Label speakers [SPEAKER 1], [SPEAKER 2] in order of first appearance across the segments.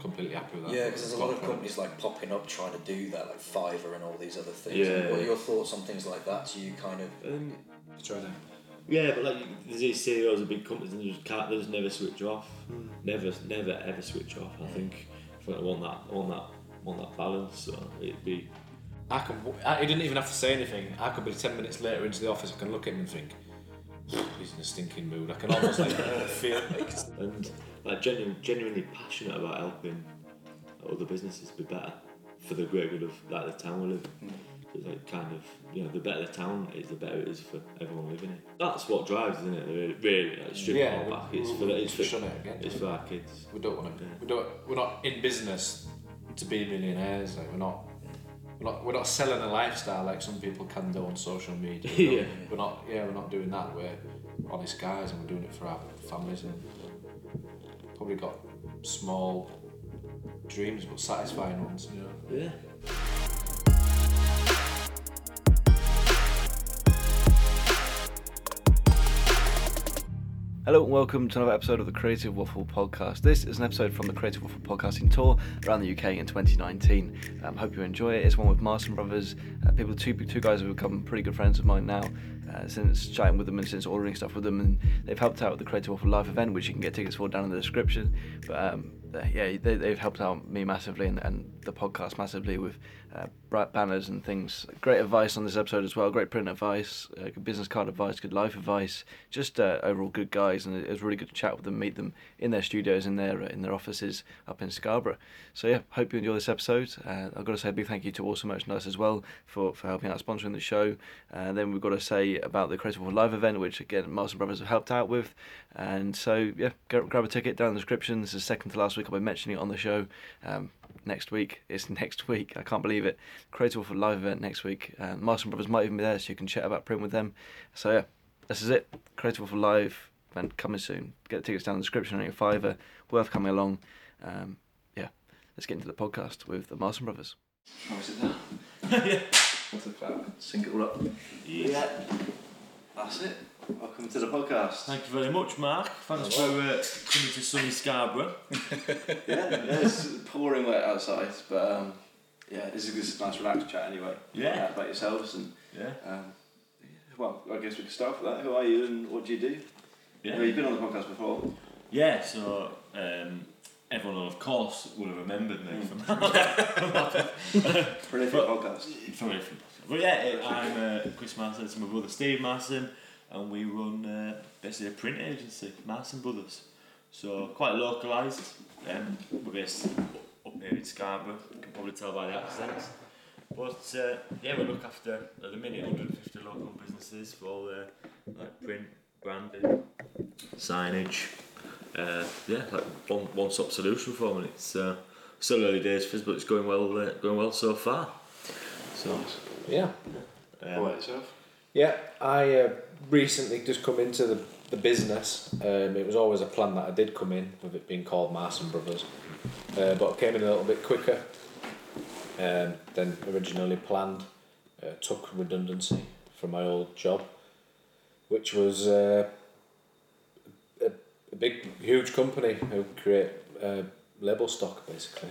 [SPEAKER 1] completely happy with that.
[SPEAKER 2] Yeah, because there's a lot of
[SPEAKER 1] Blockchain.
[SPEAKER 2] companies like popping up trying to do that, like Fiverr and all these other things.
[SPEAKER 3] Yeah.
[SPEAKER 2] What are your thoughts on things like that? Do you kind of
[SPEAKER 3] Um,
[SPEAKER 1] Try them.
[SPEAKER 3] yeah, but like you- there's these CEOs of big companies and they just can't, they just never switch off. Never, never ever switch off. I think if I want that, I want that, want that balance. So it'd be
[SPEAKER 1] I can. I, he didn't even have to say anything. I could be ten minutes later into the office. I can look at him and think, he's in a stinking mood. I can almost like feel like
[SPEAKER 3] and like genuine, genuinely passionate about helping other businesses be better for the greater good of like the town we live. in. It's like kind of you know the better the town is, the better it is for everyone living in. That's what drives, isn't it? Really, really like strip it
[SPEAKER 1] yeah.
[SPEAKER 3] all back. It's
[SPEAKER 1] we-
[SPEAKER 3] for
[SPEAKER 1] we-
[SPEAKER 3] it's for,
[SPEAKER 1] shun it again.
[SPEAKER 3] it's for our kids.
[SPEAKER 1] We don't want to. We don't. We're not in business to be millionaires. Like we're not. We're not, we're not selling a lifestyle like some people can do on social media. We're not-
[SPEAKER 3] Yeah.
[SPEAKER 1] We're not. Yeah, we're not doing that. We're honest guys, and we're doing it for our families, and probably got small dreams, but satisfying ones. You know.
[SPEAKER 3] Yeah.
[SPEAKER 4] Hello and welcome to another episode of the Creative Waffle Podcast. This is an episode from the Creative Waffle Podcasting Tour around the UK in 2019. Um, hope you enjoy it. It's one with Marston Brothers, uh, people two two guys who have become pretty good friends of mine now uh, since chatting with them and since ordering stuff with them, and they've helped out with the Creative Waffle Live event, which you can get tickets for down in the description. But um, uh, yeah, they, they've helped out me massively and, and the podcast massively with uh, bright banners and things. Great advice on this episode as well. Great print advice, uh, good business card advice, good life advice. Just uh, overall good guys, and it was really good to chat with them, meet them in their studios, in their uh, in their offices up in Scarborough. So yeah, hope you enjoy this episode. Uh, I've got to say a big thank you to Awesome Merchandise as well for, for helping out sponsoring the show. And then we've got to say about the Creative World Live event, which again Marston Brothers have helped out with. And so yeah, go, grab a ticket down in the description. This is second to last week. I'll be mentioning it on the show. Um, next week. It's next week. I can't believe it. Creative for live event next week. Uh, Marston Brothers might even be there, so you can chat about print with them. So yeah, this is it. Creative for live event coming soon. Get tickets down in the description on your Fiverr. Worth coming along. Um, yeah, let's get into the podcast with the Marston Brothers. How is it now? What's the plan? Sync it all up. Yeah. That's it. Welcome to the podcast.
[SPEAKER 3] Thank you very much, Mark. Thanks for uh, coming to sunny Scarborough.
[SPEAKER 4] Yeah, it's pouring wet outside, but um, yeah, this is just a nice relaxed chat anyway.
[SPEAKER 3] Yeah.
[SPEAKER 4] about yourselves and
[SPEAKER 3] Yeah.
[SPEAKER 4] Um, well, I guess we could start with that. Who are you and what do you do?
[SPEAKER 3] Yeah.
[SPEAKER 4] Well, you've been on the podcast before.
[SPEAKER 3] Yeah, so um, everyone, of course, would have remembered me from that.
[SPEAKER 4] Prolific
[SPEAKER 3] But-
[SPEAKER 4] podcast.
[SPEAKER 3] from it. But yeah, uh, I'm uh, Chris Marson, it's my brother Steve Marson, and we run uh, basically a print agency, Marson Brothers. So quite localised. Um, we're based up here in Scarborough, you can probably tell by the accents. But uh, yeah, we look after at the minute 150 local businesses for all their like print, branding, signage. Uh, yeah, like one one stop solution for them. and It's uh, still early days for us, but it's going well uh, going well so far. So
[SPEAKER 1] Yeah.
[SPEAKER 3] um,
[SPEAKER 4] yourself?
[SPEAKER 1] Yeah, I uh, recently just come into the, the business. Um, it was always a plan that I did come in, with it being called Marson Brothers. Uh, but I came in a little bit quicker um, than originally planned. Uh, took redundancy from my old job, which was uh, a, a big, huge company who create uh, label stock basically.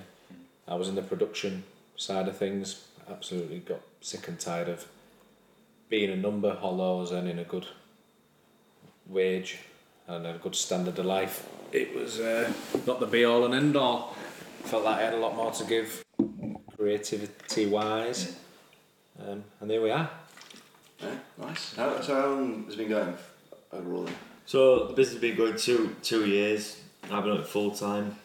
[SPEAKER 1] I was in the production side of things, absolutely got sick and tired of being a number, although I was earning a good wage and a good standard of life, it was uh, not the be all and end all. Felt like I had a lot more to give, creativity wise. Um, and there we are.
[SPEAKER 4] Yeah, nice. How, so how long has it been going overall? then?
[SPEAKER 3] So the business has been going two two years. I've been on it full time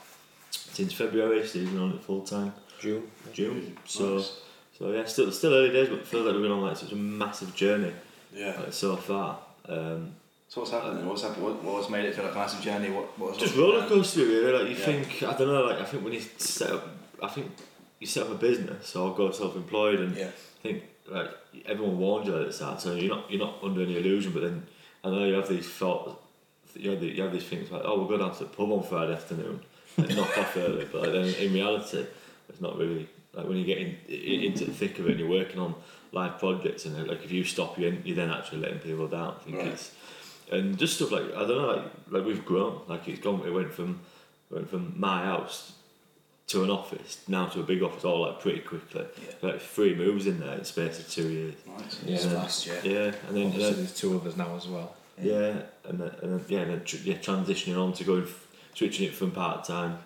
[SPEAKER 3] since February. Steve's been on it full time
[SPEAKER 1] June.
[SPEAKER 3] June. So
[SPEAKER 4] Nice.
[SPEAKER 3] so yeah, still still early days, but I feel like we've been on like such a massive journey
[SPEAKER 4] Yeah.
[SPEAKER 3] like, so far. Um,
[SPEAKER 4] So what's happened then? What's happened? What, what's made it feel like a massive journey? What, what was
[SPEAKER 3] just roller
[SPEAKER 4] um,
[SPEAKER 3] coaster really. Like you
[SPEAKER 4] Yeah.
[SPEAKER 3] think I don't know. Like I think when you set up, I think you set up a business or go self employed and
[SPEAKER 4] Yeah.
[SPEAKER 3] I think like everyone warned you at the start, so you're not you're not under any illusion. But then I know you have these thoughts, you have, the, you have these things like, oh, we'll go down to the pub on Friday afternoon, and knock off early. But like, then in reality, it's not really like when you get in, i- into the thick of it and you're working on live projects, and like if you stop, you you're then actually letting people down. I think
[SPEAKER 4] Right.
[SPEAKER 3] it's and just stuff like I don't know, like like we've grown, like it's gone. It went from went from my house to an office, now to a big office, all like pretty quickly. Like three moves in there in the space of two years.
[SPEAKER 2] Nice.
[SPEAKER 1] Yeah.
[SPEAKER 2] It's fast, yeah.
[SPEAKER 3] Yeah, and then, uh, and
[SPEAKER 1] Obviously,
[SPEAKER 3] then
[SPEAKER 1] there's two others now as well.
[SPEAKER 3] yeah, and then, and then yeah, and then tr- yeah, transitioning on to going f- switching it from part time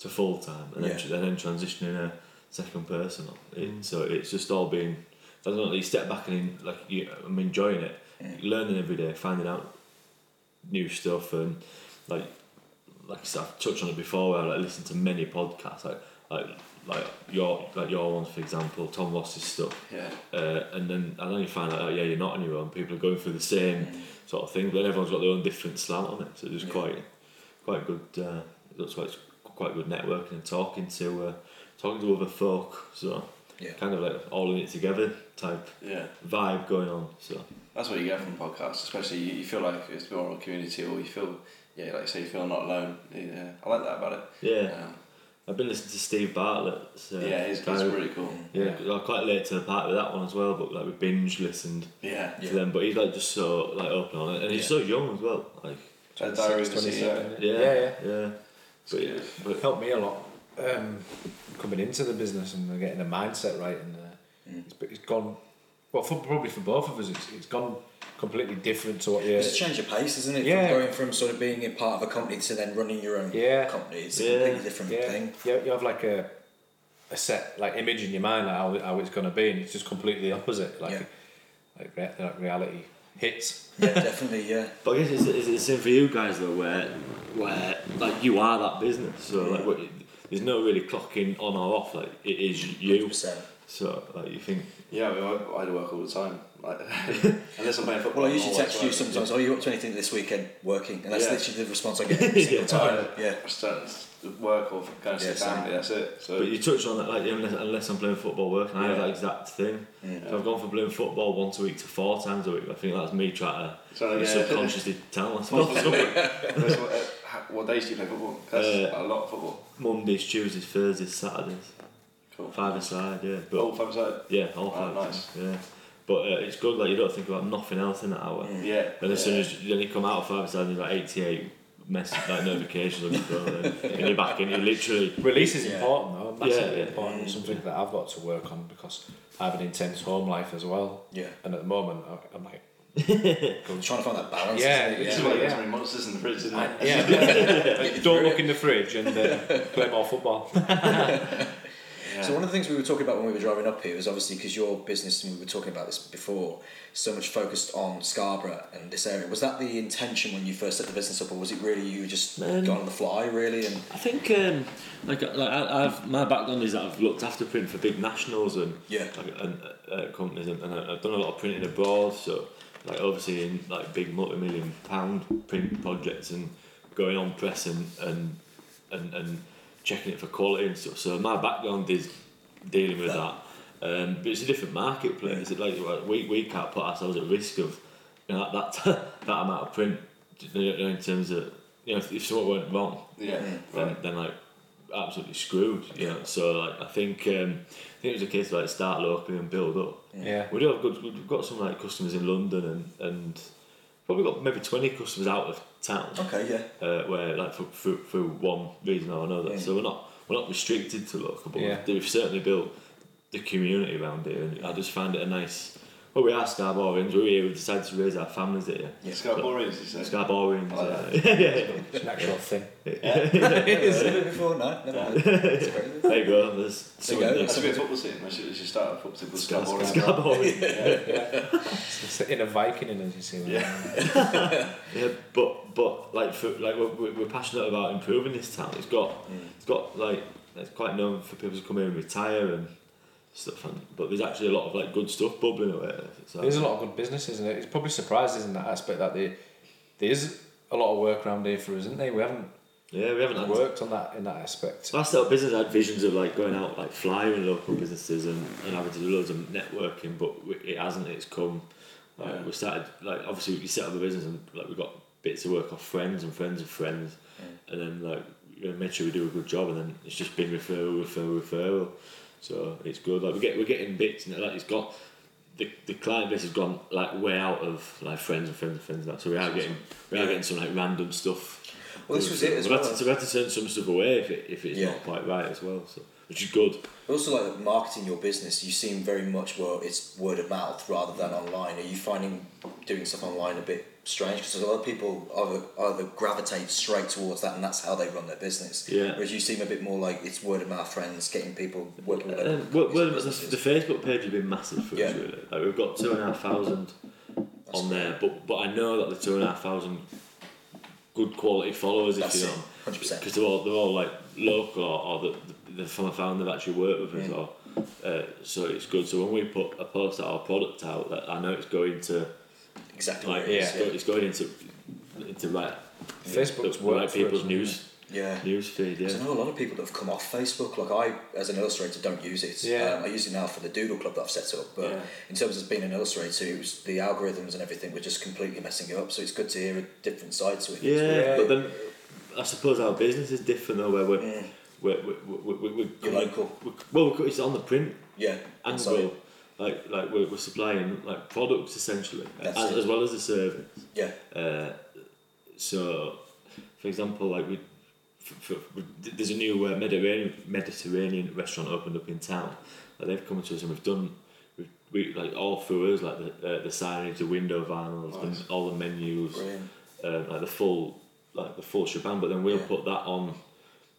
[SPEAKER 3] to full time, and then
[SPEAKER 2] Yeah.
[SPEAKER 3] tr- and then transitioning a second person. on It, So it's just all been. I don't know. You step back and in, like you, I'm enjoying it,
[SPEAKER 2] Mm.
[SPEAKER 3] learning every day, finding out new stuff, and like like I said, I've touched on it before. Where I like listen to many podcasts, like like like your like your ones for example, Tom Ross's stuff
[SPEAKER 2] Yeah.
[SPEAKER 3] uh, and then and then you find out oh, yeah you're not on your own people are going through the same
[SPEAKER 2] Mm.
[SPEAKER 3] sort of thing but then everyone's got their own different slant on it so it's
[SPEAKER 2] Yeah.
[SPEAKER 3] quite quite good uh, that's why it's quite good networking and talking to uh, talking to other folk so
[SPEAKER 2] Yeah.
[SPEAKER 3] kind of like all in it together type
[SPEAKER 4] Yeah,
[SPEAKER 3] vibe going on so
[SPEAKER 4] that's what you get from podcasts, especially you, you feel like it's more of a community or you feel, yeah, like you say, you feel not alone. Yeah, I like that about it.
[SPEAKER 3] yeah
[SPEAKER 4] Um,
[SPEAKER 3] I've been listening to Steve Bartlett so
[SPEAKER 4] yeah, it's,
[SPEAKER 3] kind
[SPEAKER 4] it's
[SPEAKER 3] of-
[SPEAKER 4] really cool.
[SPEAKER 2] Mm.
[SPEAKER 3] yeah, I'm quite late to the party with that one as well but like we binge listened
[SPEAKER 4] Yeah.
[SPEAKER 2] Yeah.
[SPEAKER 3] to them but he's like just so like open on it and he's
[SPEAKER 2] Yeah.
[SPEAKER 3] so young as well like
[SPEAKER 4] A diary of a
[SPEAKER 1] 26,
[SPEAKER 4] CEO.
[SPEAKER 1] 27,
[SPEAKER 3] yeah
[SPEAKER 1] yeah, yeah.
[SPEAKER 3] yeah but,
[SPEAKER 4] good.
[SPEAKER 3] but
[SPEAKER 1] It helped me a lot um, coming into the business and getting the mindset right. And uh,
[SPEAKER 2] Mm.
[SPEAKER 1] it's, it's gone well for, probably for both of us. It's, it's gone completely different to what you.
[SPEAKER 2] It's a change of pace, isn't it?
[SPEAKER 1] Yeah.
[SPEAKER 2] From going from sort of being in part of a company to then running your own
[SPEAKER 1] Yeah.
[SPEAKER 2] company. It's a
[SPEAKER 3] Yeah.
[SPEAKER 2] completely different
[SPEAKER 1] Yeah,
[SPEAKER 2] thing.
[SPEAKER 1] you, you have like a a set like image in your mind like how, how it's gonna be, and it's just completely opposite. Like
[SPEAKER 2] Yeah.
[SPEAKER 1] like, re- like reality hits.
[SPEAKER 2] Yeah, definitely, yeah.
[SPEAKER 3] But I guess it's, it's, it's the same for you guys though, where where like you are that business, so like what, there's no really clocking on or off. Like it is you.
[SPEAKER 2] 100%.
[SPEAKER 3] So like you think
[SPEAKER 4] Yeah, I, mean, I, I work all the time. Like, unless I'm playing football.
[SPEAKER 2] Well, I
[SPEAKER 4] I'm
[SPEAKER 2] usually
[SPEAKER 4] always
[SPEAKER 2] text you
[SPEAKER 4] working.
[SPEAKER 2] sometimes, oh, you up to anything this weekend? Working. And that's
[SPEAKER 4] Yeah.
[SPEAKER 2] literally the response I get every single time. Yeah.
[SPEAKER 4] I start to work or kind of see
[SPEAKER 2] Yeah, same.
[SPEAKER 4] family. That's it. So
[SPEAKER 3] But you touched on that, like unless, unless I'm playing football work, and I have
[SPEAKER 4] Yeah.
[SPEAKER 3] that exact thing.
[SPEAKER 2] Yeah.
[SPEAKER 3] So I've gone from playing football once a week to four times a week. I think that's me trying to
[SPEAKER 4] Trying to get-
[SPEAKER 3] subconsciously tell myself something.
[SPEAKER 4] That's what, how- what days do you play football? That's
[SPEAKER 3] Uh,
[SPEAKER 4] a lot of football.
[SPEAKER 3] Mondays, Tuesdays, Thursdays, Saturdays,
[SPEAKER 4] Cool.
[SPEAKER 3] five aside, yeah. But
[SPEAKER 4] Oh, five side.
[SPEAKER 3] yeah, all
[SPEAKER 4] Oh,
[SPEAKER 3] five.
[SPEAKER 4] nice.
[SPEAKER 3] Yeah, but uh, it's good. Like you don't think about nothing else in that hour.
[SPEAKER 4] Yeah.
[SPEAKER 3] And as soon
[SPEAKER 4] yeah.
[SPEAKER 3] as then you come out of five side, there's like 88 message like notifications on your phone, and, and you're back in. You literally,
[SPEAKER 1] Release is
[SPEAKER 2] Yeah.
[SPEAKER 1] important though, massively
[SPEAKER 3] yeah.
[SPEAKER 1] important. It's something that I've got to work on because I have an intense home life as well.
[SPEAKER 2] Yeah.
[SPEAKER 1] And at the moment, I- I'm like,
[SPEAKER 2] I'm trying to find that balance.
[SPEAKER 1] Yeah,
[SPEAKER 2] isn't it?
[SPEAKER 4] It's
[SPEAKER 1] yeah.
[SPEAKER 4] yeah. like there's many monsters in the fridge, isn't it?
[SPEAKER 1] yeah, don't look in the fridge and uh, play more football.
[SPEAKER 4] Yeah.
[SPEAKER 2] So one of the things we were talking about when we were driving up here was obviously because your business and we were talking about this before, so much focused on Scarborough and this area. Was that the intention when you first set the business up, or was it really you just
[SPEAKER 3] Um,
[SPEAKER 2] gone on the fly, really? And
[SPEAKER 3] I think, um, like, like I, I've my background is that I've looked after print for big nationals and
[SPEAKER 2] Yeah.
[SPEAKER 3] like, and uh, companies, and, and I've done a lot of printing abroad. So, like, overseeing like big multi-million pound print projects and going on press and and and, and checking it for quality and stuff. So my background is dealing with that. Um, but it's a different marketplace. It, like like, we, we can't put ourselves at risk of you know, that that, that amount of print you know, in terms of you know if, if something went wrong
[SPEAKER 4] Yeah.
[SPEAKER 3] then, then like absolutely screwed. You know, so like I think um, I think it was a case of, like start locally and build up.
[SPEAKER 1] yeah.
[SPEAKER 3] We do have good. We've got some like customers in London and and probably got maybe twenty customers out of town
[SPEAKER 2] okay, yeah,
[SPEAKER 3] uh, where like for, for, for one reason or another.
[SPEAKER 2] Yeah.
[SPEAKER 3] So we're not we're not restricted to local, but
[SPEAKER 1] Yeah.
[SPEAKER 3] we've certainly built the community around here, and I just find it a nice. Well, we are Scarboroughans. We're here. We decided to raise our families here.
[SPEAKER 2] Yeah.
[SPEAKER 4] It's got boring, as you say.
[SPEAKER 3] Scarboroughans.
[SPEAKER 4] I like
[SPEAKER 3] uh, yeah, yeah.
[SPEAKER 1] It's an actual thing.
[SPEAKER 2] Never heard of it before? No, never mind. It's crazy.
[SPEAKER 3] There you go. There's
[SPEAKER 2] There you go.
[SPEAKER 3] something
[SPEAKER 4] That's a bit of football scene. We should, we should start a football scene called Scarborough.
[SPEAKER 3] Scarboroughans.
[SPEAKER 1] It's in a Viking in us, you see. Yeah.
[SPEAKER 3] Yeah, but but like for like we're- we're, we're passionate about improving this town. It's got it's got like it's quite known for people to come here and retire and stuff. And, but there's actually a lot of like good stuff bubbling away. So
[SPEAKER 1] There's a lot of good businesses, and it's probably surprises in that aspect that there there is a lot of work around here for us, isn't there? We haven't
[SPEAKER 3] yeah, we haven't had
[SPEAKER 1] worked on that in that aspect.
[SPEAKER 3] Last little business, I had visions of like going out, like flying local businesses and, and having to do loads of networking, but w- it hasn't. It's come. Like,
[SPEAKER 4] Yeah.
[SPEAKER 3] We started like obviously we set up a business and like we got bits of work off friends and friends of friends, and then like you know, make sure we do a good job, and then it's just been referral, referral, referral. So it's good. Like we get we're getting bits, and like it's got the, the client base has gone like way out of like friends and friends and friends and that. So we are getting we are getting some like random stuff.
[SPEAKER 2] Well, this was it as
[SPEAKER 3] we had
[SPEAKER 2] well.
[SPEAKER 3] To, we had to send some stuff away if, it, if it's
[SPEAKER 2] Yeah.
[SPEAKER 3] not quite right as well. So which is good.
[SPEAKER 2] But also, like marketing your business, you seem very much well, it's word of mouth rather than
[SPEAKER 3] Mm.
[SPEAKER 2] online. Are you finding doing stuff online a bit strange? Because a lot of people either, either gravitate straight towards that and that's how they run their business.
[SPEAKER 3] Yeah.
[SPEAKER 2] Whereas you seem a bit more like it's word of mouth friends, getting people working with
[SPEAKER 3] Um, well, well, the, the Facebook page has been massive for us,
[SPEAKER 2] Yeah.
[SPEAKER 3] really. Like, we've got two and a half thousand on there, but but I know that the two and a half thousand good quality followers,
[SPEAKER 2] That's
[SPEAKER 3] if you
[SPEAKER 2] it,
[SPEAKER 3] know,
[SPEAKER 2] 100%.
[SPEAKER 3] because they're all they're all like local or, or the, the, the from a found they've actually worked with us,
[SPEAKER 2] Yeah.
[SPEAKER 3] or uh, so it's good. So when we put a post out, our product out, that I know it's going to
[SPEAKER 2] exactly.
[SPEAKER 3] like
[SPEAKER 2] where it
[SPEAKER 3] it's,
[SPEAKER 2] is,
[SPEAKER 3] go, it's going into into right
[SPEAKER 1] Facebook's
[SPEAKER 3] the, the right
[SPEAKER 1] worked for us,
[SPEAKER 3] people's
[SPEAKER 1] hasn't
[SPEAKER 3] news
[SPEAKER 2] yeah. yeah.
[SPEAKER 3] news feed. Yeah,
[SPEAKER 2] Because I know a lot of people that have come off Facebook. Like I, as an illustrator, don't use it.
[SPEAKER 1] Yeah.
[SPEAKER 2] Um, I use it now for the Doodle Club that I've set up. But
[SPEAKER 4] Yeah.
[SPEAKER 2] in terms of being an illustrator, it was the algorithms and everything were just completely messing it up. So it's good to hear a different side to it.
[SPEAKER 3] Yeah,
[SPEAKER 1] Yeah.
[SPEAKER 3] but then I suppose our business is different though, where we're,
[SPEAKER 2] Mm.
[SPEAKER 3] we're, we're, we're, we're
[SPEAKER 2] You're local.
[SPEAKER 3] We're, well, we're, it's on the print
[SPEAKER 2] Yeah.
[SPEAKER 3] angle.
[SPEAKER 2] Sorry.
[SPEAKER 3] Like, like we're, we're supplying like products essentially, as,
[SPEAKER 2] That's it.
[SPEAKER 3] as well as a service.
[SPEAKER 2] Yeah.
[SPEAKER 3] Uh, so, for example, like we, for, for, there's a new uh, Mediterranean Mediterranean restaurant opened up in town. Like they've come to us and we've done, we, we like all through us like the uh, the signage, the window vinyls, the, all the menus
[SPEAKER 2] Brilliant.
[SPEAKER 3] um, like the full like the full shebang but then we'll
[SPEAKER 2] Yeah.
[SPEAKER 3] put that on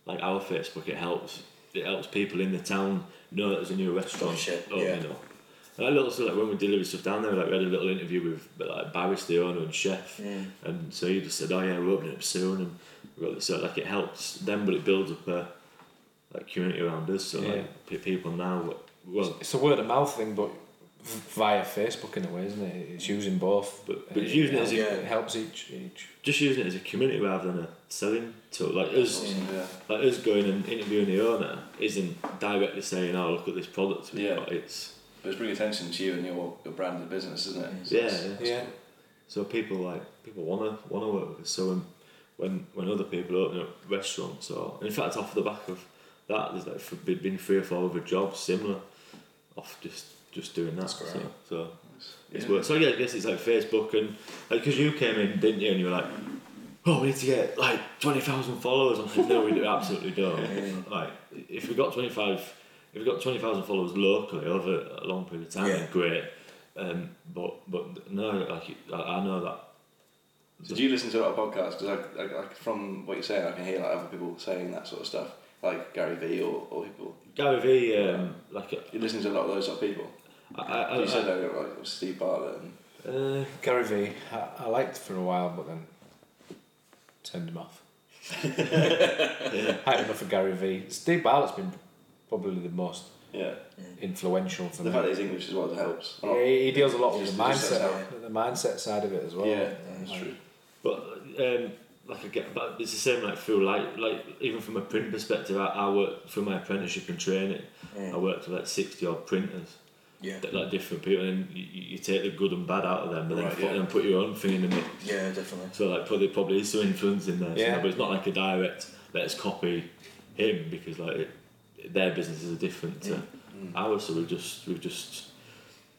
[SPEAKER 3] like our Facebook it helps it helps people in the town know that there's a new restaurant
[SPEAKER 2] Oh, shit,
[SPEAKER 3] opening
[SPEAKER 2] yeah.
[SPEAKER 3] up and I little so like when we delivered stuff down there like we had a little interview with like Barris the owner and chef
[SPEAKER 2] Mm.
[SPEAKER 3] and so he just said oh yeah we're opening up soon and we got this, so like it helps them but it builds up a like community around us so
[SPEAKER 1] Yeah.
[SPEAKER 3] like pe- people now well
[SPEAKER 1] It's a word of mouth thing, but via Facebook in a way, isn't it? It's using both.
[SPEAKER 3] But- but it's using it as
[SPEAKER 1] it,
[SPEAKER 2] a-
[SPEAKER 1] helps each each.
[SPEAKER 3] just using it as a community rather than a selling tool like us
[SPEAKER 4] Yeah.
[SPEAKER 3] like us going and interviewing the owner isn't directly saying, "Oh, look at this product." We've
[SPEAKER 4] Yeah.
[SPEAKER 3] got. It's
[SPEAKER 4] But it's bringing attention to you and your, your brand and business, isn't it? So
[SPEAKER 3] yeah,
[SPEAKER 4] it's-
[SPEAKER 3] yeah.
[SPEAKER 1] Yeah,
[SPEAKER 3] So people like people wanna wanna work with us. So when when when other people open up restaurants or in fact off the back of that, there's like f- been- been three or four other jobs similar off just just doing that.
[SPEAKER 2] That's great.
[SPEAKER 3] So, so it's
[SPEAKER 4] yeah.
[SPEAKER 3] worked. So yeah, I guess it's like Facebook and like because you came in, didn't you? And you were like. Oh, we need to get like twenty thousand followers. I'm like, no, we do- absolutely don't. Like, if we got twenty five, if we got twenty thousand followers locally over a long period of time,
[SPEAKER 2] Yeah.
[SPEAKER 3] great. Um, but but no, like I, I know that
[SPEAKER 4] So do you listen to a lot of podcasts? Because I, I, I, from what you're saying, I can hear like other people saying that sort of stuff, like Gary Vee or, or people.
[SPEAKER 3] Gary Vee, um, like
[SPEAKER 4] You listen to a lot of those sort of people.
[SPEAKER 3] I, I, I,
[SPEAKER 4] you said
[SPEAKER 3] I,
[SPEAKER 4] earlier, like Steve Bartlett. And,
[SPEAKER 3] uh,
[SPEAKER 1] Gary Vee, I, I liked for a while, but then turned him off. Had enough of Gary Vee. Steve Bartlett's been probably the most
[SPEAKER 4] yeah,
[SPEAKER 1] influential for
[SPEAKER 4] the fact that
[SPEAKER 1] me.
[SPEAKER 4] he's English as well helps.
[SPEAKER 1] Yeah, he he deals a lot with
[SPEAKER 4] Just-
[SPEAKER 1] the
[SPEAKER 4] just
[SPEAKER 1] mindset,
[SPEAKER 2] that
[SPEAKER 1] the mindset side of it as well.
[SPEAKER 4] yeah, that's true.
[SPEAKER 3] but um, like I get, but it's the same like through like like even from a print perspective, I, I worked through my apprenticeship and training. I worked with like sixty odd printers,
[SPEAKER 2] Mm. Yeah.
[SPEAKER 3] that, like different people, and you, you you take the good and bad out of them, but
[SPEAKER 4] Right,
[SPEAKER 3] then, put,
[SPEAKER 4] yeah.
[SPEAKER 3] then put your own thing in the mix.
[SPEAKER 2] Yeah, definitely.
[SPEAKER 3] So like probably probably is some influence in there, somewhere,
[SPEAKER 1] Yeah.
[SPEAKER 3] but it's not like a direct let's copy him because like it, their businesses are different to ours. So we've just we've just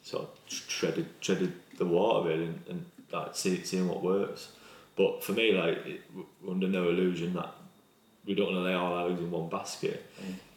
[SPEAKER 3] sort of treaded treaded the water really and, and like see, seeing what works. But for me, like it, we're under no illusion that we don't want to lay all our eggs in one basket.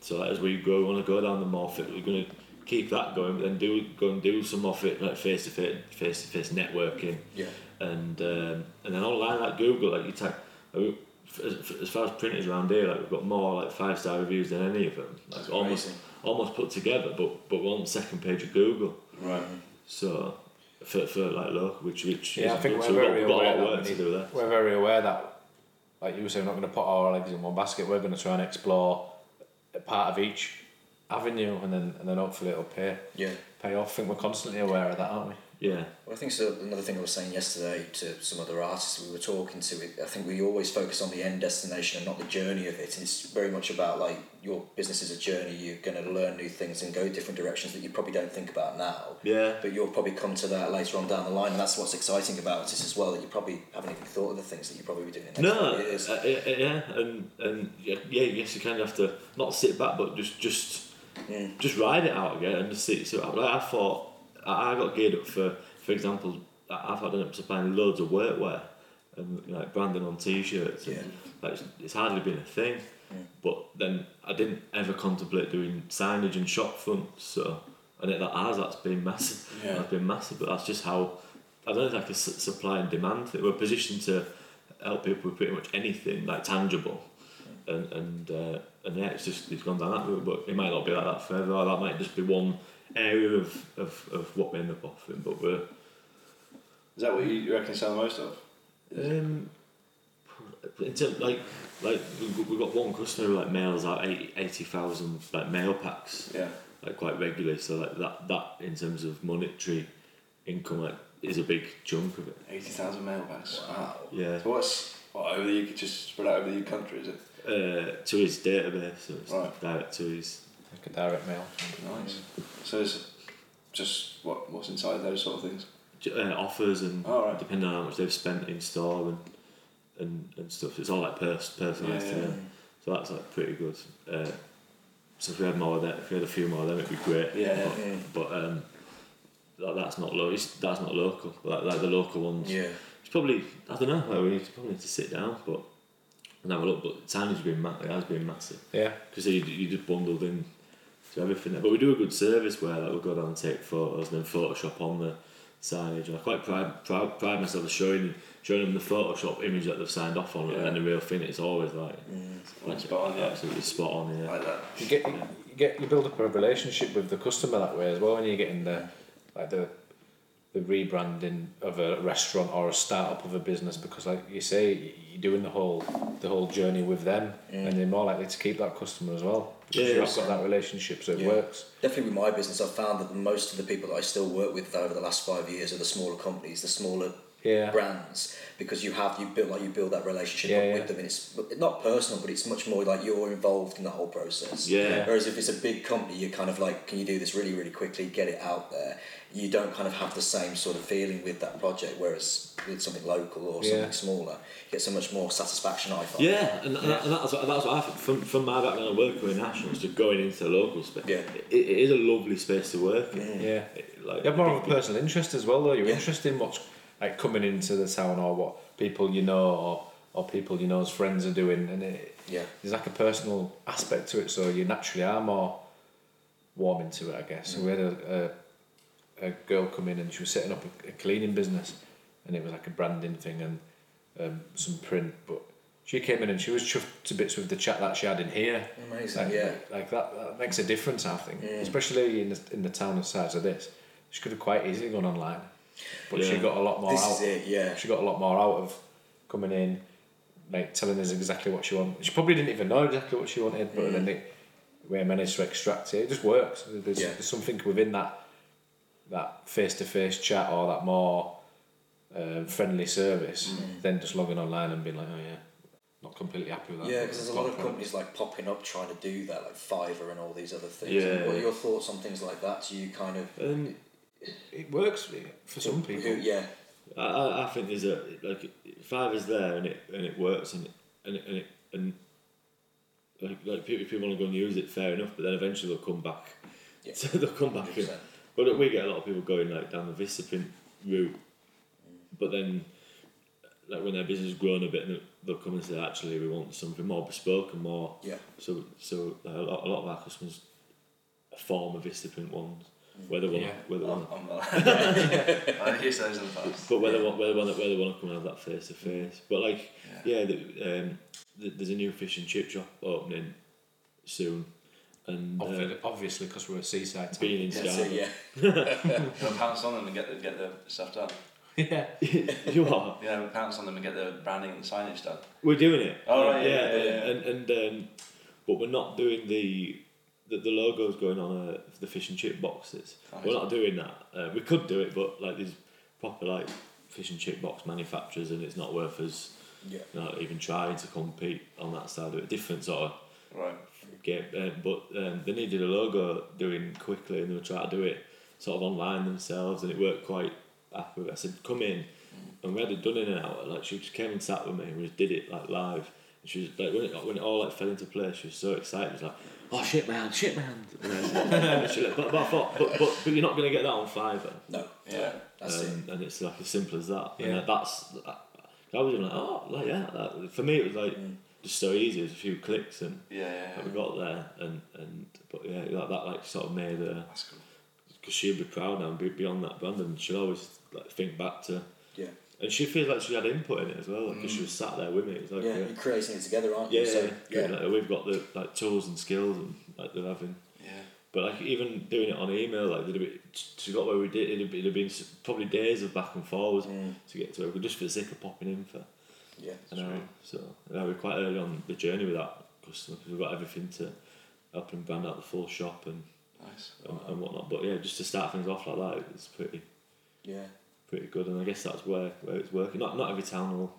[SPEAKER 3] So like, as we grow, we want to go down the more fit. We're going to keep that going, but then do go and do some more fit like face to face face to face networking
[SPEAKER 2] Yeah.
[SPEAKER 3] and um, and then online like Google like you type like, as, as far as printers around here like we've got more like five star reviews than any of them like
[SPEAKER 2] That's
[SPEAKER 3] almost
[SPEAKER 2] amazing.
[SPEAKER 3] almost put together but but we're on the second page of Google
[SPEAKER 4] Right.
[SPEAKER 2] Mm.
[SPEAKER 3] so for, for like local which which
[SPEAKER 1] Yeah, I
[SPEAKER 3] isn't
[SPEAKER 1] think
[SPEAKER 3] good,
[SPEAKER 1] we're
[SPEAKER 3] so we've got,
[SPEAKER 1] very
[SPEAKER 3] we've got a lot of
[SPEAKER 1] aware
[SPEAKER 3] work
[SPEAKER 1] that
[SPEAKER 3] to do there
[SPEAKER 1] We're very aware that, like you were saying, we're not going to put all our eggs in one basket. We're going to try and explore a part of each avenue, and then and then hopefully it'll pay
[SPEAKER 2] Yeah.
[SPEAKER 1] pay off. I think we're constantly aware of that, aren't we?
[SPEAKER 3] yeah
[SPEAKER 2] Well, I think so. Another thing I was saying yesterday to some other artists we were talking to, it, I think we always focus on the end destination and not the journey of it. It's very much about like your business is a journey. You're going to learn new things and go different directions that you probably don't think about now.
[SPEAKER 3] yeah
[SPEAKER 2] But you'll probably come to that later on down the line, and that's what's exciting about it as well. That you probably haven't even thought of the things that you probably be doing. In the next
[SPEAKER 3] No,
[SPEAKER 2] couple of years.
[SPEAKER 3] uh, uh, yeah, and and yeah, yeah, yes, you kind of have to not sit back, but just just
[SPEAKER 2] Mm.
[SPEAKER 3] just ride it out again and just see. So like, I thought I I got geared up for, for example, I- I've had an up supplying loads of workwear, and like branding on T-shirts. And,
[SPEAKER 2] Yeah.
[SPEAKER 3] like, it's, it's hardly been a thing.
[SPEAKER 2] Yeah.
[SPEAKER 3] But then I didn't ever contemplate doing signage and shop fronts. So and it, that has that's been massive.
[SPEAKER 4] Yeah.
[SPEAKER 3] That's been massive. But that's just how I don't know. It's like a s- supply and demand thing. We're positioned to help people with pretty much anything like tangible. And and uh, and yeah, it's just it's gone down that route, but it might not be like that forever. Or that might just be one area of, of, of what we end up offering. But we're
[SPEAKER 4] Is that what you reckon you sell the most of?
[SPEAKER 3] um, in terms, like, like we've got one customer who like mails out 80 80,000 like mail packs
[SPEAKER 4] Yeah.
[SPEAKER 3] like quite regularly. So like that that in terms of monetary income like is a big chunk of it.
[SPEAKER 4] 80,000 mailbags. Wow.
[SPEAKER 3] Yeah,
[SPEAKER 4] So what's what, over the UK, just spread out over the UK country, is it?
[SPEAKER 3] uh, to his database, so it's
[SPEAKER 4] Right.
[SPEAKER 3] direct to his.
[SPEAKER 1] Like a direct mail.
[SPEAKER 4] Nice. So it's just what what's inside those sort of things.
[SPEAKER 3] Uh, offers and
[SPEAKER 4] All right.
[SPEAKER 3] depending on how much they've spent in store and and, and stuff. It's all like pers- personalised
[SPEAKER 4] Yeah,
[SPEAKER 3] to
[SPEAKER 4] yeah.
[SPEAKER 3] them. So that's like pretty good. Uh, so if we had more of that, if we had a few more of them, it'd be great.
[SPEAKER 4] Yeah.
[SPEAKER 3] But,
[SPEAKER 2] Yeah.
[SPEAKER 3] but um, that, that's not low. It's, that's not local. Like, like the local ones.
[SPEAKER 2] Yeah.
[SPEAKER 3] It's probably I don't know. Like we need to, probably need to sit down, but and have a look. But time has been ma- it has been massive
[SPEAKER 1] Yeah.
[SPEAKER 3] because you you just bundled in to everything. But we do a good service where like, we go down and take photos and then Photoshop on the signage. And I quite pride, proud pride myself of showing showing them the Photoshop image that they've signed off on,
[SPEAKER 4] Yeah.
[SPEAKER 3] and then the real thing. It's always like, like
[SPEAKER 4] Spot on, yeah.
[SPEAKER 3] absolutely spot on. Yeah.
[SPEAKER 4] Like that.
[SPEAKER 1] You get you get you build up a relationship with the customer that way as well, and you're getting the like the the rebranding of a restaurant or a startup of a business because, like you say, y- you're doing the whole the whole journey with them, and they're more likely to keep that customer as well.
[SPEAKER 3] Yeah,
[SPEAKER 1] because you've
[SPEAKER 3] yeah.
[SPEAKER 1] got that relationship, so it
[SPEAKER 2] Yeah.
[SPEAKER 1] works.
[SPEAKER 2] Definitely with my business, I've found that most of the people that I still work with over the last five years are the smaller companies, the smaller
[SPEAKER 1] Yeah.
[SPEAKER 2] brands, because you have you build like you build that relationship
[SPEAKER 1] Yeah,
[SPEAKER 2] up
[SPEAKER 1] yeah.
[SPEAKER 2] with them, and it's but not personal, but it's much more like you're involved in the whole process.
[SPEAKER 3] Yeah.
[SPEAKER 2] Whereas if it's a big company, you're kind of like, can you do this really, really quickly, get it out there? You don't kind of have the same sort of feeling with that project, whereas with something local or something
[SPEAKER 1] Yeah.
[SPEAKER 2] smaller, you get so much more satisfaction. I find.
[SPEAKER 3] Yeah, and, and, that- and that's, what- that's what I think from, from my background of working with nationals to going into the local space.
[SPEAKER 2] Yeah.
[SPEAKER 3] It, it is a lovely space to work in.
[SPEAKER 1] Yeah.
[SPEAKER 3] It- like,
[SPEAKER 1] You have more of a personal interest as well, though. You're
[SPEAKER 2] Yeah.
[SPEAKER 1] interested in what's like coming into the town or what people you know or, or people you know's friends are doing, and it,
[SPEAKER 2] Yeah.
[SPEAKER 1] there's like a personal aspect to it, so you naturally are more warm into it, I guess. So we had a, a, a girl come in and she was setting up a, a cleaning business, and it was like a branding thing and um, some print, but she came in and she was chuffed to bits with the chat that she had in here.
[SPEAKER 2] Amazing.
[SPEAKER 1] Like,
[SPEAKER 2] yeah.
[SPEAKER 1] like that, that makes a difference, I think, especially in the, in the town the size of this. She could have quite easily gone online, but she
[SPEAKER 3] Yeah.
[SPEAKER 1] got a lot more
[SPEAKER 2] This
[SPEAKER 1] out.
[SPEAKER 2] is it. Yeah.
[SPEAKER 1] She got a lot more out of coming in, like telling us exactly what she wanted. She probably didn't even know exactly what she wanted, but
[SPEAKER 2] Mm.
[SPEAKER 1] then it, we managed to extract it. It just works. There's,
[SPEAKER 2] Yeah.
[SPEAKER 1] there's something within that that face to face chat or that more um, friendly service
[SPEAKER 2] Mm.
[SPEAKER 1] than just logging online and being like, oh yeah, not completely happy with that.
[SPEAKER 2] Yeah,
[SPEAKER 1] but
[SPEAKER 2] because there's a
[SPEAKER 1] it's
[SPEAKER 2] lot
[SPEAKER 1] got
[SPEAKER 2] of
[SPEAKER 1] product."
[SPEAKER 2] companies like popping up trying to do that, like Fiverr and all these other things.
[SPEAKER 3] Yeah.
[SPEAKER 2] What are your thoughts on things like that? Do you kind of
[SPEAKER 3] Um,
[SPEAKER 1] It works for some people.
[SPEAKER 2] who, yeah,
[SPEAKER 3] I- I, I think there's a like five is there and it and it works and it, and it, and, it, and like, like people if people want to go and use it fair enough but then eventually they'll come back
[SPEAKER 2] Yeah.
[SPEAKER 3] so they'll come back and,
[SPEAKER 2] 100%.
[SPEAKER 3] but we get a lot of people going like down the Vista print route but then like when their business has grown a bit and they'll come and say actually we want something more bespoke and more
[SPEAKER 2] yeah,
[SPEAKER 3] so so like, a, lot, a lot of our customers form a Vista print ones where they want
[SPEAKER 1] Yeah.
[SPEAKER 3] where they want
[SPEAKER 4] I'm, I'm I used those in the past.
[SPEAKER 3] But whether they want whether they want whether they want to come and have that face to face, but like yeah, the, um, th there's a new fish and chip shop opening soon, and uh,
[SPEAKER 1] Obvi- obviously, because we're a seaside town.
[SPEAKER 3] being in
[SPEAKER 2] that's it,
[SPEAKER 3] Scarborough,
[SPEAKER 2] yeah.
[SPEAKER 4] We'll pounce on them and get the, get the stuff done.
[SPEAKER 1] yeah.
[SPEAKER 3] you are.
[SPEAKER 4] Yeah, we'll pounce on them and get the branding and signage done.
[SPEAKER 3] We're doing it.
[SPEAKER 4] Oh, right, yeah, yeah, yeah, yeah.
[SPEAKER 3] and and um, but we're not doing the. The, the logo's going on uh, the fish and chip boxes.
[SPEAKER 4] Nice.
[SPEAKER 3] We're not doing that. Uh, we could do it, but like there's proper like fish and chip box manufacturers, and it's not worth us
[SPEAKER 2] Yeah.
[SPEAKER 3] not even trying to compete on that side of it. Different sort of
[SPEAKER 4] Right.
[SPEAKER 3] game, um, but um, they needed a logo doing quickly and they were trying to do it sort of online themselves and it worked quite happy with it. I said, come in. And we had it done in an hour. Like, she just came and sat with me and we just did it, like, live. And she was, like, when it, when it all, like, fell into place, she was so excited. She was like, oh, shit, my hand, shit, my hand. And I said, and she like, but, but I thought, but, but, but you're not going to get that on Fiverr.
[SPEAKER 2] No,
[SPEAKER 4] Yeah.
[SPEAKER 2] that's it.
[SPEAKER 3] Um, and it's like as simple as that.
[SPEAKER 1] Yeah.
[SPEAKER 3] And that's I was even like, oh, like yeah. That, for me, it was like
[SPEAKER 2] Mm.
[SPEAKER 3] just so easy. It was a few clicks and
[SPEAKER 4] Yeah, yeah, yeah.
[SPEAKER 3] we got there, and and but yeah, like that like sort of made her
[SPEAKER 4] That's cool.
[SPEAKER 3] because she'd be proud now and be beyond that brand, and she'll always like think back to.
[SPEAKER 2] Yeah.
[SPEAKER 3] And she feels like she had input in it as well, because she was sat there with me. It was like,
[SPEAKER 2] Yeah,
[SPEAKER 3] yeah,
[SPEAKER 2] you're creating it together, aren't
[SPEAKER 3] yeah,
[SPEAKER 2] you? So,
[SPEAKER 3] yeah, yeah. Like, we've got the like tools and skills, and like they're having
[SPEAKER 4] Yeah.
[SPEAKER 3] But like even doing it on email, like there'd be, to got where we did, it'd, be, it'd been s- probably days of back and forwards
[SPEAKER 2] Mm,
[SPEAKER 3] to get to where we just for the sake of popping in for
[SPEAKER 2] yeah.
[SPEAKER 3] an hour. So yeah, we're quite early on the journey with that customer because we've got everything to help them brand out the full shop and,
[SPEAKER 4] Nice.
[SPEAKER 3] and, and whatnot. But yeah, just to start things off like that, it's pretty
[SPEAKER 2] Yeah.
[SPEAKER 3] pretty good. And I guess that's where, where it's working. Not not every town will.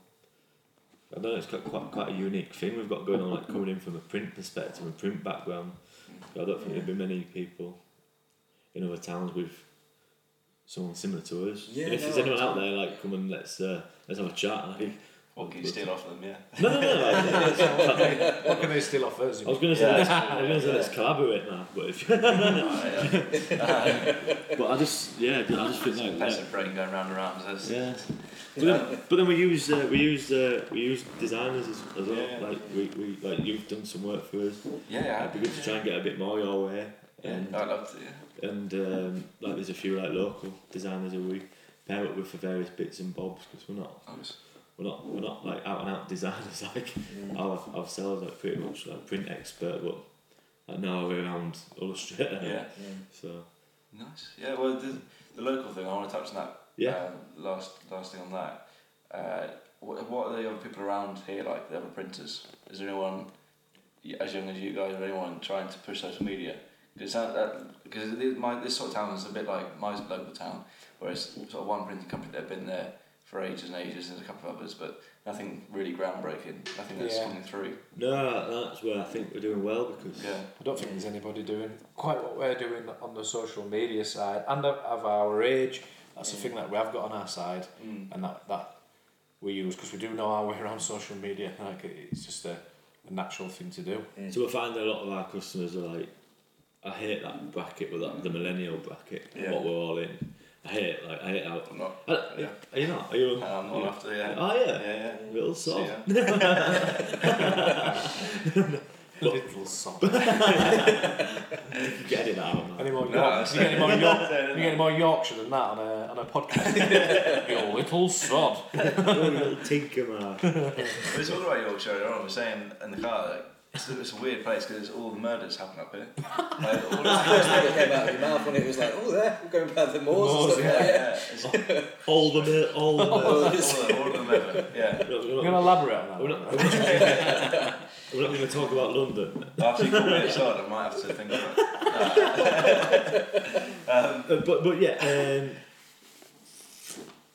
[SPEAKER 3] I don't know. It's quite, quite quite a unique thing we've got going on. Like coming in from a print perspective and print background. I don't think there'd be many people in other towns with someone similar to us.
[SPEAKER 2] Yeah,
[SPEAKER 3] and if
[SPEAKER 2] no,
[SPEAKER 3] there's anyone
[SPEAKER 2] I-
[SPEAKER 3] out there, like come and let's uh, let's have a chat. Like,
[SPEAKER 4] What can you steal off them? Yeah.
[SPEAKER 3] no, no, no. no, like,
[SPEAKER 1] what can they still offer? us?
[SPEAKER 3] I was gonna say
[SPEAKER 4] Yeah.
[SPEAKER 3] let's, I was gonna say let's collaborate now, but if, but I just yeah, I just think like
[SPEAKER 4] That's
[SPEAKER 3] yeah.
[SPEAKER 4] a brain going round and round. That's,
[SPEAKER 3] Yeah. But then, but then we use uh, we use uh, we use designers as, as well.
[SPEAKER 4] Yeah.
[SPEAKER 3] Like we, we like you've done some work for us.
[SPEAKER 4] Yeah, yeah.
[SPEAKER 3] It'd be good to try and get a bit more your way.
[SPEAKER 4] Yeah,
[SPEAKER 3] And
[SPEAKER 4] I'd love to. Yeah.
[SPEAKER 3] and um, like there's a few like local designers who we pair up with for various bits and bobs because we're not
[SPEAKER 4] Nice.
[SPEAKER 3] we're not we're not like out and out designers like
[SPEAKER 2] Mm,
[SPEAKER 3] our, ourselves like pretty much like print expert but like now we're around illustrator.
[SPEAKER 4] Yeah.
[SPEAKER 2] Mm.
[SPEAKER 3] So
[SPEAKER 4] Nice. Yeah. Well, the, the local thing. I want to touch on that.
[SPEAKER 3] yeah.
[SPEAKER 4] Um, last last thing on that. Uh, what, what are the other people around here like? The other printers. Is there anyone y- as young as you guys or anyone trying to push social media? Because that that- because thi- my this sort of town is a bit like my local town, where it's sort of one printing company that's been there for ages and ages. There's a couple of others, but nothing really groundbreaking. Nothing that's
[SPEAKER 1] Yeah.
[SPEAKER 4] coming through.
[SPEAKER 3] No, that's where I think we're doing well because
[SPEAKER 4] Yeah.
[SPEAKER 1] I don't think there's anybody doing quite what we're doing on the social media side and of of our age. That's the thing that we have got on our side
[SPEAKER 4] Mm.
[SPEAKER 1] and that, that we use because we do know our way around social media. Like it- it's just a, a natural thing to do.
[SPEAKER 3] So we find that a lot of our customers are like, I hate that bracket with that, the millennial bracket,
[SPEAKER 4] Yeah.
[SPEAKER 3] what we're all in. I hate it, like I hate how.
[SPEAKER 4] I'm not.
[SPEAKER 3] I, don't-
[SPEAKER 4] Yeah.
[SPEAKER 3] Are you not? Are you?
[SPEAKER 4] I'm not
[SPEAKER 3] you-
[SPEAKER 4] after yeah.
[SPEAKER 3] Oh yeah,
[SPEAKER 4] Yeah, yeah.
[SPEAKER 3] little
[SPEAKER 4] So,
[SPEAKER 3] soft.
[SPEAKER 4] yeah.
[SPEAKER 1] Little sob.
[SPEAKER 3] You Get it out. Man.
[SPEAKER 1] Any more,
[SPEAKER 4] No,
[SPEAKER 1] York,
[SPEAKER 4] that's
[SPEAKER 1] you get any more, York, you
[SPEAKER 4] That's it, isn't
[SPEAKER 1] get any more Yorkshire than that on a, on a podcast? you little sod.
[SPEAKER 3] You're a little tinker man.
[SPEAKER 4] But it's all about Yorkshire. I remember saying in the car, like, it's, it's a weird place because all the murders happen up here. Like, all
[SPEAKER 2] That's the first thing that came out of your mouth when it was like, oh, there, we're going by the moors,
[SPEAKER 1] Moors,
[SPEAKER 2] and stuff like that.
[SPEAKER 4] yeah, it's all,
[SPEAKER 3] All the mil- all the. Mil-
[SPEAKER 4] the, all the murder. Yeah.
[SPEAKER 1] We're
[SPEAKER 3] We're
[SPEAKER 1] going to
[SPEAKER 3] not,
[SPEAKER 1] elaborate on that.
[SPEAKER 3] we're
[SPEAKER 1] one,
[SPEAKER 3] not,
[SPEAKER 1] right?
[SPEAKER 3] we're not going to talk about London.
[SPEAKER 4] After you call me a sod, I might have to think about it.
[SPEAKER 3] Uh, but but yeah, um,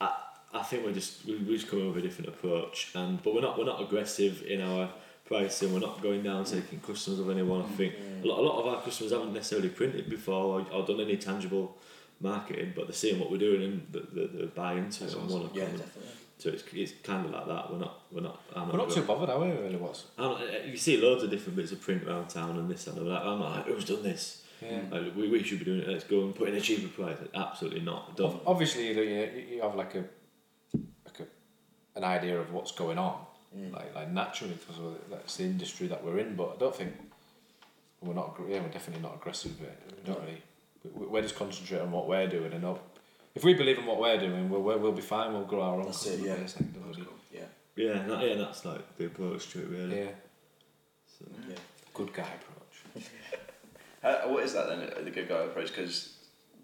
[SPEAKER 3] I, I think we're just we we just coming up with a different approach, and but we're not we're not aggressive in our pricing. We're not going down taking customers of anyone.
[SPEAKER 1] Mm.
[SPEAKER 3] I think a lot, a lot of our customers haven't necessarily printed before or, or done any tangible marketing, but they're seeing what we're doing and they, they, they buy into it and want to
[SPEAKER 2] Yeah,
[SPEAKER 3] come.
[SPEAKER 2] definitely.
[SPEAKER 3] So it's, it's kind of like that. We're not we're not. I'm
[SPEAKER 1] We're not
[SPEAKER 3] aggressive.
[SPEAKER 1] too bothered, are we, really, what's...
[SPEAKER 3] I'm, uh, you see loads of different bits of print around town and this and that. I'm like, who's done this?
[SPEAKER 1] Yeah.
[SPEAKER 3] Like, we, we should be doing it. Let's go and put in a cheaper price. Absolutely not. Don't.
[SPEAKER 1] Ob- Obviously, you, you- you have like a like a, an idea of what's going on,
[SPEAKER 2] Mm.
[SPEAKER 1] like like naturally because of- that's the industry that we're in. But I don't think we're not. aggr- Yeah, we're definitely not aggressive. But we
[SPEAKER 2] Mm.
[SPEAKER 1] don't really. we- we- We're just concentrating on what we're doing and not. If we believe in what we're doing, we'll we'll, we'll be fine. We'll grow our own
[SPEAKER 2] That's it,
[SPEAKER 1] customer
[SPEAKER 2] yeah.
[SPEAKER 1] base. Like, don't worry.
[SPEAKER 2] Yeah,
[SPEAKER 3] Yeah, and that, yeah, and that's like the approach to it, really.
[SPEAKER 1] yeah,
[SPEAKER 3] So,
[SPEAKER 2] yeah.
[SPEAKER 1] good guy approach.
[SPEAKER 4] How, what is that then, uh, the good guy approach? Because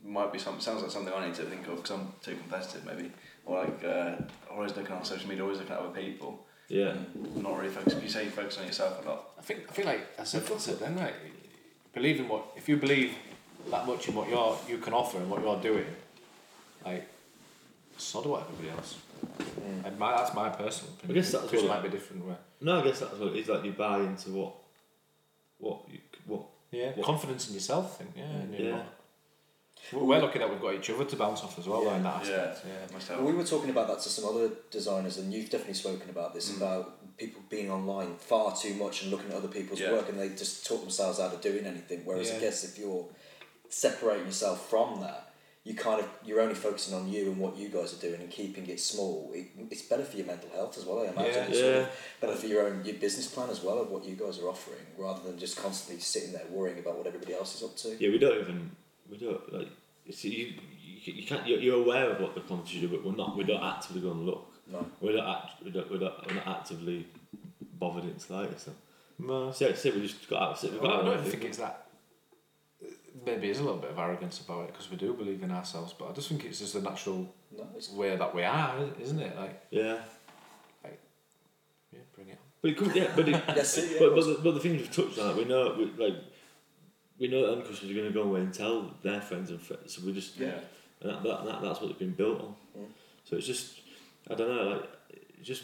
[SPEAKER 4] might be some sounds like something I need to think of because I'm too competitive maybe or like uh, always looking on social media always looking at other people
[SPEAKER 3] yeah.
[SPEAKER 4] not really focused you say you focus on yourself a lot
[SPEAKER 1] I think I feel like I said that's it then. Like believe in what if you believe that much in what you're you can offer and what you're doing, like sod what everybody else. And my, that's my personal opinion.
[SPEAKER 3] Mm. guess that's
[SPEAKER 1] Chris
[SPEAKER 3] what-
[SPEAKER 1] might be different. Where
[SPEAKER 3] No, I guess that's what it is. Like you buy into what, what, you, what.
[SPEAKER 1] yeah,
[SPEAKER 3] What-
[SPEAKER 1] confidence in yourself thing. Yeah, and you're
[SPEAKER 3] Yeah.
[SPEAKER 1] not- We're we're lucky that we've got each other to bounce off as well. though, in that
[SPEAKER 4] Yeah.
[SPEAKER 1] aspect. Yeah.
[SPEAKER 4] must
[SPEAKER 2] Well,
[SPEAKER 4] help
[SPEAKER 2] we were talking about that to some other designers, and you've definitely spoken about this about people being online far too much and looking at other people's
[SPEAKER 4] Yeah.
[SPEAKER 2] work, and they just talk themselves out of doing anything. Whereas I
[SPEAKER 1] Yeah.
[SPEAKER 2] guess if you're separating yourself from that, you kind of you're only focusing on you and what you guys are doing and keeping it small. It, it's better for your mental health as well. I imagine.
[SPEAKER 1] Yeah.
[SPEAKER 2] It's sort of
[SPEAKER 3] Yeah.
[SPEAKER 2] better for your own your business plan as well of what you guys are offering, rather than just constantly sitting there worrying about what everybody else is up to.
[SPEAKER 3] Yeah, we don't even we don't like it's, you. You you can't. You're, you're aware of what the competition do, but we're not. We don't actively go and look.
[SPEAKER 2] No.
[SPEAKER 3] We're not. Act, we don't, we're not. We're not actively bothered in slightly. So. No, see, see, we just got out. See, we got
[SPEAKER 1] I
[SPEAKER 3] out.
[SPEAKER 1] don't think it's that. Maybe there's a little bit of arrogance about it because we do believe in ourselves, but I just think it's just a natural
[SPEAKER 2] No, it's
[SPEAKER 1] way that we are, isn't it? Like,
[SPEAKER 3] Yeah,
[SPEAKER 1] yeah, bring it on.
[SPEAKER 3] but it could, yeah, but it,
[SPEAKER 2] that's it. Yeah.
[SPEAKER 3] but, but, the, but the thing you've touched on, we know we, like we know that end customers are going to go away and tell their friends and friends. So we just
[SPEAKER 4] Yeah.
[SPEAKER 3] and that, that, that that's what they've been built on.
[SPEAKER 2] Mm.
[SPEAKER 3] So it's just I don't know like it's just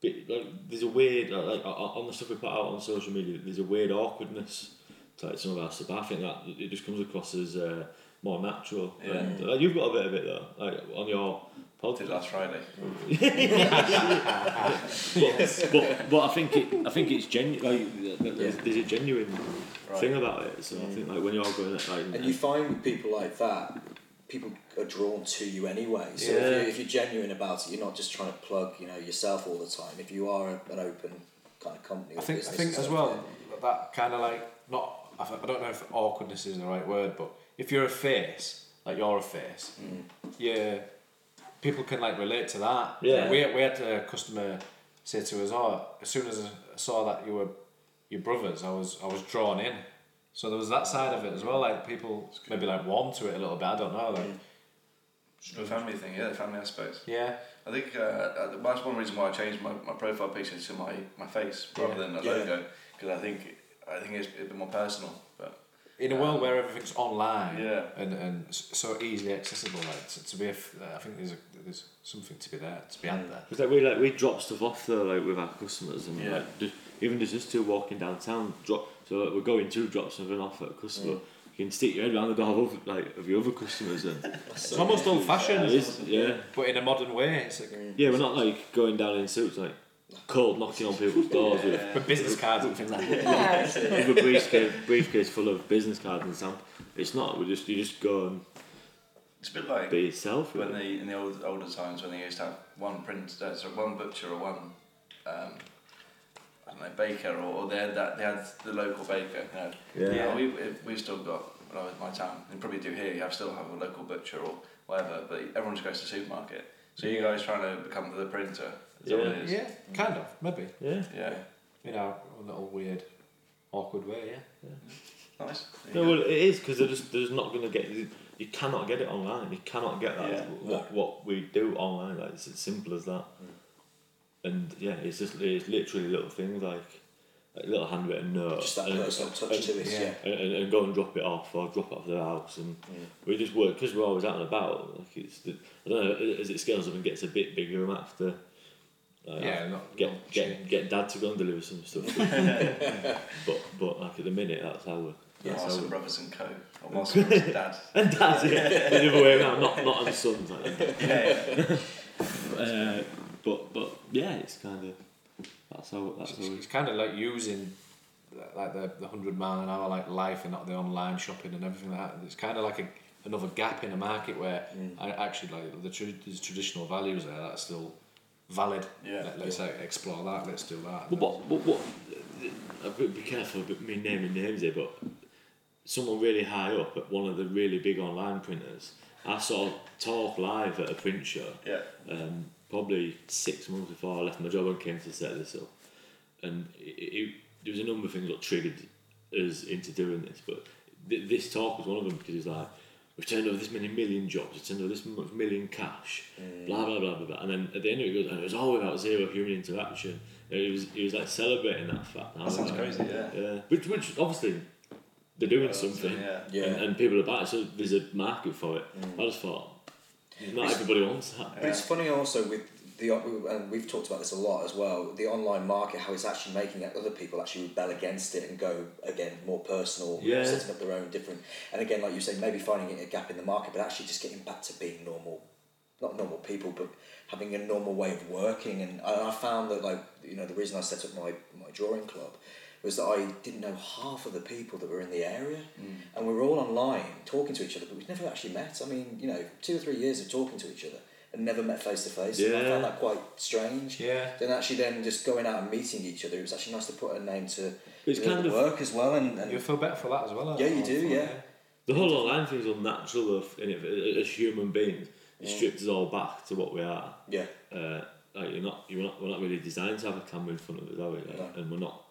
[SPEAKER 3] bit, like there's a weird like, like o- o- on the stuff we put out on social media there's a weird awkwardness to like some of our stuff. I think that it just comes across as uh, more natural.
[SPEAKER 4] Yeah.
[SPEAKER 3] And, like, you've got a bit of it though, like on your
[SPEAKER 4] I did
[SPEAKER 3] podcast.
[SPEAKER 4] last Friday.
[SPEAKER 3] but but I think it I think it's genuine. Like th- there's,
[SPEAKER 2] Yeah.
[SPEAKER 3] there's a genuine
[SPEAKER 4] Right. Mm.
[SPEAKER 3] thing about it. So I think like when you're going at like
[SPEAKER 2] And you find with people like that, people are drawn to you anyway. So if,
[SPEAKER 3] Yeah.
[SPEAKER 2] you, if you're genuine about it, you're not just trying to plug, you know, yourself all the time. If you are a, an open kind of company, or
[SPEAKER 1] I think I
[SPEAKER 2] business
[SPEAKER 1] think
[SPEAKER 2] and
[SPEAKER 1] as
[SPEAKER 2] stuff,
[SPEAKER 1] well that kind of like not I th- I don't know if awkwardness is the right word, but if you're a face, like you're a face, yeah, people can like relate to that.
[SPEAKER 3] Yeah.
[SPEAKER 1] we we had a customer say to us, "Oh, as soon as I saw that you were your brothers, I was I was drawn in." So there was that side of it as well. Like people maybe like warm to it a little bit. I don't know. Like
[SPEAKER 4] The family thing, yeah, the family aspect.
[SPEAKER 1] yeah,
[SPEAKER 4] I think uh, uh, well, that's one reason why I changed my, my profile picture to my, my face rather
[SPEAKER 1] Yeah.
[SPEAKER 4] than a
[SPEAKER 2] Yeah.
[SPEAKER 4] logo because I think I think it's a bit more personal. But
[SPEAKER 1] in a world where everything's online
[SPEAKER 4] Yeah.
[SPEAKER 1] and, and s- so easily accessible, like to, to be, a f- I think there's a, there's something to be there to be out there.
[SPEAKER 3] Because like we like we drop stuff off though like with our customers and
[SPEAKER 4] Yeah.
[SPEAKER 3] like just, even just us two walking downtown drop so like, we're going to drop something off at a customer. You can stick your head around the door of other, like of your other customers and
[SPEAKER 1] It's almost old
[SPEAKER 3] it
[SPEAKER 1] fashioned,
[SPEAKER 3] is Mm. yeah
[SPEAKER 1] but in a modern way. It's like
[SPEAKER 3] yeah we're not like going down in suits like cold knocking on people's doors with
[SPEAKER 1] with business cards and things like that.
[SPEAKER 3] with a briefcase, briefcase full of business cards and stamp. It's not. We just you just go and
[SPEAKER 4] it's a bit like
[SPEAKER 3] be yourself.
[SPEAKER 4] when
[SPEAKER 3] Really.
[SPEAKER 4] they in the old older times when they used to have one print, uh, sorry, one butcher or one. Um, I don't know, baker or, or they had that they had the local baker. You know.
[SPEAKER 3] Yeah.
[SPEAKER 4] Now, we we- we've still got when I was in my town and probably do here. You have still have a local butcher or whatever, but everyone just goes to the supermarket. So you guys trying to become the printer? Is that what it is?
[SPEAKER 1] Yeah, kind of, maybe.
[SPEAKER 3] Yeah.
[SPEAKER 4] Yeah.
[SPEAKER 1] In our own little weird, awkward way, yeah.
[SPEAKER 4] Nice.
[SPEAKER 3] No, well, it is because they're just they're just not gonna get. You cannot get it online. You cannot get that.
[SPEAKER 4] Yeah.
[SPEAKER 3] What what we do online, like it's as simple as that.
[SPEAKER 2] Mm.
[SPEAKER 3] And yeah, it's just it's literally little things like, like little handwritten notes.
[SPEAKER 2] just that
[SPEAKER 3] and-
[SPEAKER 2] personal touch
[SPEAKER 3] and-
[SPEAKER 2] to it.
[SPEAKER 1] yeah.
[SPEAKER 2] Yeah.
[SPEAKER 3] and, and, and go and drop it off or drop it off their house and
[SPEAKER 2] Mm.
[SPEAKER 3] we just work because we're always out and about like it's the, I don't know as it scales up and gets a bit bigger I'm after like,
[SPEAKER 1] Yeah,
[SPEAKER 3] I'll
[SPEAKER 1] not-
[SPEAKER 3] uh, get,
[SPEAKER 1] not
[SPEAKER 3] get,
[SPEAKER 1] change.
[SPEAKER 3] get dad to go and deliver some stuff but but like at the minute that's how we're
[SPEAKER 4] Yeah,
[SPEAKER 3] that's how
[SPEAKER 4] Marson
[SPEAKER 3] we're
[SPEAKER 4] Brothers and Co. Or Marson Brothers and Dad.
[SPEAKER 3] and dad's it the other way around not, not on sons like that.
[SPEAKER 4] Yeah, yeah.
[SPEAKER 3] uh, but but yeah it's kind of that's how that's how
[SPEAKER 1] It's,
[SPEAKER 3] we
[SPEAKER 1] it's kind of like using uh, like the, the hundred mile an hour like life and not the online shopping and everything like that. It's kind of like a, another gap in the market where
[SPEAKER 2] Mm.
[SPEAKER 1] I actually like the, tr- there's traditional values there that are still valid.
[SPEAKER 4] Yeah.
[SPEAKER 1] Let, us like explore that. Let's do that.
[SPEAKER 3] But what, what, what I've got to be careful about me naming names here, but someone really high up at one of the really big online printers, I saw talk live at a print show
[SPEAKER 4] yeah.
[SPEAKER 3] um, probably six months before I left my job and came to set this up. And it, it, there was a number of things that triggered us into doing this, but th- this talk was one of them because it's like, we've turned over this many million jobs, we've turned over this much million cash,
[SPEAKER 4] Mm.
[SPEAKER 3] blah, blah, blah, blah, blah. And then at the end of it, it goes, and it was all without zero human interaction. And it was, it was like celebrating that fact. And I
[SPEAKER 4] That
[SPEAKER 3] was
[SPEAKER 4] sounds
[SPEAKER 3] like,
[SPEAKER 4] crazy, yeah.
[SPEAKER 3] Yeah, which, which obviously they're doing
[SPEAKER 4] Uh,
[SPEAKER 3] something,
[SPEAKER 4] Yeah. Mm.
[SPEAKER 2] Yeah.
[SPEAKER 3] And, uh, and people are buying, so there's a market for it. I just thought, not everybody wants that.
[SPEAKER 2] But it's funny also with the and we've talked about this a lot as well. The online market, how it's actually making other people actually rebel against it and go again more personal,
[SPEAKER 3] Yeah.
[SPEAKER 2] setting up their own different. And again, like you say, maybe finding it a gap in the market, but actually just getting back to being normal, not normal people, but having a normal way of working. And I, I found that like you know the reason I set up my my drawing club was that I didn't know half of the people that were in the area,
[SPEAKER 3] Mm.
[SPEAKER 2] and we were all online talking to each other, but we'd never actually met. I mean, you know, two or three years of talking to each other and never met face to face. and I
[SPEAKER 3] Yeah.
[SPEAKER 2] found that quite strange.
[SPEAKER 1] Yeah.
[SPEAKER 2] Then actually, then just going out and meeting each other, it was actually nice to put a name to
[SPEAKER 3] It's
[SPEAKER 2] the other
[SPEAKER 3] kind of-
[SPEAKER 2] work as well, and, and
[SPEAKER 1] You feel better for that as well. I
[SPEAKER 2] yeah, you
[SPEAKER 1] think.
[SPEAKER 2] do, yeah.
[SPEAKER 3] The whole online thing is unnatural, though, in it, as human beings. It strips us all back to what we are.
[SPEAKER 2] yeah.
[SPEAKER 3] Uh, like you're not, you're not, we're not really designed to have a camera in front of us, are we? Like,
[SPEAKER 2] No.
[SPEAKER 3] And we're not,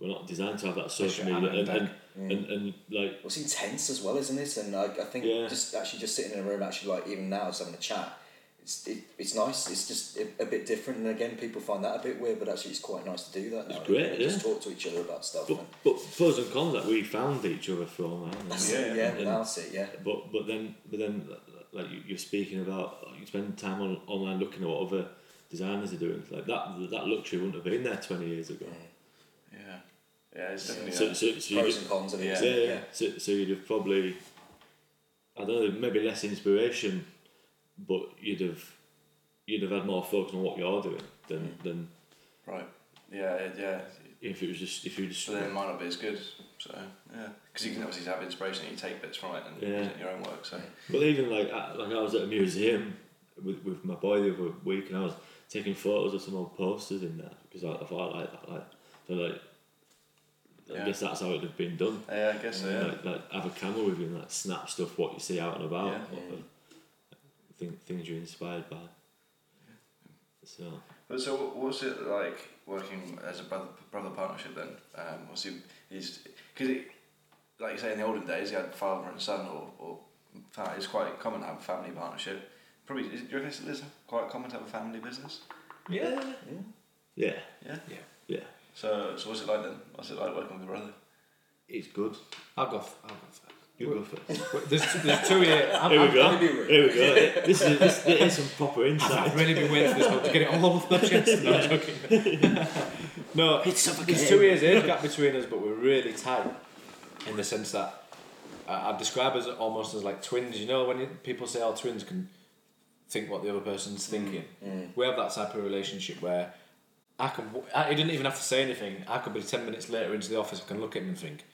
[SPEAKER 3] we're not designed to have that
[SPEAKER 1] Pressure
[SPEAKER 3] social
[SPEAKER 1] and
[SPEAKER 3] media. And, and,
[SPEAKER 1] back.
[SPEAKER 3] and, and, like,
[SPEAKER 2] Well, it's intense as well, isn't it? And I, I think
[SPEAKER 3] Yeah.
[SPEAKER 2] just actually just sitting in a room, actually like even now, just having a chat, it's it, it's nice. It's just a, a bit different, and again, people find that a bit weird, but actually, it's quite nice to do that. Now,
[SPEAKER 3] It's great,
[SPEAKER 2] and Just
[SPEAKER 3] yeah.
[SPEAKER 2] talk to each other about stuff.
[SPEAKER 3] but,
[SPEAKER 2] and
[SPEAKER 3] but pros and cons that we found each other for online. and-
[SPEAKER 2] that's
[SPEAKER 4] Yeah,
[SPEAKER 2] it. Yeah,
[SPEAKER 3] and-
[SPEAKER 2] that's it. Yeah,
[SPEAKER 3] But but then but then like you, you're speaking about like, you spend time on online looking at what other designers are doing like that that luxury wouldn't have been there twenty years ago.
[SPEAKER 4] Yeah. Yeah, it's definitely.
[SPEAKER 3] So so, so you'd,
[SPEAKER 2] pros and cons of it.
[SPEAKER 4] Yeah.
[SPEAKER 3] yeah,
[SPEAKER 2] isn't
[SPEAKER 3] yeah.
[SPEAKER 2] it? yeah.
[SPEAKER 3] So, so you'd have probably I don't know maybe less inspiration, but you'd have you'd have had more focus on what you're doing than than
[SPEAKER 4] Right. Yeah, it- yeah.
[SPEAKER 3] if it was just if you just
[SPEAKER 4] So then it might not be as good. So, yeah. Because you can obviously have inspiration and you take bits from it and
[SPEAKER 3] Yeah.
[SPEAKER 4] use it in your own work. So,
[SPEAKER 3] But even like I, like I was at a museum with, with my boy the other week, and I was taking photos of some old posters in there because I, I thought I like that. Like, so like, I
[SPEAKER 4] Yeah.
[SPEAKER 3] guess that's how it'd have been done.
[SPEAKER 4] yeah, I guess so, yeah.
[SPEAKER 3] Like, like have a camera with you and like snap stuff what you see out and about,
[SPEAKER 4] Yeah.
[SPEAKER 3] what the- thing, things you're inspired by. So
[SPEAKER 4] But so, what was it like working as a brother brother partnership then? Um, obviously, is because it, like you say, in the olden days, you had father and son, or, or fa- it's quite common to have a family partnership. Probably, is, do you reckon it's- it's quite common to have a family business?
[SPEAKER 3] yeah, yeah,
[SPEAKER 4] Yeah.
[SPEAKER 1] Yeah.
[SPEAKER 3] yeah.
[SPEAKER 4] So, so what's it like then? What's it like working with a brother?
[SPEAKER 3] It's good.
[SPEAKER 1] I'll go. f- I'll go first.
[SPEAKER 3] You go first.
[SPEAKER 1] Wait, There's, there's two here. I'm,
[SPEAKER 3] Here we
[SPEAKER 1] I'm-
[SPEAKER 3] go.
[SPEAKER 2] gonna be rude.
[SPEAKER 3] Here we go. This is this, this is some proper
[SPEAKER 1] I've
[SPEAKER 3] insight.
[SPEAKER 1] really been waiting for this one to get it all off my chest. No, I'm joking. no,
[SPEAKER 3] It's
[SPEAKER 1] there's two years age gap between us, but we're really tight in the sense that I, I describe us almost as like twins. You know, when you, people say all twins can think what the other person's thinking, we have that type of relationship where I can. I, he didn't even have to say anything. I could be ten minutes later into the office. I can look at him and think.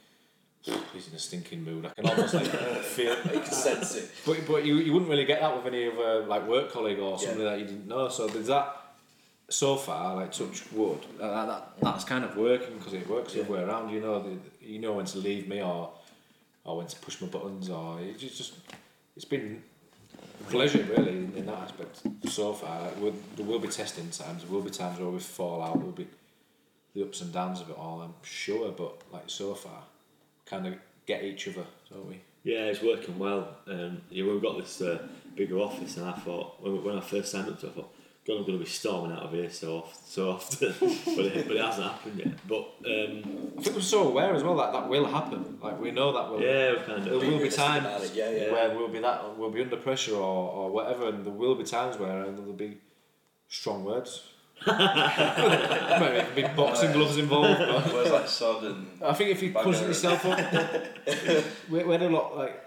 [SPEAKER 1] He's in a stinking mood. I can almost like feel.
[SPEAKER 2] You can sense it.
[SPEAKER 1] But, but you, you wouldn't really get that with any other like work colleague or somebody that you didn't know. So there's that. So far, like touch wood, that, that, that- that's kind of working because it works the other way around. You know, the, you know when to leave me or or when to push my buttons or it's just, just it's been a pleasure really in, in that aspect so far. Like, we'll, there will be testing times. There will be times where we fall out. There'll be the ups and downs of it all. I'm sure, but like so far, kind of get each other, don't we?
[SPEAKER 3] Yeah, it's working well. Um, yeah, we've got this uh, bigger office, and I thought when, when I first signed up to, it, I thought, God, I'm going to be storming out of here so oft, so often, but, it, but it hasn't happened yet. But um,
[SPEAKER 1] I think we're so aware as well that that will happen. Like we know that will.
[SPEAKER 3] yeah, we're kind
[SPEAKER 1] There will
[SPEAKER 3] of.
[SPEAKER 1] be
[SPEAKER 2] realistic
[SPEAKER 1] times
[SPEAKER 2] about it, yeah, yeah.
[SPEAKER 1] where we'll be that we'll be under pressure or, or whatever, and there will be times where there'll be strong words. Maybe it'll be boxing gloves involved. But
[SPEAKER 4] Words like sod and
[SPEAKER 1] I think if you
[SPEAKER 4] Bugger.
[SPEAKER 1] puzzle yourself up, we we had a lot like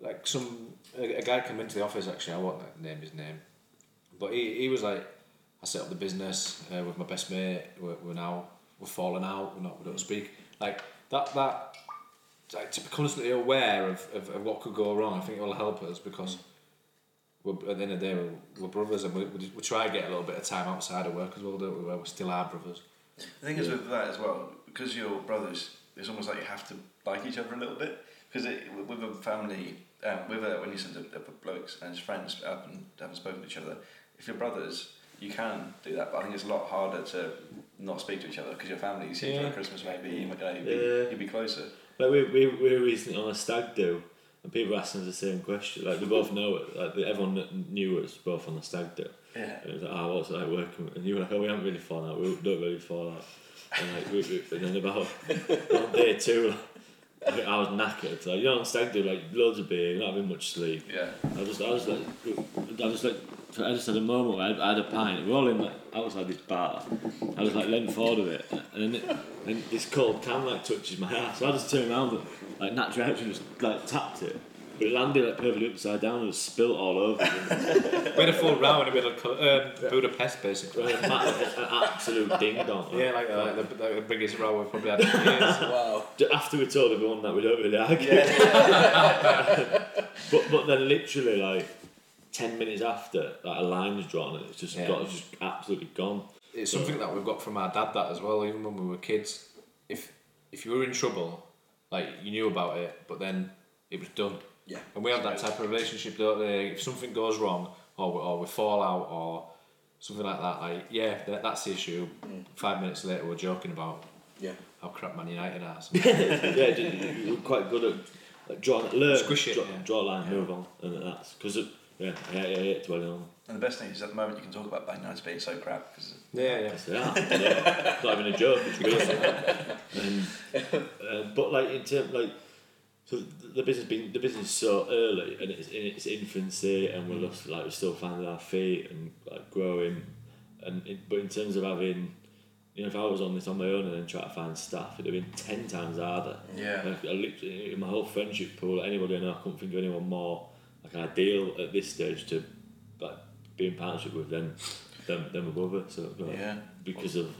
[SPEAKER 1] like some a, a guy come into the office actually. I won't like, name his name, but he, he was like, I set up the business uh, with my best mate. We're, we're now we're falling out. We're not we don't speak like that that like to be constantly aware of, of, of what could go wrong. I think it will help us because. We're, at the end of the day, we're, we're brothers, and we, we, we try to get a little bit of time outside of work as well, don't we? Where we still are brothers.
[SPEAKER 4] The thing is with that as well, because you're brothers, it's almost like you have to like each other a little bit. Because with a family, um, with a, when you send up a blokes and his friends up and haven't spoken to each other, if you're brothers, you can do that. But I think it's a lot harder to not speak to each other because your family, you see each other
[SPEAKER 1] Yeah.
[SPEAKER 4] at Christmas maybe, you know, you'd, be,
[SPEAKER 3] Yeah.
[SPEAKER 4] you'd be closer.
[SPEAKER 3] Like we, we, we were recently on a stag do, and people were asking us the same question. Like we both know it. Like everyone kn- knew us both on the stag do.
[SPEAKER 4] Yeah.
[SPEAKER 3] And it was like, oh, what's it like working? with-" And you were like, oh, we haven't really fallen out. We don't really fall out. And like, we, we, and then about on day two, like, I was knackered. Like you know, on stag do, like loads of beer, not having much sleep.
[SPEAKER 4] Yeah.
[SPEAKER 3] I just, I was like, I was like, I just had a moment where I, I had a pint. We're all in like outside this bar. I was like leaning forward of it, and then it, and this cold can like touches my ass. So I just turned around and like Nat Droughton just like tapped it. but it landed like perfectly upside down and it was spilt all over. And
[SPEAKER 1] We had a full round and we had a col- um, Budapest
[SPEAKER 3] it
[SPEAKER 1] basically.
[SPEAKER 3] was an absolute ding dong.
[SPEAKER 1] Yeah, like, like, the, like the biggest row we've probably had in years.
[SPEAKER 2] Wow.
[SPEAKER 3] After we told everyone that we don't really argue. but but then literally like ten minutes after, like a line was drawn and it's just
[SPEAKER 1] Yeah.
[SPEAKER 3] got it's just absolutely gone.
[SPEAKER 1] It's something that we've got from our dad that as well. Even when we were kids, if if you were in trouble, like you knew about it, but then it was done.
[SPEAKER 2] Yeah.
[SPEAKER 1] And we have that type of relationship, don't they? If something goes wrong, or we, or we fall out, or something like that, like yeah, that, that's the issue. Five minutes later, we're joking about
[SPEAKER 2] Yeah.
[SPEAKER 1] how crap Man United are. something.
[SPEAKER 3] yeah, you- you- you're quite good at like, drawing, learn,
[SPEAKER 1] Squish it,
[SPEAKER 3] draw,
[SPEAKER 1] yeah.
[SPEAKER 3] draw a line, move on, and that's because yeah, I hate, I hate dwelling on.
[SPEAKER 4] And the best thing is at the moment you can talk about Bang Nights being so crap because
[SPEAKER 1] yeah, yeah.
[SPEAKER 3] Yes, they are. Yeah. It's not even a joke. It's real. um, uh, but like in terms like, so the the business being the business is so early and it's in its infancy and
[SPEAKER 1] Mm.
[SPEAKER 3] we're lost, like we're still finding our feet and like growing, and in, but in terms of having, you know, if I was on this on my own and then try to find staff, it'd have been ten times harder.
[SPEAKER 4] yeah,
[SPEAKER 3] Like, I literally, in my whole friendship pool, anybody I know, I couldn't think of anyone more like ideal at this stage to like, be in partnership with than than, than my brother. So like,
[SPEAKER 4] yeah.
[SPEAKER 3] because of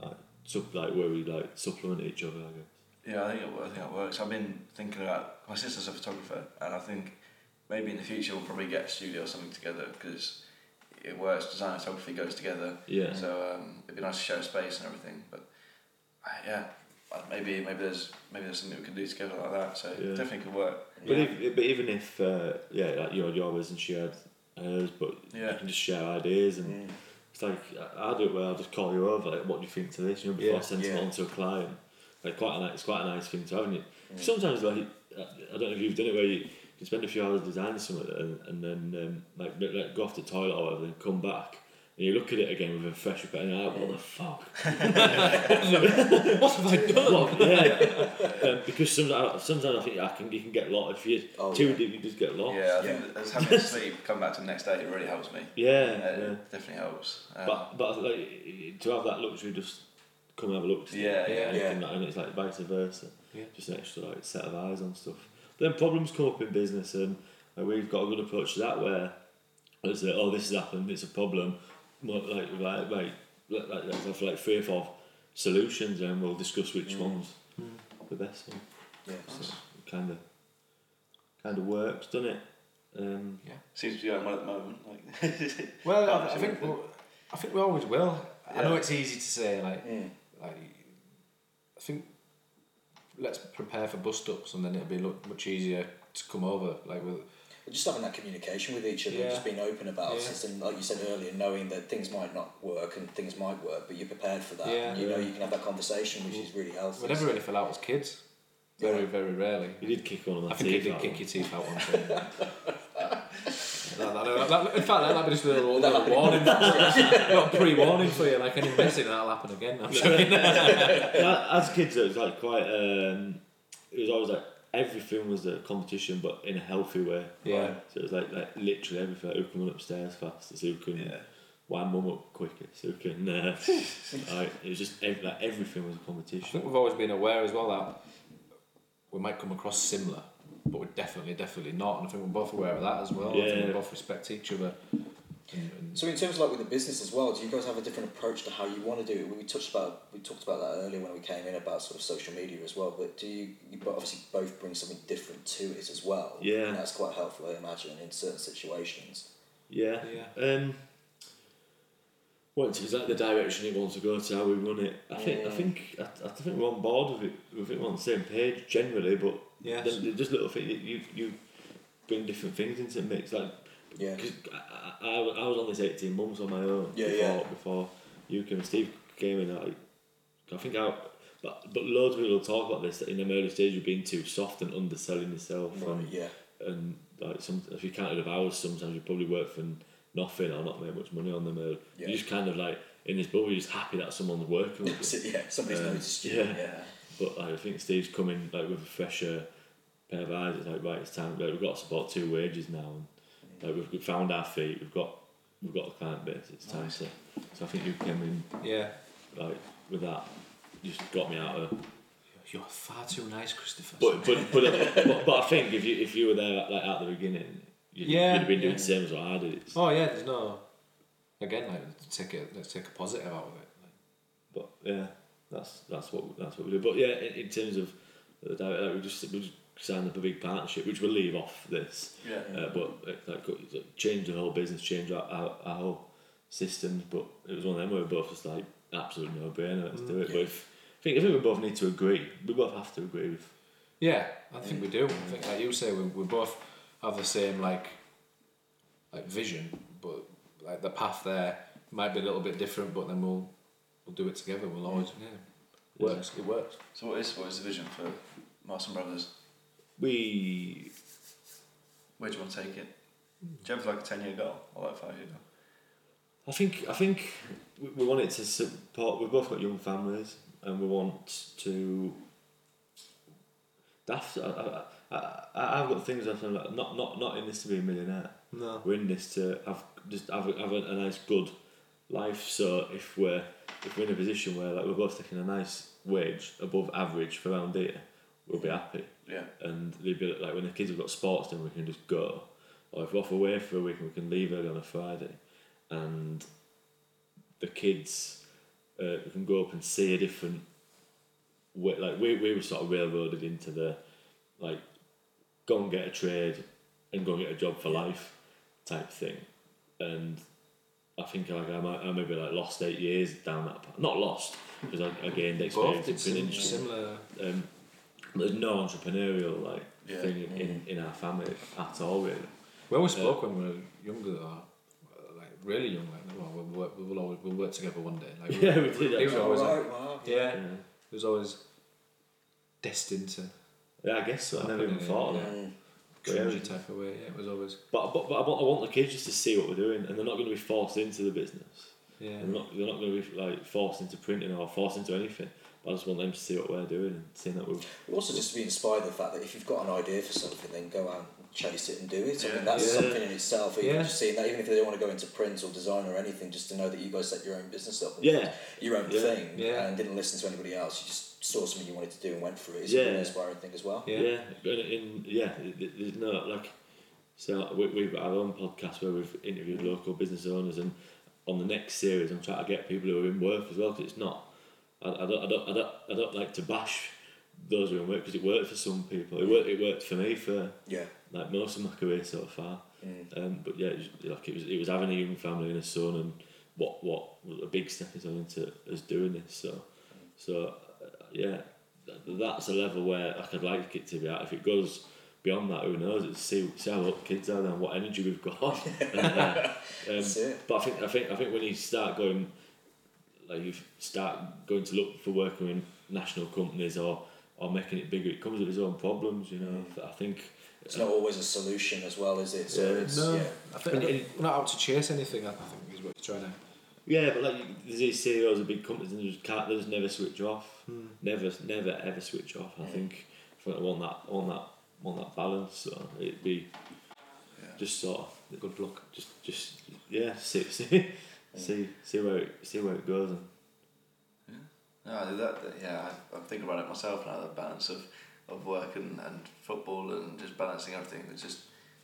[SPEAKER 3] like, sup- like where we like supplement each other. I guess.
[SPEAKER 4] Yeah, I think it, I think it works. I've been thinking about my sister's a photographer, and I think maybe in the future we'll probably get a studio or something together because it works. Design and photography goes together,
[SPEAKER 3] Yeah.
[SPEAKER 4] so um, it'd be nice to share space and everything. But uh, yeah, uh, maybe maybe there's maybe there's something we can do together like that. So it
[SPEAKER 3] Yeah.
[SPEAKER 4] definitely could work.
[SPEAKER 3] But, if, but even if uh, yeah, like you had yours and she had hers, but
[SPEAKER 4] Yeah.
[SPEAKER 3] you can just share ideas and it's like I- I do it where I'll just call you over like, what do you think to this? You know, before I
[SPEAKER 1] Yeah,
[SPEAKER 3] send it
[SPEAKER 2] yeah.
[SPEAKER 3] on to a client. Like quite a nice, it's quite a nice thing to have. It sometimes like I I don't know if you've done it where you. You spend a few hours designing something and, and then um, like, like go off to the toilet or whatever, then come back and you look at it again with a fresh opinion. and you're Like, what the fuck?
[SPEAKER 1] What have I done?
[SPEAKER 3] Well, yeah, um, because sometimes, sometimes I think I can you can get lost if you
[SPEAKER 2] Oh,
[SPEAKER 3] too
[SPEAKER 2] yeah.
[SPEAKER 3] deep you just get lost. Yeah,
[SPEAKER 4] Yeah, I think that- having a sleep, come back to the next day, it really helps me.
[SPEAKER 3] yeah.
[SPEAKER 4] Uh, It definitely helps. Um,
[SPEAKER 3] But but like to have that luxury, just come and have a look. today.
[SPEAKER 4] Yeah,
[SPEAKER 1] yeah,
[SPEAKER 3] and,
[SPEAKER 2] yeah.
[SPEAKER 3] And, and it's like vice versa.
[SPEAKER 1] Yeah.
[SPEAKER 3] Just an extra like set of eyes on stuff. But then problems come up in business, and uh, we've got a good approach to that where it's like, oh, this has happened, it's a problem. Well, Like like like like, like, let's have, like three or four solutions, and we'll discuss which
[SPEAKER 1] Mm.
[SPEAKER 3] ones the best one.
[SPEAKER 2] Yeah.
[SPEAKER 3] So kind of, kind of works, doesn't it? Um,
[SPEAKER 4] seems to be going well at the moment. Like,
[SPEAKER 1] Well, I, I
[SPEAKER 4] Partnership
[SPEAKER 1] think
[SPEAKER 4] with
[SPEAKER 1] we- I think we always will. I know
[SPEAKER 4] Yeah.
[SPEAKER 1] it's easy to say, like
[SPEAKER 2] Mm.
[SPEAKER 1] like I think let's prepare for bus stops and then it'll be look much easier to come over. Like with
[SPEAKER 2] But just having that communication with each other,
[SPEAKER 1] Yeah.
[SPEAKER 2] and just being open about
[SPEAKER 1] Yeah.
[SPEAKER 2] it, and like you said earlier, knowing that things might not work and things might work, but you're prepared for that.
[SPEAKER 1] Yeah.
[SPEAKER 2] and you know you can have that conversation, which is really healthy.
[SPEAKER 1] we never really fell out as kids. Very very rarely.
[SPEAKER 3] you did kick one of my
[SPEAKER 1] I think you
[SPEAKER 3] teeth
[SPEAKER 1] did
[SPEAKER 3] out.
[SPEAKER 1] kick your teeth out once. didn't you? That- that- that- in fact, that'll be just a little, little warning, little pre-warning for you. Like any messing, that'll happen again. I'm joking.
[SPEAKER 3] Yeah, as kids, it was like quite. Um, it was always like everything was a competition, but in a healthy way.
[SPEAKER 1] Yeah.
[SPEAKER 3] Right? So it was like like literally everything. Like, who can run upstairs fastest? Who can
[SPEAKER 4] Yeah.
[SPEAKER 3] wind mum up quickest? Who can? Uh, like, it was just ev- like everything was
[SPEAKER 1] I
[SPEAKER 3] a
[SPEAKER 1] think
[SPEAKER 3] competition.
[SPEAKER 1] we've always been aware as well that we might come across similar, but we're definitely, definitely not. And I think we're both aware of that as well. I think
[SPEAKER 3] Yeah.
[SPEAKER 1] we both respect each other. And, and
[SPEAKER 2] So in terms of like with the business as well, do you guys have a different approach to how you want to do it? We touched about we talked about that earlier when we came in about sort of social media as well. But do you you bo- obviously both bring something different to it as well?
[SPEAKER 3] Yeah.
[SPEAKER 2] and that's quite helpful, I imagine, in certain situations.
[SPEAKER 3] Yeah.
[SPEAKER 1] yeah.
[SPEAKER 3] Um, well, it's like the direction it wants to go to, how we run it. I think, I
[SPEAKER 2] Mm.
[SPEAKER 3] think, I, I think we're on board with it. I think we're on the same page generally, but
[SPEAKER 1] Yes.
[SPEAKER 3] then there's just little things you you bring different things into the mix. Like,
[SPEAKER 2] Yeah.
[SPEAKER 3] cause I, I, I was- I was on this eighteen months on my own
[SPEAKER 2] Yeah,
[SPEAKER 3] before
[SPEAKER 2] yeah.
[SPEAKER 3] before you came. and Steve came in. Like, I think I. But, but loads of people talk about this that in them early stages you're being too soft and underselling yourself and
[SPEAKER 2] Yeah,
[SPEAKER 3] and like some if you counted of hours sometimes you probably work for nothing or not make much money on them or
[SPEAKER 2] Yeah.
[SPEAKER 3] you're just kind of like in this bubble you're just happy that someone's working with
[SPEAKER 2] So,
[SPEAKER 3] you
[SPEAKER 2] yeah, somebody's
[SPEAKER 3] Um,
[SPEAKER 2] noticed you.
[SPEAKER 3] yeah.
[SPEAKER 4] yeah.
[SPEAKER 3] but like, I think Steve's coming like with a fresher pair of eyes it's like right it's time like, we've got to support two wages now and like we've, we've found our feet we've got we've got a client base it's time to so I think you came in
[SPEAKER 1] yeah.
[SPEAKER 3] like with that just got me out of
[SPEAKER 1] You're far too nice, Christopher.
[SPEAKER 3] But but but, but, but I think if you if you were there like at the beginning, you'd,
[SPEAKER 1] Yeah,
[SPEAKER 3] you'd have been doing
[SPEAKER 1] yeah.
[SPEAKER 3] the same as what I did. It's,
[SPEAKER 1] oh yeah, there's no. Again, like take a let's take a positive out of it.
[SPEAKER 3] But yeah, that's that's what that's what we do. But yeah, in, in terms of the direct, like, we just we just signed up a big partnership, which we'll leave off this.
[SPEAKER 4] Yeah.
[SPEAKER 3] Uh, but it, like, got- like, changed the whole business, changed our, our, our whole systems. But it was one of them where we both just like absolute no brainer. Let's do it. But if, I think I think we both need to agree. We both have to agree with.
[SPEAKER 1] Yeah, I think we do. I think, like you say, we, we both have the same like like vision, but like the path there might be a little bit different. But then we'll we'll do it together. We'll always yeah, works. It works.
[SPEAKER 4] So what is what is the vision for Marston Brothers?
[SPEAKER 3] We
[SPEAKER 4] Where do you want to take it? Do you have like a ten year goal or like a five year goal?
[SPEAKER 3] I think I think we- we want it to support. We've both got young families, and we want to. That's I, I, I, I- I've got things I've done, like, not not not in this to be a millionaire.
[SPEAKER 1] No.
[SPEAKER 3] We're in this to have just have, a- have a, a nice good life. So if we're if we're in a position where like we're both taking a nice wage above average for around here, we'll be happy
[SPEAKER 4] Yeah.
[SPEAKER 3] and they'd be like when the kids have got sports then we can just go or if we're off away for a week we can leave early on a Friday and the kids uh, can grow up and see a different way like we, we were sort of railroaded into the like go and get a trade and go and get a job for life type thing and I think like I might I maybe like lost eight years down that path not lost because I, I gained
[SPEAKER 1] Both
[SPEAKER 3] experience
[SPEAKER 1] did
[SPEAKER 3] it's been
[SPEAKER 1] sim-
[SPEAKER 3] interesting
[SPEAKER 1] similar.
[SPEAKER 3] um, there's no entrepreneurial like
[SPEAKER 4] Yeah.
[SPEAKER 3] thing in, in, in our family at all really.
[SPEAKER 1] When we spoke when we were younger, though, like really young, like well, we'll work, we will always we'll work together one day. Like, we-
[SPEAKER 3] Yeah, we
[SPEAKER 1] It
[SPEAKER 3] did
[SPEAKER 1] was
[SPEAKER 3] actually.
[SPEAKER 1] always like,
[SPEAKER 2] Alright, wow.
[SPEAKER 1] yeah,
[SPEAKER 3] Yeah.
[SPEAKER 1] it was always destined to
[SPEAKER 3] yeah, I guess so. I never even
[SPEAKER 1] Yeah.
[SPEAKER 3] thought of that.
[SPEAKER 2] Mm.
[SPEAKER 3] Yeah.
[SPEAKER 1] cringy type of way. Yeah, it was always
[SPEAKER 3] But, but, but I, want, I want the kids just to see what we're doing, and they're not going to be forced into the business.
[SPEAKER 1] yeah.
[SPEAKER 3] They're not they're not going to be like forced into printing or forced into anything. But I just want them to see what we're doing and seeing that we're
[SPEAKER 2] But Also, just to be inspired by the fact that if you've got an idea for something, then go out and chase it and do it. I
[SPEAKER 4] Yeah.
[SPEAKER 2] mean, that's
[SPEAKER 3] Yeah.
[SPEAKER 2] something in itself. Even
[SPEAKER 1] Yeah.
[SPEAKER 2] just seeing that, even if they don't want to go into print or design or anything, just to know that you guys set your own business up, and
[SPEAKER 3] yeah
[SPEAKER 2] your own
[SPEAKER 3] Yeah.
[SPEAKER 2] thing,
[SPEAKER 1] Yeah.
[SPEAKER 2] and didn't listen to anybody else. You just saw something you wanted to do and went for it. It's
[SPEAKER 3] Yeah.
[SPEAKER 2] an inspiring thing as well.
[SPEAKER 1] Yeah.
[SPEAKER 3] yeah, and in, yeah. th- th- There's no like, so we, we've got our own podcast where we've interviewed local business owners, and on the next series, I'm trying to get people who are in work as well because it's not. I, I don't, I don't, I don't, I don't like to bash those who are in work because it worked for some people. It worked, it worked for me for
[SPEAKER 2] Yeah.
[SPEAKER 3] like most of my career so far.
[SPEAKER 2] Mm.
[SPEAKER 3] Um, but yeah, it was, like it was, it was having a young family and a son, and what what was a big stepping stone into us doing this. So, so uh, yeah, th- that's a level where like I'd like it to be at. If it goes beyond that, who knows? It's see see how up kids are and what energy we've got. and, uh, um,
[SPEAKER 2] That's it.
[SPEAKER 3] but I think I think I think when you start going, like you start going to look for work in national companies or or making it bigger, it comes with its own problems. You know, I think.
[SPEAKER 2] It's not always a solution as well, is it? So
[SPEAKER 3] Yeah.
[SPEAKER 2] it's,
[SPEAKER 1] No,
[SPEAKER 2] yeah.
[SPEAKER 1] I think we're not out to chase anything. I think is what you're trying to.
[SPEAKER 3] Yeah, but like you- there's these CEOs of big companies and they just can't, they just never switch off. Never, never ever switch off. I think I think I want that, want that, want that balance. So it'd be just sort of good luck. Just, just yeah, see, see, see, see where it, see where it goes. And
[SPEAKER 4] No, that, that yeah, I, I'm thinking about it myself now. The balance of, of work and, and football and just balancing everything. It just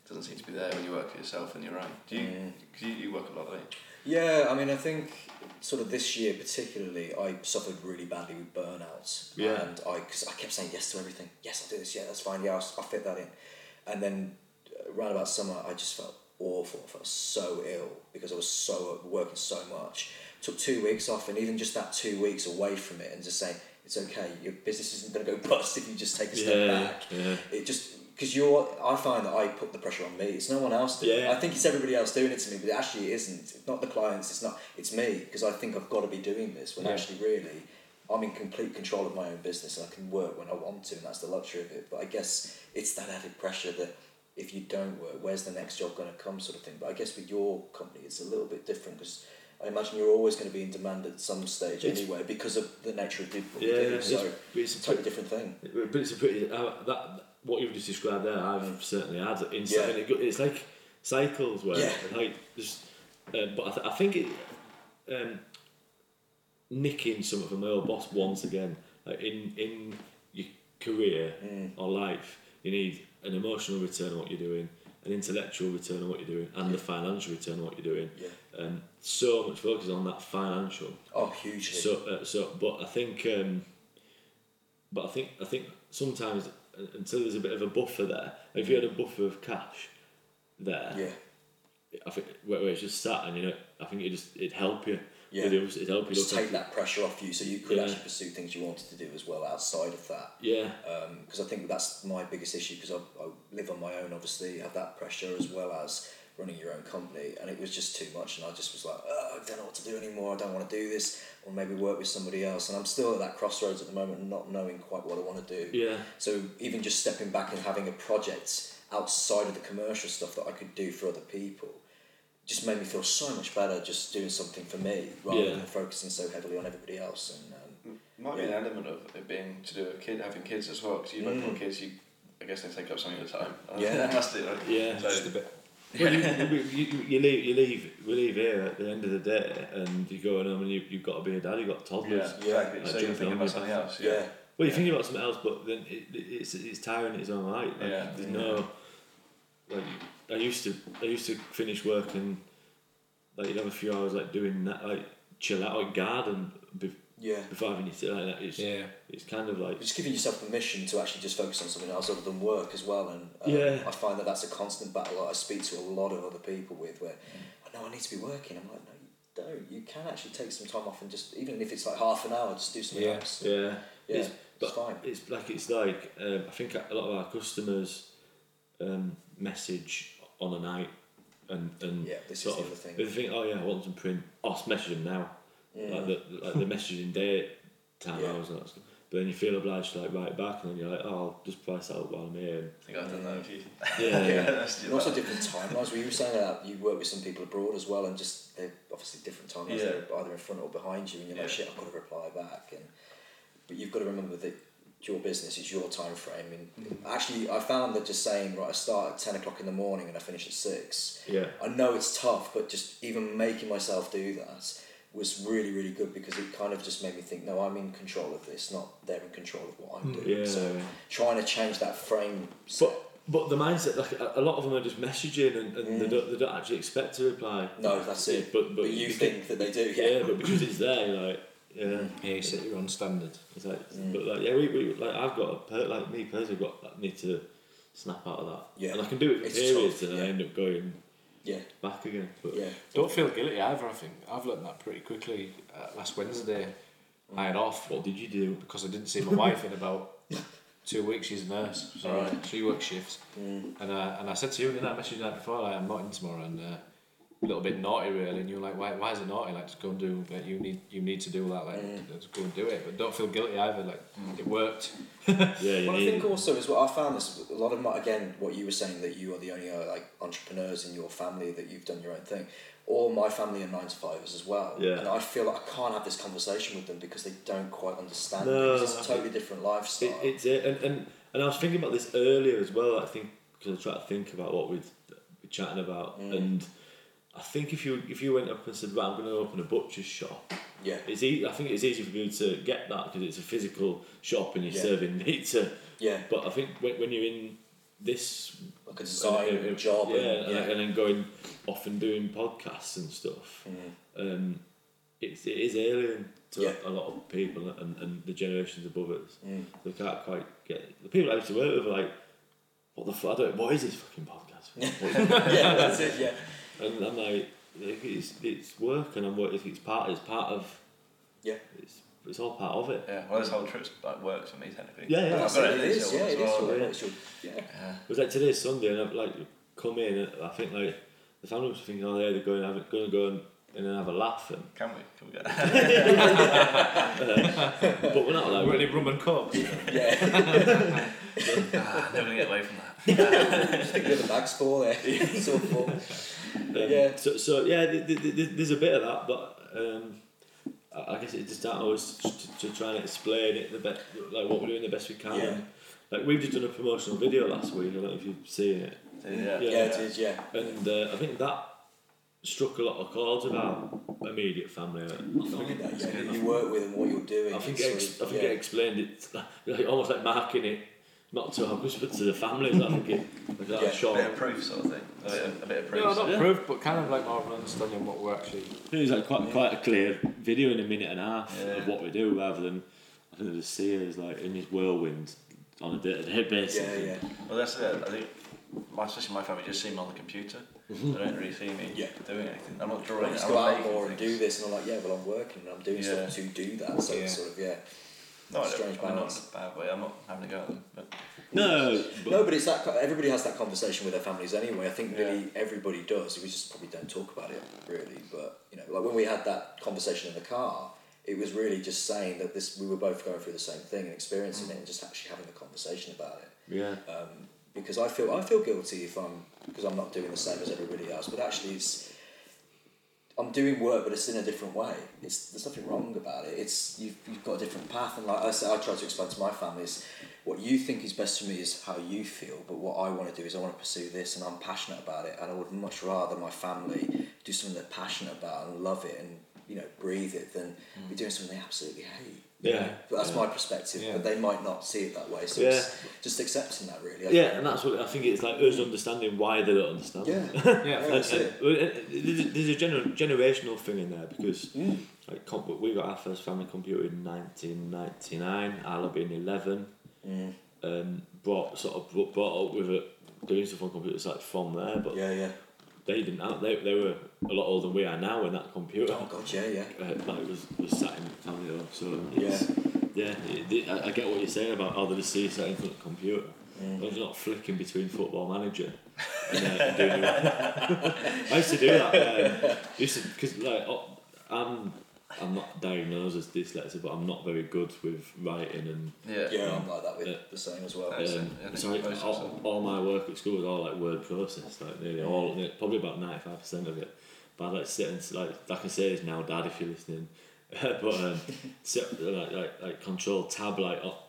[SPEAKER 4] doesn't seem to be there when you work for yourself and you're right. Do you?
[SPEAKER 2] Mm.
[SPEAKER 4] 'cause you, you work a lot, don't you?
[SPEAKER 2] Yeah, I mean, I think sort of this year particularly, I suffered really badly with burnout.
[SPEAKER 3] Yeah.
[SPEAKER 2] And I, cause I kept saying yes to everything. Yes, I'll do this. Yeah, that's fine. Yeah, I'll, s- I'll fit that in. And then uh, round about summer, I just felt awful. I felt so ill because I was so working so much. Took two weeks off, and even just that two weeks away from it, and just saying it's okay. Your business isn't going to go bust if you just take a step
[SPEAKER 3] yeah,
[SPEAKER 2] back
[SPEAKER 3] yeah,
[SPEAKER 2] it just because you're I find that I put the pressure on me it's no one else doing
[SPEAKER 3] Yeah.
[SPEAKER 2] it I think it's everybody else doing it to me but actually it isn't it's not the clients it's not it's me because I think I've got to be doing this when
[SPEAKER 1] Yeah.
[SPEAKER 2] actually really I'm in complete control of my own business and I can work when I want to and that's the luxury of it but I guess it's that added pressure that if you don't work where's the next job going to come sort of thing but I guess with your company it's a little bit different because I imagine you're always going to be in demand at some stage
[SPEAKER 3] It's-
[SPEAKER 2] anyway because of the nature of the what
[SPEAKER 3] yeah.
[SPEAKER 2] you do
[SPEAKER 3] It's,
[SPEAKER 2] so
[SPEAKER 3] it's,
[SPEAKER 2] it's
[SPEAKER 3] a
[SPEAKER 2] a totally
[SPEAKER 3] pretty,
[SPEAKER 2] different thing
[SPEAKER 3] but it's a pretty uh, that what you've just described there. I've certainly had it inside.
[SPEAKER 2] Yeah.
[SPEAKER 3] It go- It's like cycles where
[SPEAKER 2] Yeah.
[SPEAKER 3] like just, uh, but I, th- I think it um, nicking something from my old boss once again like in in you career
[SPEAKER 2] Mm.
[SPEAKER 3] or life, you need an emotional return on what you're doing, an intellectual return on what you're doing, and the financial return on what you're doing.
[SPEAKER 2] Yeah.
[SPEAKER 3] Um, so much focus on that financial.
[SPEAKER 2] Oh, hugely.
[SPEAKER 3] So, uh, so, but I think, um, but I think, I think sometimes uh, until there's a bit of a buffer there. If you had a buffer of cash there,
[SPEAKER 2] yeah.
[SPEAKER 3] I think where, where it's just sat, and you know, I think it just it'd help you.
[SPEAKER 2] Yeah.
[SPEAKER 3] With the others, it'd help you.
[SPEAKER 2] Just
[SPEAKER 3] look
[SPEAKER 2] take that pressure off you, so you could
[SPEAKER 3] Yeah.
[SPEAKER 2] actually pursue things you wanted to do as well outside of that.
[SPEAKER 3] Yeah,
[SPEAKER 2] because I think that's my biggest issue because I, I live on my own obviously have that pressure as well as running your own company and it was just too much and I just was like "Ugh, I don't know what to do anymore I don't want to do this or maybe work with somebody else and I'm still at that crossroads at the moment and not knowing quite what I want to do
[SPEAKER 3] yeah,
[SPEAKER 2] so even just stepping back and having a project outside of the commercial stuff that I could do for other people just made me feel so much better just doing something for me rather
[SPEAKER 3] Yeah.
[SPEAKER 2] than focusing so heavily on everybody else and um,
[SPEAKER 4] Might be an element of it being to do with kid having kids as well. Because you both have kids, you I guess they take up something at a time.
[SPEAKER 2] Yeah.
[SPEAKER 4] that's it. Right?
[SPEAKER 3] yeah.
[SPEAKER 4] So,
[SPEAKER 1] Just a bit.
[SPEAKER 3] Well, you, you, you- you leave, you leave, we leave here at the end of the day, and you go home and you, you've got to be a dad. You've got
[SPEAKER 4] yeah,
[SPEAKER 3] toddlers.
[SPEAKER 4] exactly.
[SPEAKER 3] Like
[SPEAKER 4] so
[SPEAKER 3] jumping
[SPEAKER 4] you're thinking
[SPEAKER 3] on
[SPEAKER 4] about
[SPEAKER 3] the
[SPEAKER 4] something
[SPEAKER 3] back.
[SPEAKER 4] else.
[SPEAKER 2] yeah.
[SPEAKER 3] Well, you're thinking about something else, but then it, it, it's it's tiring. in It's own right. Like,
[SPEAKER 4] Yeah.
[SPEAKER 3] There's no. Like I used to, I used to finish work and like you'd have a few hours like doing that, like chill out, like garden be-
[SPEAKER 2] yeah
[SPEAKER 3] before having your tea, like that. It's
[SPEAKER 1] Yeah.
[SPEAKER 3] it's kind of like
[SPEAKER 2] But just giving yourself permission to actually just focus on something else other than work as well and um,
[SPEAKER 3] Yeah.
[SPEAKER 2] i find that that's a constant battle that i speak to a lot of other people with where i know i need to be working i'm like no you don't you can actually take some time off and just even if it's like half an hour just do something
[SPEAKER 1] Yeah.
[SPEAKER 2] else
[SPEAKER 3] yeah.
[SPEAKER 2] yeah
[SPEAKER 3] It's-
[SPEAKER 2] it's
[SPEAKER 3] but
[SPEAKER 2] fine
[SPEAKER 3] it's like it's like um, I think a lot of our customers um, message on a night and and
[SPEAKER 2] Yeah, this is
[SPEAKER 3] sort
[SPEAKER 2] the
[SPEAKER 3] of
[SPEAKER 2] other thing.
[SPEAKER 3] they think oh yeah I want some print oh I'll message them now like the like the messaging day time
[SPEAKER 2] Yeah.
[SPEAKER 3] hours and that stuff. But then you feel obliged to like write back and then you're like oh I'll just price out while I'm here.
[SPEAKER 4] I think I've done that a few.
[SPEAKER 3] Yeah, yeah.
[SPEAKER 4] that's
[SPEAKER 2] and also different timelines. Were you saying that you work with some people abroad as well, and just they're obviously different timelines.
[SPEAKER 4] Yeah.
[SPEAKER 2] They're either in front or behind you, and you're like,
[SPEAKER 4] Yeah.
[SPEAKER 2] shit, I've got to reply back. And but you've got to remember that your business is your time frame. And
[SPEAKER 3] Mm-hmm.
[SPEAKER 2] actually, I found that just saying right, I start at ten o'clock in the morning and I finish at six.
[SPEAKER 3] yeah.
[SPEAKER 2] I know it's tough, but just even making myself do that was really, really good because it kind of just made me think, no, I'm in control of this, not they're in control of what I'm doing.
[SPEAKER 3] Mm, Yeah.
[SPEAKER 2] So trying to change that frame.
[SPEAKER 3] But but the mindset like a a lot of them are just messaging and, and they don't they don't actually expect to reply.
[SPEAKER 2] no, that's it.
[SPEAKER 3] But but,
[SPEAKER 2] But, you
[SPEAKER 3] beca-
[SPEAKER 2] think that they do, yeah. Mm.
[SPEAKER 3] yeah, but because it's there like yeah.
[SPEAKER 1] Yeah, you set your own standard.
[SPEAKER 3] It's like, but like, yeah, we, we like I've got a per, like me personally got I need to snap out of that.
[SPEAKER 2] Yeah.
[SPEAKER 3] and I can do it for
[SPEAKER 2] It's
[SPEAKER 3] periods,
[SPEAKER 2] tough,
[SPEAKER 3] and I
[SPEAKER 2] yeah.
[SPEAKER 3] end up going
[SPEAKER 2] Yeah,
[SPEAKER 3] back again. But
[SPEAKER 2] yeah,
[SPEAKER 1] Don't feel guilty either. I think I've learned that pretty quickly. Uh, last Wednesday, I had off
[SPEAKER 3] what did you do?
[SPEAKER 1] because I didn't see my wife in about two weeks. She's a nurse, so
[SPEAKER 4] Alright.
[SPEAKER 1] she works shifts.
[SPEAKER 3] Mm.
[SPEAKER 1] And I and I said to you, didn't I message you the night before? Like, I'm not in tomorrow, and uh, a little bit naughty really. And you were like, why, why is it naughty? Like, just go and do. Like, you need you need to do that. Like,
[SPEAKER 3] Mm.
[SPEAKER 1] just go and do it. But don't feel guilty either. Like, it worked.
[SPEAKER 3] Yeah, you
[SPEAKER 2] Well, I
[SPEAKER 3] need.
[SPEAKER 2] think also as well, I found this a lot of my again what you were saying that you are the only uh, like entrepreneurs in your family that you've done your own thing. All my family are nine to fivers as well,
[SPEAKER 3] Yeah.
[SPEAKER 2] and I feel like I can't have this conversation with them because they don't quite understand. it,
[SPEAKER 3] No,
[SPEAKER 2] because it's
[SPEAKER 3] I
[SPEAKER 2] a totally different lifestyle.
[SPEAKER 3] It, it's it, and, and and I was thinking about this earlier as well. I think because I try to think about what we've been chatting about,
[SPEAKER 2] Mm.
[SPEAKER 3] and I think if you if you went up and said, right, I'm going to open a butcher's shop,
[SPEAKER 2] yeah,
[SPEAKER 3] it's e- I think it's easy for people to get that because it's a physical shop and you're
[SPEAKER 2] Yeah.
[SPEAKER 3] serving meat to.
[SPEAKER 2] yeah,
[SPEAKER 3] But I think when, when you're in this
[SPEAKER 2] like a design
[SPEAKER 3] and- and-
[SPEAKER 2] job.
[SPEAKER 3] yeah,
[SPEAKER 2] and,
[SPEAKER 3] and,
[SPEAKER 2] yeah.
[SPEAKER 3] and then going off and doing podcasts and stuff.
[SPEAKER 2] Mm,
[SPEAKER 3] Um, it's it is alien to
[SPEAKER 2] Yeah.
[SPEAKER 3] a lot of people and, and the generations above us.
[SPEAKER 2] mm.
[SPEAKER 3] They can't quite get it. the people I used to work with are like, what the fuck? What is this fucking podcast? What-
[SPEAKER 2] yeah, that's it. Yeah,
[SPEAKER 3] and I'm like, like, it's it's work and I'm work. It's part. It's part of.
[SPEAKER 2] Yeah.
[SPEAKER 3] It's it's all part of it.
[SPEAKER 4] Yeah, well, this whole trip's like work for me technically.
[SPEAKER 3] Yeah, yeah.
[SPEAKER 2] that's
[SPEAKER 4] I've got
[SPEAKER 2] it.
[SPEAKER 4] it
[SPEAKER 2] It
[SPEAKER 4] in
[SPEAKER 2] is.
[SPEAKER 4] this
[SPEAKER 2] Yeah, it is.
[SPEAKER 4] as well,
[SPEAKER 2] your-
[SPEAKER 3] yeah.
[SPEAKER 2] it's your- yeah.
[SPEAKER 3] It was like today's Sunday, and I've like come in, and I think like the family was thinking, oh, yeah, they're going, have, going to go and, and then have a laugh, and
[SPEAKER 4] Can we? Can we get that?
[SPEAKER 3] but we're not like
[SPEAKER 1] Really rum and coke.
[SPEAKER 2] Yeah,
[SPEAKER 4] Ah, never gonna get away from that.
[SPEAKER 2] just think of the bags full there. it's all full.
[SPEAKER 3] Um,
[SPEAKER 2] Yeah.
[SPEAKER 3] So, so yeah, th- th- th- there's a bit of that, but um, I I guess it's just down to us to, to try and explain it the best, like what we're doing the best we can.
[SPEAKER 2] Yeah.
[SPEAKER 3] Like we've just done a promotional video last week. I don't know if you've seen it,
[SPEAKER 4] Yeah.
[SPEAKER 2] Yeah, it is. Yeah,
[SPEAKER 3] and uh, I think that struck a lot of chords about immediate family. I think
[SPEAKER 2] Look at that, yeah, who you work with and what you're doing.
[SPEAKER 3] I think
[SPEAKER 2] it's
[SPEAKER 3] it ex- I
[SPEAKER 2] sort of-
[SPEAKER 3] think
[SPEAKER 2] yeah.
[SPEAKER 3] it explained it like almost like marking it not to others but to the families. I think it like that
[SPEAKER 2] Yeah,
[SPEAKER 4] A bit
[SPEAKER 3] short.
[SPEAKER 4] of proof, sort of thing. A bit of, a bit of proof.
[SPEAKER 1] No, not
[SPEAKER 3] Yeah.
[SPEAKER 1] proof, but kind of like more of an understanding of what we're actually.
[SPEAKER 3] It was like quite quite a clear video in a minute and a half
[SPEAKER 4] Yeah.
[SPEAKER 3] of what we do rather than I think they just see it as like in his whirlwind on a day to day basis.
[SPEAKER 2] Yeah, yeah.
[SPEAKER 4] Well, that's it. I think, my, especially my family, just see me on the computer. They don't really see me
[SPEAKER 2] Mm-hmm. Yeah.
[SPEAKER 4] doing anything. I'm not
[SPEAKER 2] Well,
[SPEAKER 4] drawing.
[SPEAKER 2] just
[SPEAKER 4] I'm
[SPEAKER 2] go
[SPEAKER 4] not
[SPEAKER 2] out
[SPEAKER 4] making
[SPEAKER 2] more and do
[SPEAKER 4] things.
[SPEAKER 2] this, and I'm like, yeah, well, I'm working and I'm doing
[SPEAKER 4] Yeah.
[SPEAKER 2] stuff to do that. So
[SPEAKER 1] Yeah.
[SPEAKER 2] it's sort of yeah.
[SPEAKER 4] No, I don't-
[SPEAKER 2] Strange
[SPEAKER 4] I mean, not
[SPEAKER 2] balance.
[SPEAKER 4] in a bad way. I'm not having a go at them. But
[SPEAKER 3] No, but
[SPEAKER 2] no, but it's that. co- Everybody has that conversation with their families anyway. I think
[SPEAKER 4] Yeah.
[SPEAKER 2] really everybody does. We just probably don't talk about it really. But you know, like when we had that conversation in the car, it was really just saying that this. We were both going through the same thing and
[SPEAKER 4] Mm.
[SPEAKER 2] experiencing it, and just actually having a conversation about it.
[SPEAKER 3] yeah.
[SPEAKER 2] Uh, because I feel I feel guilty if I'm because I'm not doing the same as everybody else. But actually, it's I'm doing work, but it's in a different way. It's there's nothing wrong about it. It's you've, you've got a different path, and like I said, I try to explain to my family is what you think is best for me is how you feel. But what I want to do is I want to pursue this, and I'm passionate about it. And I would much rather my family do something they're passionate about and love it, and you know breathe it, than be doing something they absolutely hate.
[SPEAKER 3] Yeah.
[SPEAKER 2] But that's
[SPEAKER 3] Mm. yeah.
[SPEAKER 2] my perspective.
[SPEAKER 1] Yeah.
[SPEAKER 2] But they might not see it that way. So
[SPEAKER 3] Yeah.
[SPEAKER 2] it's just accepting that really. I
[SPEAKER 3] Yeah, and that's what I think it's like us understanding why they don't understand.
[SPEAKER 2] Yeah.
[SPEAKER 1] Yeah.
[SPEAKER 3] And-
[SPEAKER 2] that's
[SPEAKER 3] and-
[SPEAKER 2] it.
[SPEAKER 3] well, and there's a- there's a gener- generational thing in there because like com- we got our first family computer in 1999 I'll have been 11
[SPEAKER 2] Mm.
[SPEAKER 3] um, brought sort of brought, brought up with it doing stuff on computers like from there but
[SPEAKER 2] Yeah, yeah.
[SPEAKER 3] they didn't have, they, they were a lot older than we are now when that computer
[SPEAKER 2] Oh god, yeah, yeah.
[SPEAKER 3] uh, like was, was sat in the family home so
[SPEAKER 2] Yeah.
[SPEAKER 3] it's, yeah it, it, I, I get what you're saying about how they just see you sat in front of the computer
[SPEAKER 2] Mm.
[SPEAKER 3] But it's not flicking between football manager and, uh, and doing your I used to do that. Um, used to because like oh, I'm I'm not diagnosed as dyslexic, but I'm not very good with writing and.
[SPEAKER 4] yeah.
[SPEAKER 2] Yeah, I'm like that with
[SPEAKER 3] Yeah.
[SPEAKER 2] the same as well.
[SPEAKER 4] Yeah.
[SPEAKER 3] Um,
[SPEAKER 4] I think
[SPEAKER 3] so I-
[SPEAKER 4] most of us
[SPEAKER 3] all, all my work at school was all like word processed, like nearly all, probably about ninety five percent of it. But I like sit and s- like I can say this now, Dad, if you're listening. but um, sit, like, like like control tab like up.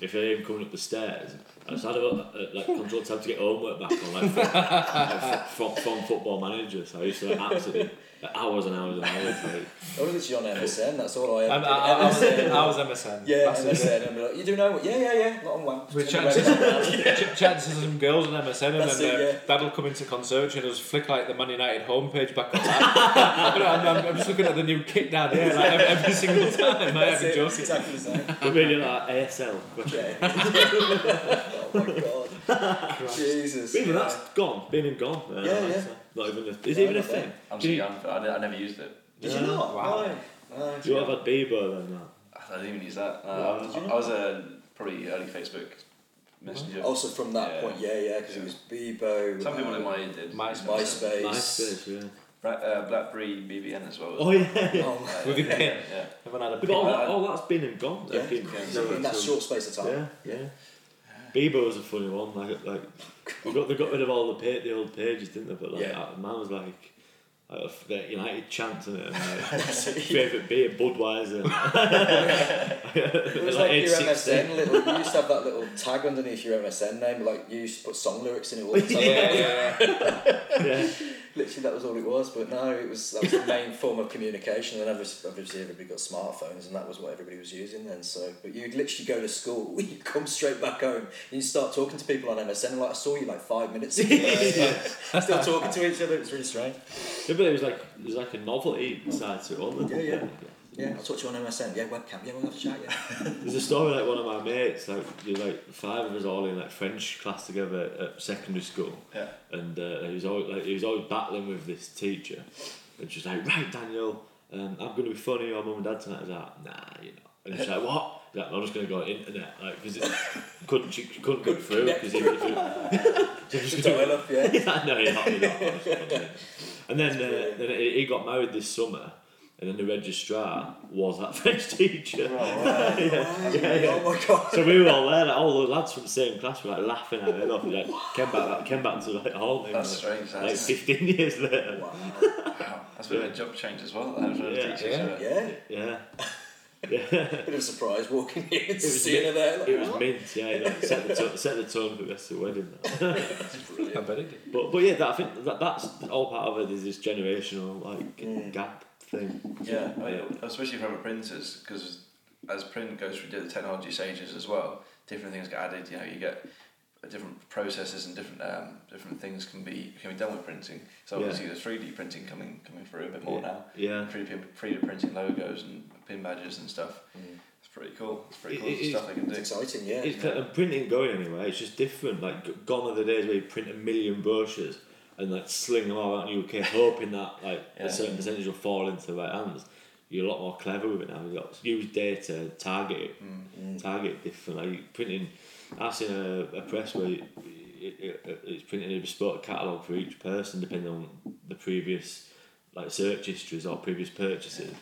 [SPEAKER 3] If I am coming up the stairs, I just had a, a, like control tab to get homework back on like from, like, from, from football manager. So I used to like, absolutely like, hours and hours and hours. Like,
[SPEAKER 2] I was literally on MSN, that's all I ever
[SPEAKER 1] I'm,
[SPEAKER 2] did.
[SPEAKER 1] I, I, I, was,
[SPEAKER 2] MSN.
[SPEAKER 1] I was MSN.
[SPEAKER 2] yeah,
[SPEAKER 1] That's it.
[SPEAKER 2] MSN. And be like, you do know what? Yeah, yeah, yeah. Not on one.
[SPEAKER 1] With chances, ch- chances of some girls on MSN, and
[SPEAKER 2] That's
[SPEAKER 1] then
[SPEAKER 2] it,
[SPEAKER 1] uh,
[SPEAKER 2] yeah.
[SPEAKER 1] Dad'll come into conservatory and just flick like the Man United homepage back on that. You know, I'm, I'm, I'm just looking at the new kit down here like, every, every single time. I
[SPEAKER 2] That's
[SPEAKER 1] have a
[SPEAKER 2] it.
[SPEAKER 1] joke.
[SPEAKER 2] Exactly the same.
[SPEAKER 3] but really like ASL.
[SPEAKER 2] Yeah. oh my god. Jesus.
[SPEAKER 3] Even that's gone, been and gone. Uh,
[SPEAKER 2] Yeah, yeah.
[SPEAKER 3] Not even a, is it
[SPEAKER 2] Yeah,
[SPEAKER 3] even a
[SPEAKER 2] not
[SPEAKER 3] thing?
[SPEAKER 2] bad.
[SPEAKER 4] I'm
[SPEAKER 3] Do
[SPEAKER 4] too
[SPEAKER 3] you-
[SPEAKER 4] young for I, ne- I never used it.
[SPEAKER 2] Did you not?
[SPEAKER 1] Wow.
[SPEAKER 2] No. No,
[SPEAKER 3] Do you have a Bieber then? That?
[SPEAKER 4] I didn't even use that. No,
[SPEAKER 2] Wow,
[SPEAKER 4] I, was,
[SPEAKER 2] did you
[SPEAKER 4] I was a probably early Facebook
[SPEAKER 2] Oh,
[SPEAKER 4] messenger.
[SPEAKER 2] Also from that
[SPEAKER 4] Yeah.
[SPEAKER 2] point, yeah, yeah, because it was Bebo.
[SPEAKER 4] Some people
[SPEAKER 2] uh,
[SPEAKER 4] in my age did.
[SPEAKER 1] My-
[SPEAKER 2] MySpace.
[SPEAKER 3] MySpace, yeah.
[SPEAKER 4] Bra- uh, BlackBerry BBN as well.
[SPEAKER 3] Oh yeah.
[SPEAKER 2] Oh,
[SPEAKER 4] Uh,
[SPEAKER 1] With the
[SPEAKER 4] yeah,
[SPEAKER 1] pen.
[SPEAKER 4] yeah.
[SPEAKER 1] Haven't had a
[SPEAKER 3] But all,
[SPEAKER 1] picture.
[SPEAKER 3] that, all that's been and gone.
[SPEAKER 2] yeah.
[SPEAKER 3] Been-
[SPEAKER 2] So in that short space of time.
[SPEAKER 3] Yeah, yeah. Bieber was a funny one. Like, like we got they got rid of all the pa- the old pages, didn't they? But like,
[SPEAKER 2] Yeah.
[SPEAKER 3] uh, mine was like. Like of the United chant and it,
[SPEAKER 2] That's it, yeah.
[SPEAKER 3] favourite beer Budweiser.
[SPEAKER 2] It was
[SPEAKER 3] Like
[SPEAKER 2] like,
[SPEAKER 3] age
[SPEAKER 2] your
[SPEAKER 3] 16.
[SPEAKER 2] MSN little. You used to have that little tag underneath your MSN name, like you used to put song lyrics in it all the time.
[SPEAKER 1] yeah, yeah, yeah.
[SPEAKER 3] yeah,
[SPEAKER 2] Literally, that was all it was. But no, it was that was the main form of communication. And obviously, obviously, everybody got smartphones, and that was what everybody was using then. So, but you'd literally go to school, you come straight back home, and you start talking to people on MSN. Like I saw you like five minutes ago, still talking to each other. It was really strange.
[SPEAKER 3] Yeah, but it was like there's like a novelty side to it. wasn't there?
[SPEAKER 2] Yeah, yeah. Yeah, I'll talk to you on MSN. Yeah, webcam. Yeah, we'll have a chat. Yeah.
[SPEAKER 3] There's a story like one of my mates, like there's like five of us all in like French class together at secondary school,
[SPEAKER 4] Yeah.
[SPEAKER 3] and uh, he was always like, he was always battling with this teacher, and she's like, right, Daniel, um, I'm gonna be funny to your mum and dad tonight. I was like, nah, you know. And she's like, what? He's like, I'm just gonna go on internet, like, because couldn't she couldn't get through because he.
[SPEAKER 2] Just dial up. Yeah.
[SPEAKER 3] He's like, no, you're not, you're not. I'm just gonna do it." And then, uh, then he he got married this summer, and then the registrar was that French teacher.
[SPEAKER 2] Oh my god.
[SPEAKER 3] So we were all there, like, all the lads from the same class were like laughing at it off. Like, came back, came back to like home. Like,
[SPEAKER 4] That's strange. That,
[SPEAKER 3] like
[SPEAKER 4] isn't it?
[SPEAKER 3] fifteen years later.
[SPEAKER 2] Wow.
[SPEAKER 4] Wow. That's a bit of a job change as well. That uh, was really
[SPEAKER 3] Yeah.
[SPEAKER 4] teaching,
[SPEAKER 1] Yeah.
[SPEAKER 4] so-
[SPEAKER 2] Yeah.
[SPEAKER 3] Yeah, Yeah.
[SPEAKER 2] Bit of a surprise walking in and
[SPEAKER 3] was
[SPEAKER 2] seeing her there. Like,
[SPEAKER 3] It was
[SPEAKER 2] what?
[SPEAKER 3] mint, yeah. You know, set, the tone, set the tone for the rest of the wedding. That.
[SPEAKER 2] "Oh,
[SPEAKER 1] I bet it did.
[SPEAKER 3] But but yeah, that, I think that that's all part of it is this generational like
[SPEAKER 2] Mm.
[SPEAKER 3] gap thing.
[SPEAKER 4] oh, Yeah, I mean, especially for other printers, because as print goes through the technology stages as well, different things get added. You know, you get different processes and different um, different things can be can be done with printing. So
[SPEAKER 3] Yeah.
[SPEAKER 4] obviously, there's three D printing coming coming through a bit more now.
[SPEAKER 3] Yeah.
[SPEAKER 4] Three D three D printing logos and pin badges and stuff. It's pretty cool. It's pretty
[SPEAKER 3] It-
[SPEAKER 4] cool
[SPEAKER 3] it is-
[SPEAKER 4] stuff they can do.
[SPEAKER 2] It's exciting, yeah.
[SPEAKER 3] It's kind of printing going anywhere. It's just different. Like g- gone are the days where you print a million brochures and like sling them all out in the UK, hoping that like
[SPEAKER 4] Yeah.
[SPEAKER 3] a certain percentage will fall into the right hands. You're a lot more clever with it now. You've got to use data, target it,
[SPEAKER 2] Mm.
[SPEAKER 3] target it different. Like you printing, I've seen a, a press where you, it, it, it- it's printing a bespoke catalogue for each person, depending on the previous like search histories or previous purchases,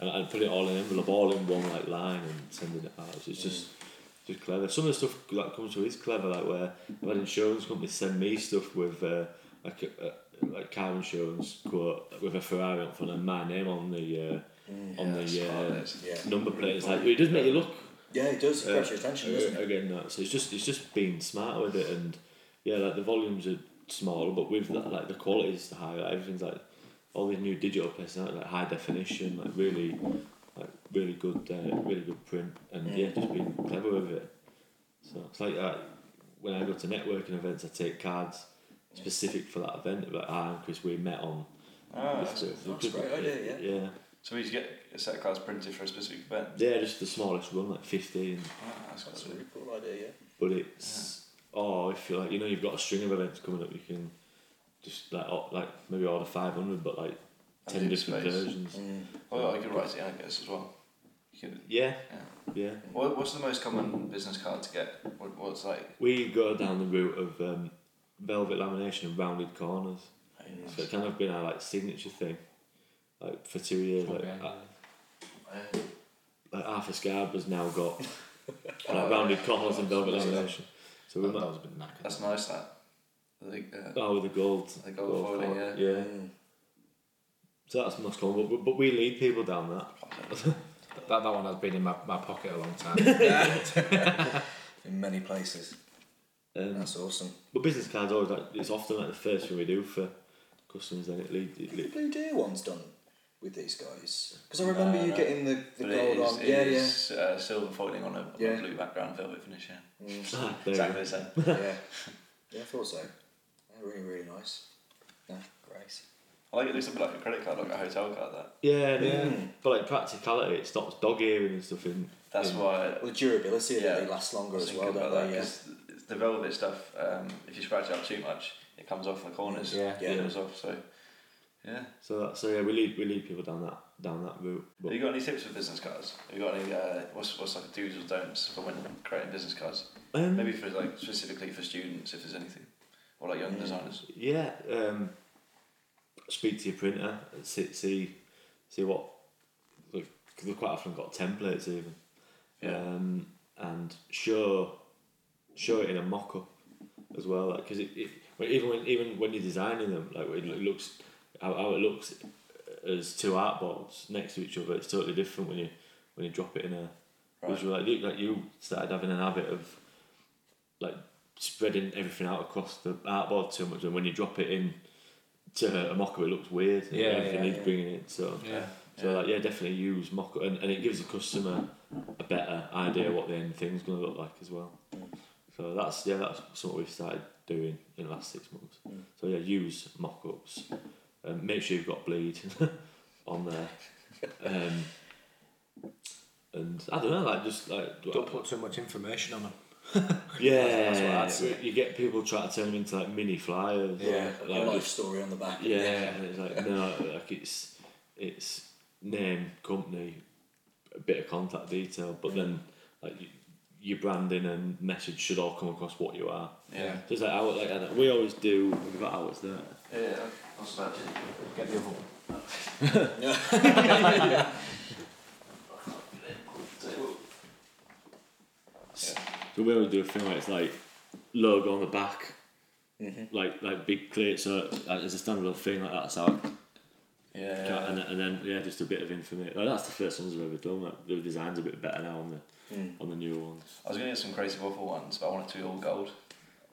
[SPEAKER 3] and, and put it all in an envelope, all in one like line, and sending it out. So it's just just clever. Some of the stuff that comes through is clever, like where I've had insurance companies send me stuff with uh, like a, a, like car insurance quote with a Ferrari on front and my name on the uh, on
[SPEAKER 4] Mm, Yeah,
[SPEAKER 3] the
[SPEAKER 4] smart,
[SPEAKER 3] uh,
[SPEAKER 4] it's-
[SPEAKER 2] yeah.
[SPEAKER 3] number plate. It's like it does make you look
[SPEAKER 2] Yeah, it does. It
[SPEAKER 3] uh,
[SPEAKER 2] grabs your attention, doesn't it?
[SPEAKER 3] again. That so it's just it's just being smart with it and yeah, like the volumes are smaller, but with that like the quality's high. Like, everything's like all these new digital personality, like high definition, like really like really good, uh, really good print, and yeah, just being clever with it. So it's like that when I go to networking events, I take cards specific for that event. Like, ah, and Chris, we met on.
[SPEAKER 4] Ah,
[SPEAKER 3] this
[SPEAKER 4] that's-
[SPEAKER 3] day." So
[SPEAKER 2] Oh, that's a great idea,
[SPEAKER 3] Yeah. yeah,
[SPEAKER 4] So we just get a set of cards printed for a specific event.
[SPEAKER 3] yeah, just the smallest one, like fifteen.
[SPEAKER 4] Ah, that's
[SPEAKER 2] That's a
[SPEAKER 4] cool.
[SPEAKER 2] really cool idea, yeah.
[SPEAKER 3] But it's oh, if you like, you know, you've got a string of events coming up. You can just like o- like maybe order five hundred, but like
[SPEAKER 4] And
[SPEAKER 3] ten
[SPEAKER 4] do
[SPEAKER 3] different
[SPEAKER 4] space.
[SPEAKER 3] versions.
[SPEAKER 4] Oh, I could write it in, I guess, as well. You could,
[SPEAKER 3] Yeah,
[SPEAKER 4] yeah.
[SPEAKER 3] yeah.
[SPEAKER 4] What, what's the most common business card to get? What, what's like?
[SPEAKER 3] We go down the route of um, velvet lamination and rounded corners. So it kind of been our like signature thing, like for two years. Like, uh,
[SPEAKER 1] Yeah.
[SPEAKER 3] like Arthur Scarborough's now got like rounded corners and velvet lamination. So we
[SPEAKER 1] That, that
[SPEAKER 3] might
[SPEAKER 1] was a bit knackered.
[SPEAKER 4] That's nice. That. The, uh,
[SPEAKER 3] oh with the gold,
[SPEAKER 4] The gold foiling,
[SPEAKER 3] foil,
[SPEAKER 4] yeah.
[SPEAKER 3] yeah. So that's most common, but, but we lead people down that.
[SPEAKER 1] That, that one has been in my, my pocket a long time.
[SPEAKER 2] In many places.
[SPEAKER 3] Um,
[SPEAKER 2] That's awesome.
[SPEAKER 3] but business cards always like it's often like the first thing we do for customers. Then it leads. It
[SPEAKER 2] The
[SPEAKER 3] lead,
[SPEAKER 2] Blue Deer one's done with these guys. Because I remember
[SPEAKER 4] No,
[SPEAKER 2] you
[SPEAKER 4] no.
[SPEAKER 2] getting the, the
[SPEAKER 4] but
[SPEAKER 2] gold
[SPEAKER 4] it is,
[SPEAKER 2] on.
[SPEAKER 4] it
[SPEAKER 2] yeah,
[SPEAKER 4] is, Uh, silver foiling on a, on a
[SPEAKER 2] Yeah.
[SPEAKER 4] blue background, velvet finish. Yeah.
[SPEAKER 3] Ah, there you go.
[SPEAKER 4] Exactly the same.
[SPEAKER 2] yeah. Mm, yeah. Yeah, I thought so. Yeah, really, really nice. Yeah, great.
[SPEAKER 4] I like it looks a bit like a credit card, like a hotel card. That.
[SPEAKER 3] Yeah, yeah.
[SPEAKER 2] Mm.
[SPEAKER 3] But like practicality, it stops dog earing and stuff in.
[SPEAKER 4] That's
[SPEAKER 3] in,
[SPEAKER 4] why. I
[SPEAKER 2] Well, the durability of
[SPEAKER 4] Yeah.
[SPEAKER 2] it, they last longer
[SPEAKER 4] was
[SPEAKER 2] as well,
[SPEAKER 4] thinking
[SPEAKER 2] don't
[SPEAKER 4] about that
[SPEAKER 2] they? Yeah.
[SPEAKER 4] because the velvet stuff. Um, if you scratch it up too much, it comes off the corners.
[SPEAKER 1] Yeah.
[SPEAKER 2] Yeah.
[SPEAKER 4] It comes off. So. Yeah.
[SPEAKER 3] So that, so yeah, we lead we lead people down that down that route.
[SPEAKER 4] Have
[SPEAKER 3] But
[SPEAKER 4] you got any tips for business cards? Have you got any uh, what's what's like do's or don'ts for when creating business cards?
[SPEAKER 2] Mm.
[SPEAKER 3] um,
[SPEAKER 4] Maybe for like specifically for students, if there's anything, or like young designers.
[SPEAKER 3] yeah, um, speak to your printer. See see see what. Look, cause they've quite often got templates even.
[SPEAKER 4] Yeah.
[SPEAKER 3] um, and show show it in a mock up as well, like because it, it well, even when even when you're designing them, like it lo- looks how, how it looks as two art boards next to each other, it's totally different when you when you drop it in a
[SPEAKER 4] Right.
[SPEAKER 3] visual. Like you, like you started having an habit of like spreading everything out across the artboard too much, and when you drop it in to a mock up, it looks weird. and
[SPEAKER 1] Yeah,
[SPEAKER 3] everything
[SPEAKER 1] yeah,
[SPEAKER 3] needs
[SPEAKER 2] yeah.
[SPEAKER 3] bringing it so.
[SPEAKER 1] yeah.
[SPEAKER 3] So
[SPEAKER 4] Yeah.
[SPEAKER 3] like yeah, definitely use mock and, and it gives the customer a better idea what the end thing's gonna look like as well. So that's yeah, that's sort of we've started doing in the last six months. So yeah, use mock ups. Um, make sure you've got bleed on there. Um, and I don't know, like just like
[SPEAKER 1] Don't put too much information on them.
[SPEAKER 3] yeah,
[SPEAKER 1] That's what I'd say.
[SPEAKER 3] you get people trying to turn them into like mini flyers.
[SPEAKER 1] Yeah.
[SPEAKER 2] A
[SPEAKER 3] like,
[SPEAKER 2] life
[SPEAKER 3] just-
[SPEAKER 2] story on the back.
[SPEAKER 3] yeah, and it's like no, like it's it's name, company, a bit of contact detail, but then like y- your branding and message should all come across what you are.
[SPEAKER 4] Yeah.
[SPEAKER 3] Just like our, like and we always do. We've got ours there.
[SPEAKER 4] Yeah. That's about it.
[SPEAKER 1] Get the other one.
[SPEAKER 3] So we always do a thing where it's like logo on the
[SPEAKER 4] Mm-hmm.
[SPEAKER 3] back, like like big clear. So like, there's a standard little thing like that's how
[SPEAKER 4] Yeah.
[SPEAKER 3] Ca- And, and then yeah, just a bit of information. Like, that's the first ones I've ever done. Like, the design's a bit better now on the
[SPEAKER 2] Mm.
[SPEAKER 3] on the newer ones.
[SPEAKER 4] I was gonna get some crazy waffle ones, but I wanted to be all gold.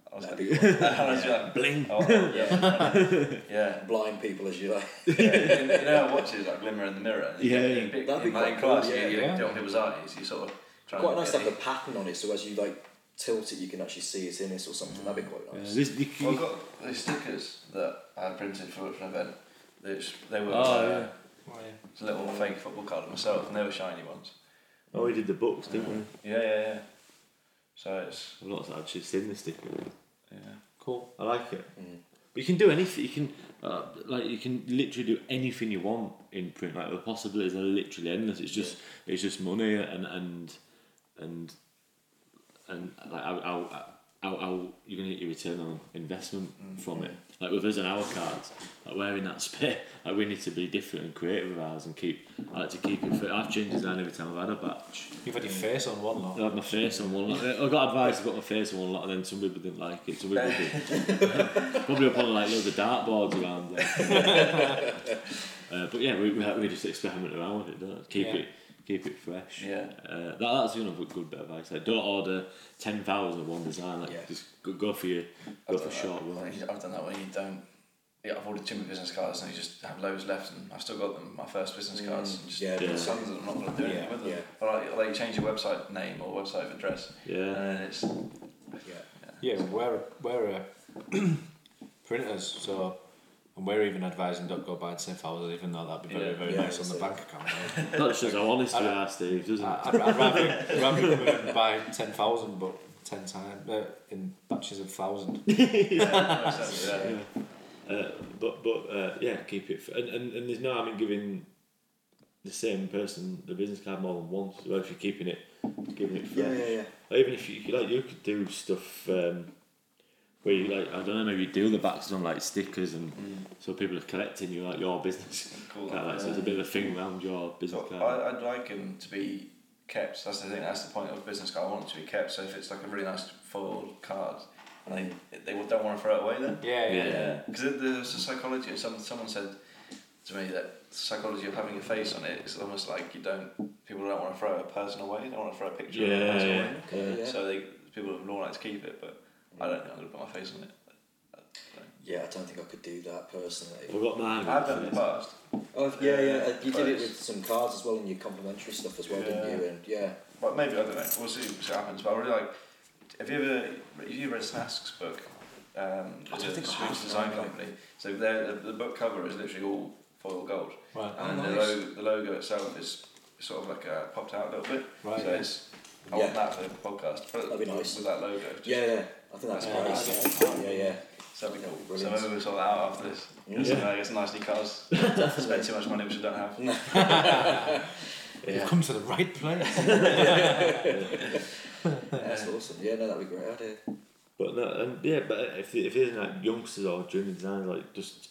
[SPEAKER 4] I was
[SPEAKER 2] That'd
[SPEAKER 4] like,
[SPEAKER 2] be
[SPEAKER 4] I was like,
[SPEAKER 3] Bling.
[SPEAKER 4] I want- yeah, yeah.
[SPEAKER 2] Blind people, as you like.
[SPEAKER 4] yeah. You know, you know how watches like glimmer in the mirror. And
[SPEAKER 3] Yeah,
[SPEAKER 4] you,
[SPEAKER 3] yeah.
[SPEAKER 4] You pick,
[SPEAKER 2] That'd be
[SPEAKER 4] in my
[SPEAKER 2] quite
[SPEAKER 4] class,
[SPEAKER 2] cool, yeah,
[SPEAKER 4] you, you
[SPEAKER 1] yeah.
[SPEAKER 4] don't people's eyes. You sort of try
[SPEAKER 2] Quite
[SPEAKER 4] and
[SPEAKER 2] nice to
[SPEAKER 4] get
[SPEAKER 2] have the pattern on it, so as you like tilt it, you can actually see it in it or something. That'd be quite
[SPEAKER 3] Yeah,
[SPEAKER 2] nice.
[SPEAKER 3] this, you,
[SPEAKER 4] the. Well, I got these stickers that I printed for an event. They, just, they were.
[SPEAKER 3] Oh,
[SPEAKER 4] uh,
[SPEAKER 1] Oh, yeah.
[SPEAKER 4] It's a little fake football card of myself, and they were shiny ones.
[SPEAKER 3] oh, we did the books, didn't we?
[SPEAKER 4] Yeah, yeah, yeah. So it's
[SPEAKER 3] I've not actually seen the sticker.
[SPEAKER 4] yeah.
[SPEAKER 1] Cool.
[SPEAKER 3] I like it.
[SPEAKER 2] Mm.
[SPEAKER 3] But you can do anything. You can uh, like you can literally do anything you want in print. Like the possibilities are literally endless. It's just it's just money and and and and like how how, how, how you're gonna get your return on investment from it. Like with us and our cards, like we're in that space. Like we need to be different and creative with ours and keep. I like to keep it. fit. I've changed design every time I've had a batch.
[SPEAKER 1] You've had your face on one lot.
[SPEAKER 3] I had my face on one lot. I got advice to put my face on one lot, and then some people didn't like it. Some people did. Probably upon like loads of dartboards around there. uh, but yeah, we, we, ha- we just experiment around with it, don't we? Keep
[SPEAKER 1] Yeah.
[SPEAKER 3] it keep it fresh.
[SPEAKER 4] Yeah.
[SPEAKER 3] Uh, that, that's you know good bit of advice. Like, don't order ten thousand of one design. Like
[SPEAKER 2] Yeah.
[SPEAKER 3] just go, go for your
[SPEAKER 4] I've
[SPEAKER 3] go for
[SPEAKER 4] done
[SPEAKER 3] short
[SPEAKER 4] that.
[SPEAKER 3] ones.
[SPEAKER 4] I've done that where you don't. Yeah, I've ordered too many business cards and you just have loads left, and I've still got them. My first business cards, and just
[SPEAKER 2] Yeah,
[SPEAKER 3] Yeah.
[SPEAKER 4] some that I'm not going to do
[SPEAKER 2] Yeah,
[SPEAKER 4] anything with them.
[SPEAKER 2] yeah.
[SPEAKER 4] Or like, or they change your website name or website address, and
[SPEAKER 3] Yeah.
[SPEAKER 4] then it's
[SPEAKER 2] yeah.
[SPEAKER 1] Yeah, we're we're uh, printers, so and we're even advising don't go buying ten thousand, even though that'd be very
[SPEAKER 4] Yeah.
[SPEAKER 1] very
[SPEAKER 2] Yeah,
[SPEAKER 1] nice on the
[SPEAKER 2] so-
[SPEAKER 1] bank account.
[SPEAKER 3] That shows how honest we are, Steve, doesn't it?
[SPEAKER 1] I- I'd, I'd rather rather you come in and buy ten thousand, but ten times uh, in batches of thousand.
[SPEAKER 4] yeah, exactly, yeah.
[SPEAKER 3] Uh, but but uh, yeah, keep it. F- and, and and there's no harm in giving the same person the business card more than once. Well, if you're keeping it, keeping it fresh.
[SPEAKER 2] Yeah, yeah, yeah.
[SPEAKER 3] Like, even if you like, you could do stuff um, where you like. I don't know. Maybe do the backs on like stickers and
[SPEAKER 2] Mm.
[SPEAKER 3] so people are collecting you like your business.
[SPEAKER 4] Cool.
[SPEAKER 3] Kind of like, so it's a bit of a thing around your business
[SPEAKER 4] So
[SPEAKER 3] card.
[SPEAKER 4] I, I'd like them to be kept. That's the thing. That's the point of business card. I want it to be kept. So if it's like a really nice full card, and they they don't want to throw it away, then
[SPEAKER 1] Yeah, yeah.
[SPEAKER 4] Yeah, because there's a psychology. Some someone said to me that the psychology of having a face on it is almost like you don't people don't want to throw a person away. They don't want to throw a picture of a
[SPEAKER 3] Yeah,
[SPEAKER 4] person
[SPEAKER 3] yeah,
[SPEAKER 4] away.
[SPEAKER 3] yeah.
[SPEAKER 2] Yeah.
[SPEAKER 4] So they people would not like to keep it, but I don't think I'm gonna put my face on it.
[SPEAKER 2] Yeah, I don't think I could do that personally.
[SPEAKER 3] I've got mine.
[SPEAKER 4] I've done it in the past.
[SPEAKER 2] Oh, if- yeah, yeah. uh, You did it
[SPEAKER 4] Close.
[SPEAKER 2] with some cards as well, and your complimentary stuff as well,
[SPEAKER 4] Yeah.
[SPEAKER 2] didn't you? And yeah,
[SPEAKER 4] But maybe I don't know. We'll see what happens. But I really like. Have you ever? Have you read Snask's book? Um,
[SPEAKER 2] I don't
[SPEAKER 4] it's a
[SPEAKER 2] think I
[SPEAKER 4] Swedish
[SPEAKER 2] have,
[SPEAKER 4] design
[SPEAKER 2] no.
[SPEAKER 4] company. So their- the, the book cover is literally all foil gold,
[SPEAKER 1] Right,
[SPEAKER 2] Oh,
[SPEAKER 4] and the, lo- the logo itself is sort of like uh, popped out a little bit.
[SPEAKER 1] right.
[SPEAKER 4] So it's I
[SPEAKER 2] Yeah.
[SPEAKER 4] want that for the podcast. Put it
[SPEAKER 2] That'd be nice.
[SPEAKER 4] with that logo. Just,
[SPEAKER 2] yeah, yeah. I think that's
[SPEAKER 1] Yeah,
[SPEAKER 2] great. Yeah, yeah.
[SPEAKER 4] So that'd be cool. So
[SPEAKER 2] Brilliant.
[SPEAKER 4] maybe we'll sort that out after this.
[SPEAKER 2] Yeah.
[SPEAKER 4] So I guess nice new cars. Don't spend too much money which we don't have.
[SPEAKER 1] You've come to the right place.
[SPEAKER 2] That's awesome. Yeah, no, that'd be a great idea.
[SPEAKER 3] But no, and yeah, but if if there's like youngsters or junior designers, like just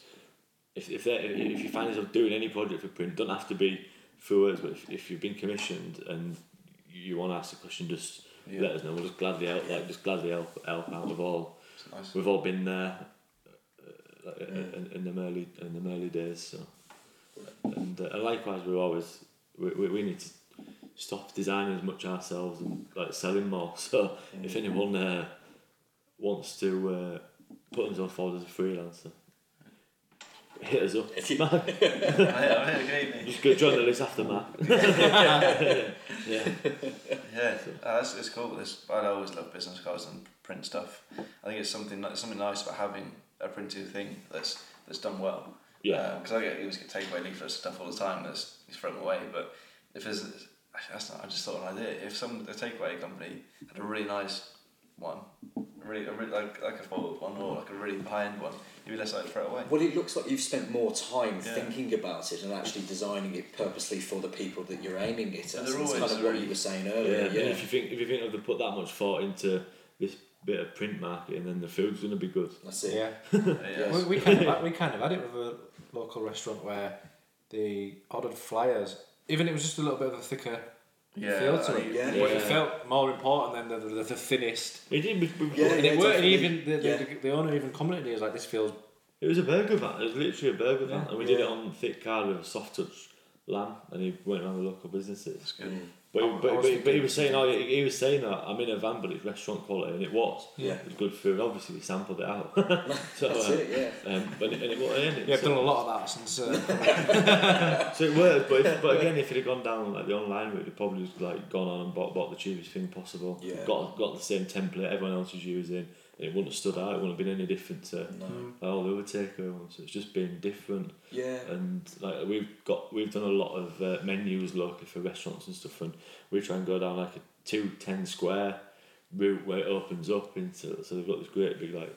[SPEAKER 3] if if they if you find yourself doing any project for print, don't have to be through us, but if, if you've been commissioned and you want to ask a question, just
[SPEAKER 4] Yeah.
[SPEAKER 3] let us know. We'll just gladly help, like just gladly help help out. We've all
[SPEAKER 4] It's nice.
[SPEAKER 3] we've all been there, uh, like, in, in the early in the early days. So and, uh, and likewise, we're always we, we, we need to stop designing as much ourselves and like selling more. So
[SPEAKER 2] Mm.
[SPEAKER 3] if anyone uh, wants to uh, put themselves forward as a freelancer, hit us up. Mark,
[SPEAKER 4] Yeah, yeah, good evening.
[SPEAKER 3] Just go join the list after Matt. yeah.
[SPEAKER 4] Yeah, uh, that's, it's cool. This I always love business cards and print stuff. I think it's something ni- something nice about having a printed thing that's that's done well.
[SPEAKER 3] Yeah.
[SPEAKER 4] Because I get always get takeaway leaflets stuff all the time that's it's thrown away. But if there's that's not, I just thought of an idea. If some a takeaway company had a really nice one, a really, a really like like a foiled one or like a really high end one, you'd be less likely to throw it away.
[SPEAKER 2] Well, it looks like you've spent more time
[SPEAKER 4] Yeah.
[SPEAKER 2] thinking about it and actually designing it purposely for the people that you're aiming it at.
[SPEAKER 4] they're
[SPEAKER 2] It's kind
[SPEAKER 4] always
[SPEAKER 2] of what
[SPEAKER 4] really-
[SPEAKER 2] you were saying
[SPEAKER 3] Yeah,
[SPEAKER 2] earlier.
[SPEAKER 3] and
[SPEAKER 2] Yeah,
[SPEAKER 3] if you think if you think they've put that much thought into this bit of print marketing, then the food's gonna be good.
[SPEAKER 2] that's it.
[SPEAKER 1] yeah.
[SPEAKER 4] Yeah.
[SPEAKER 1] We, we kind of had- we kind of had it with a local restaurant where they ordered flyers. Even it was just a little bit of a thicker
[SPEAKER 4] Yeah,
[SPEAKER 1] feel to
[SPEAKER 4] I
[SPEAKER 1] it,
[SPEAKER 4] think-
[SPEAKER 2] yeah.
[SPEAKER 1] but it
[SPEAKER 3] Yeah.
[SPEAKER 1] felt more important than the the, the thinnest.
[SPEAKER 3] We did. We, we,
[SPEAKER 2] Yeah,
[SPEAKER 1] and it weren't
[SPEAKER 2] definitely.
[SPEAKER 1] even the, the,
[SPEAKER 2] Yeah.
[SPEAKER 1] the, the owner even commented. He was like, "This feels
[SPEAKER 3] It was a burger van. It was literally a burger van, and we did it on thick card with a soft touch lamb, and he went around the local businesses.
[SPEAKER 4] That's
[SPEAKER 2] Mm.
[SPEAKER 4] good.
[SPEAKER 3] But
[SPEAKER 1] I
[SPEAKER 3] he,
[SPEAKER 1] was
[SPEAKER 3] but, but,
[SPEAKER 1] thinking-
[SPEAKER 3] but he was saying, oh, he, he was saying that I'm in a van, but it's restaurant quality, and it was.
[SPEAKER 2] Yeah.
[SPEAKER 3] It was good food. Obviously, we sampled it out. so,
[SPEAKER 2] That's
[SPEAKER 3] uh,
[SPEAKER 2] it, yeah.
[SPEAKER 3] Um, but and it, and it,
[SPEAKER 1] Yeah, I've
[SPEAKER 3] so,
[SPEAKER 1] done a lot of that since. Uh,
[SPEAKER 3] so it worked. But, if, but again, if it had gone down like the online route, it probably just like gone on and bought, bought the cheapest thing possible.
[SPEAKER 2] Yeah.
[SPEAKER 3] Got got the same template everyone else was using. And it wouldn't have stood out. It wouldn't have been any different to
[SPEAKER 2] No.
[SPEAKER 3] all the other takeaway ones. So it's just been different.
[SPEAKER 2] Yeah.
[SPEAKER 3] And like we've got we've done a lot of uh, menus locally for restaurants and stuff, and we try and go down like a two ten square route where it opens up into. So they've got this great big like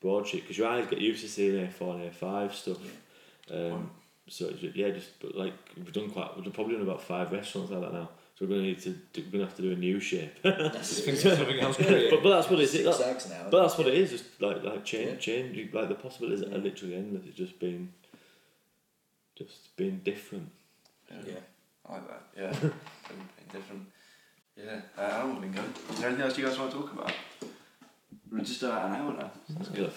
[SPEAKER 3] broadsheet because your eyes get used to seeing A four and A five stuff. Um, so it's, yeah, just but like we've done quite we've probably done about five restaurants like that now. So we're gonna need to do, we're gonna have to do a new shape. but,
[SPEAKER 2] That's it.
[SPEAKER 1] things that something else created.
[SPEAKER 3] but that's what it is. That's,
[SPEAKER 2] Zigzags now.
[SPEAKER 3] but that's what it is. Just like like change
[SPEAKER 2] Yeah.
[SPEAKER 3] change like the possibilities are literally endless. It's just been just being different.
[SPEAKER 2] Yeah.
[SPEAKER 4] I like that. Yeah, Something different. Yeah, uh, how long have we been going? Is there anything else you guys want to talk about? We're just uh, an hour now.
[SPEAKER 3] That's good.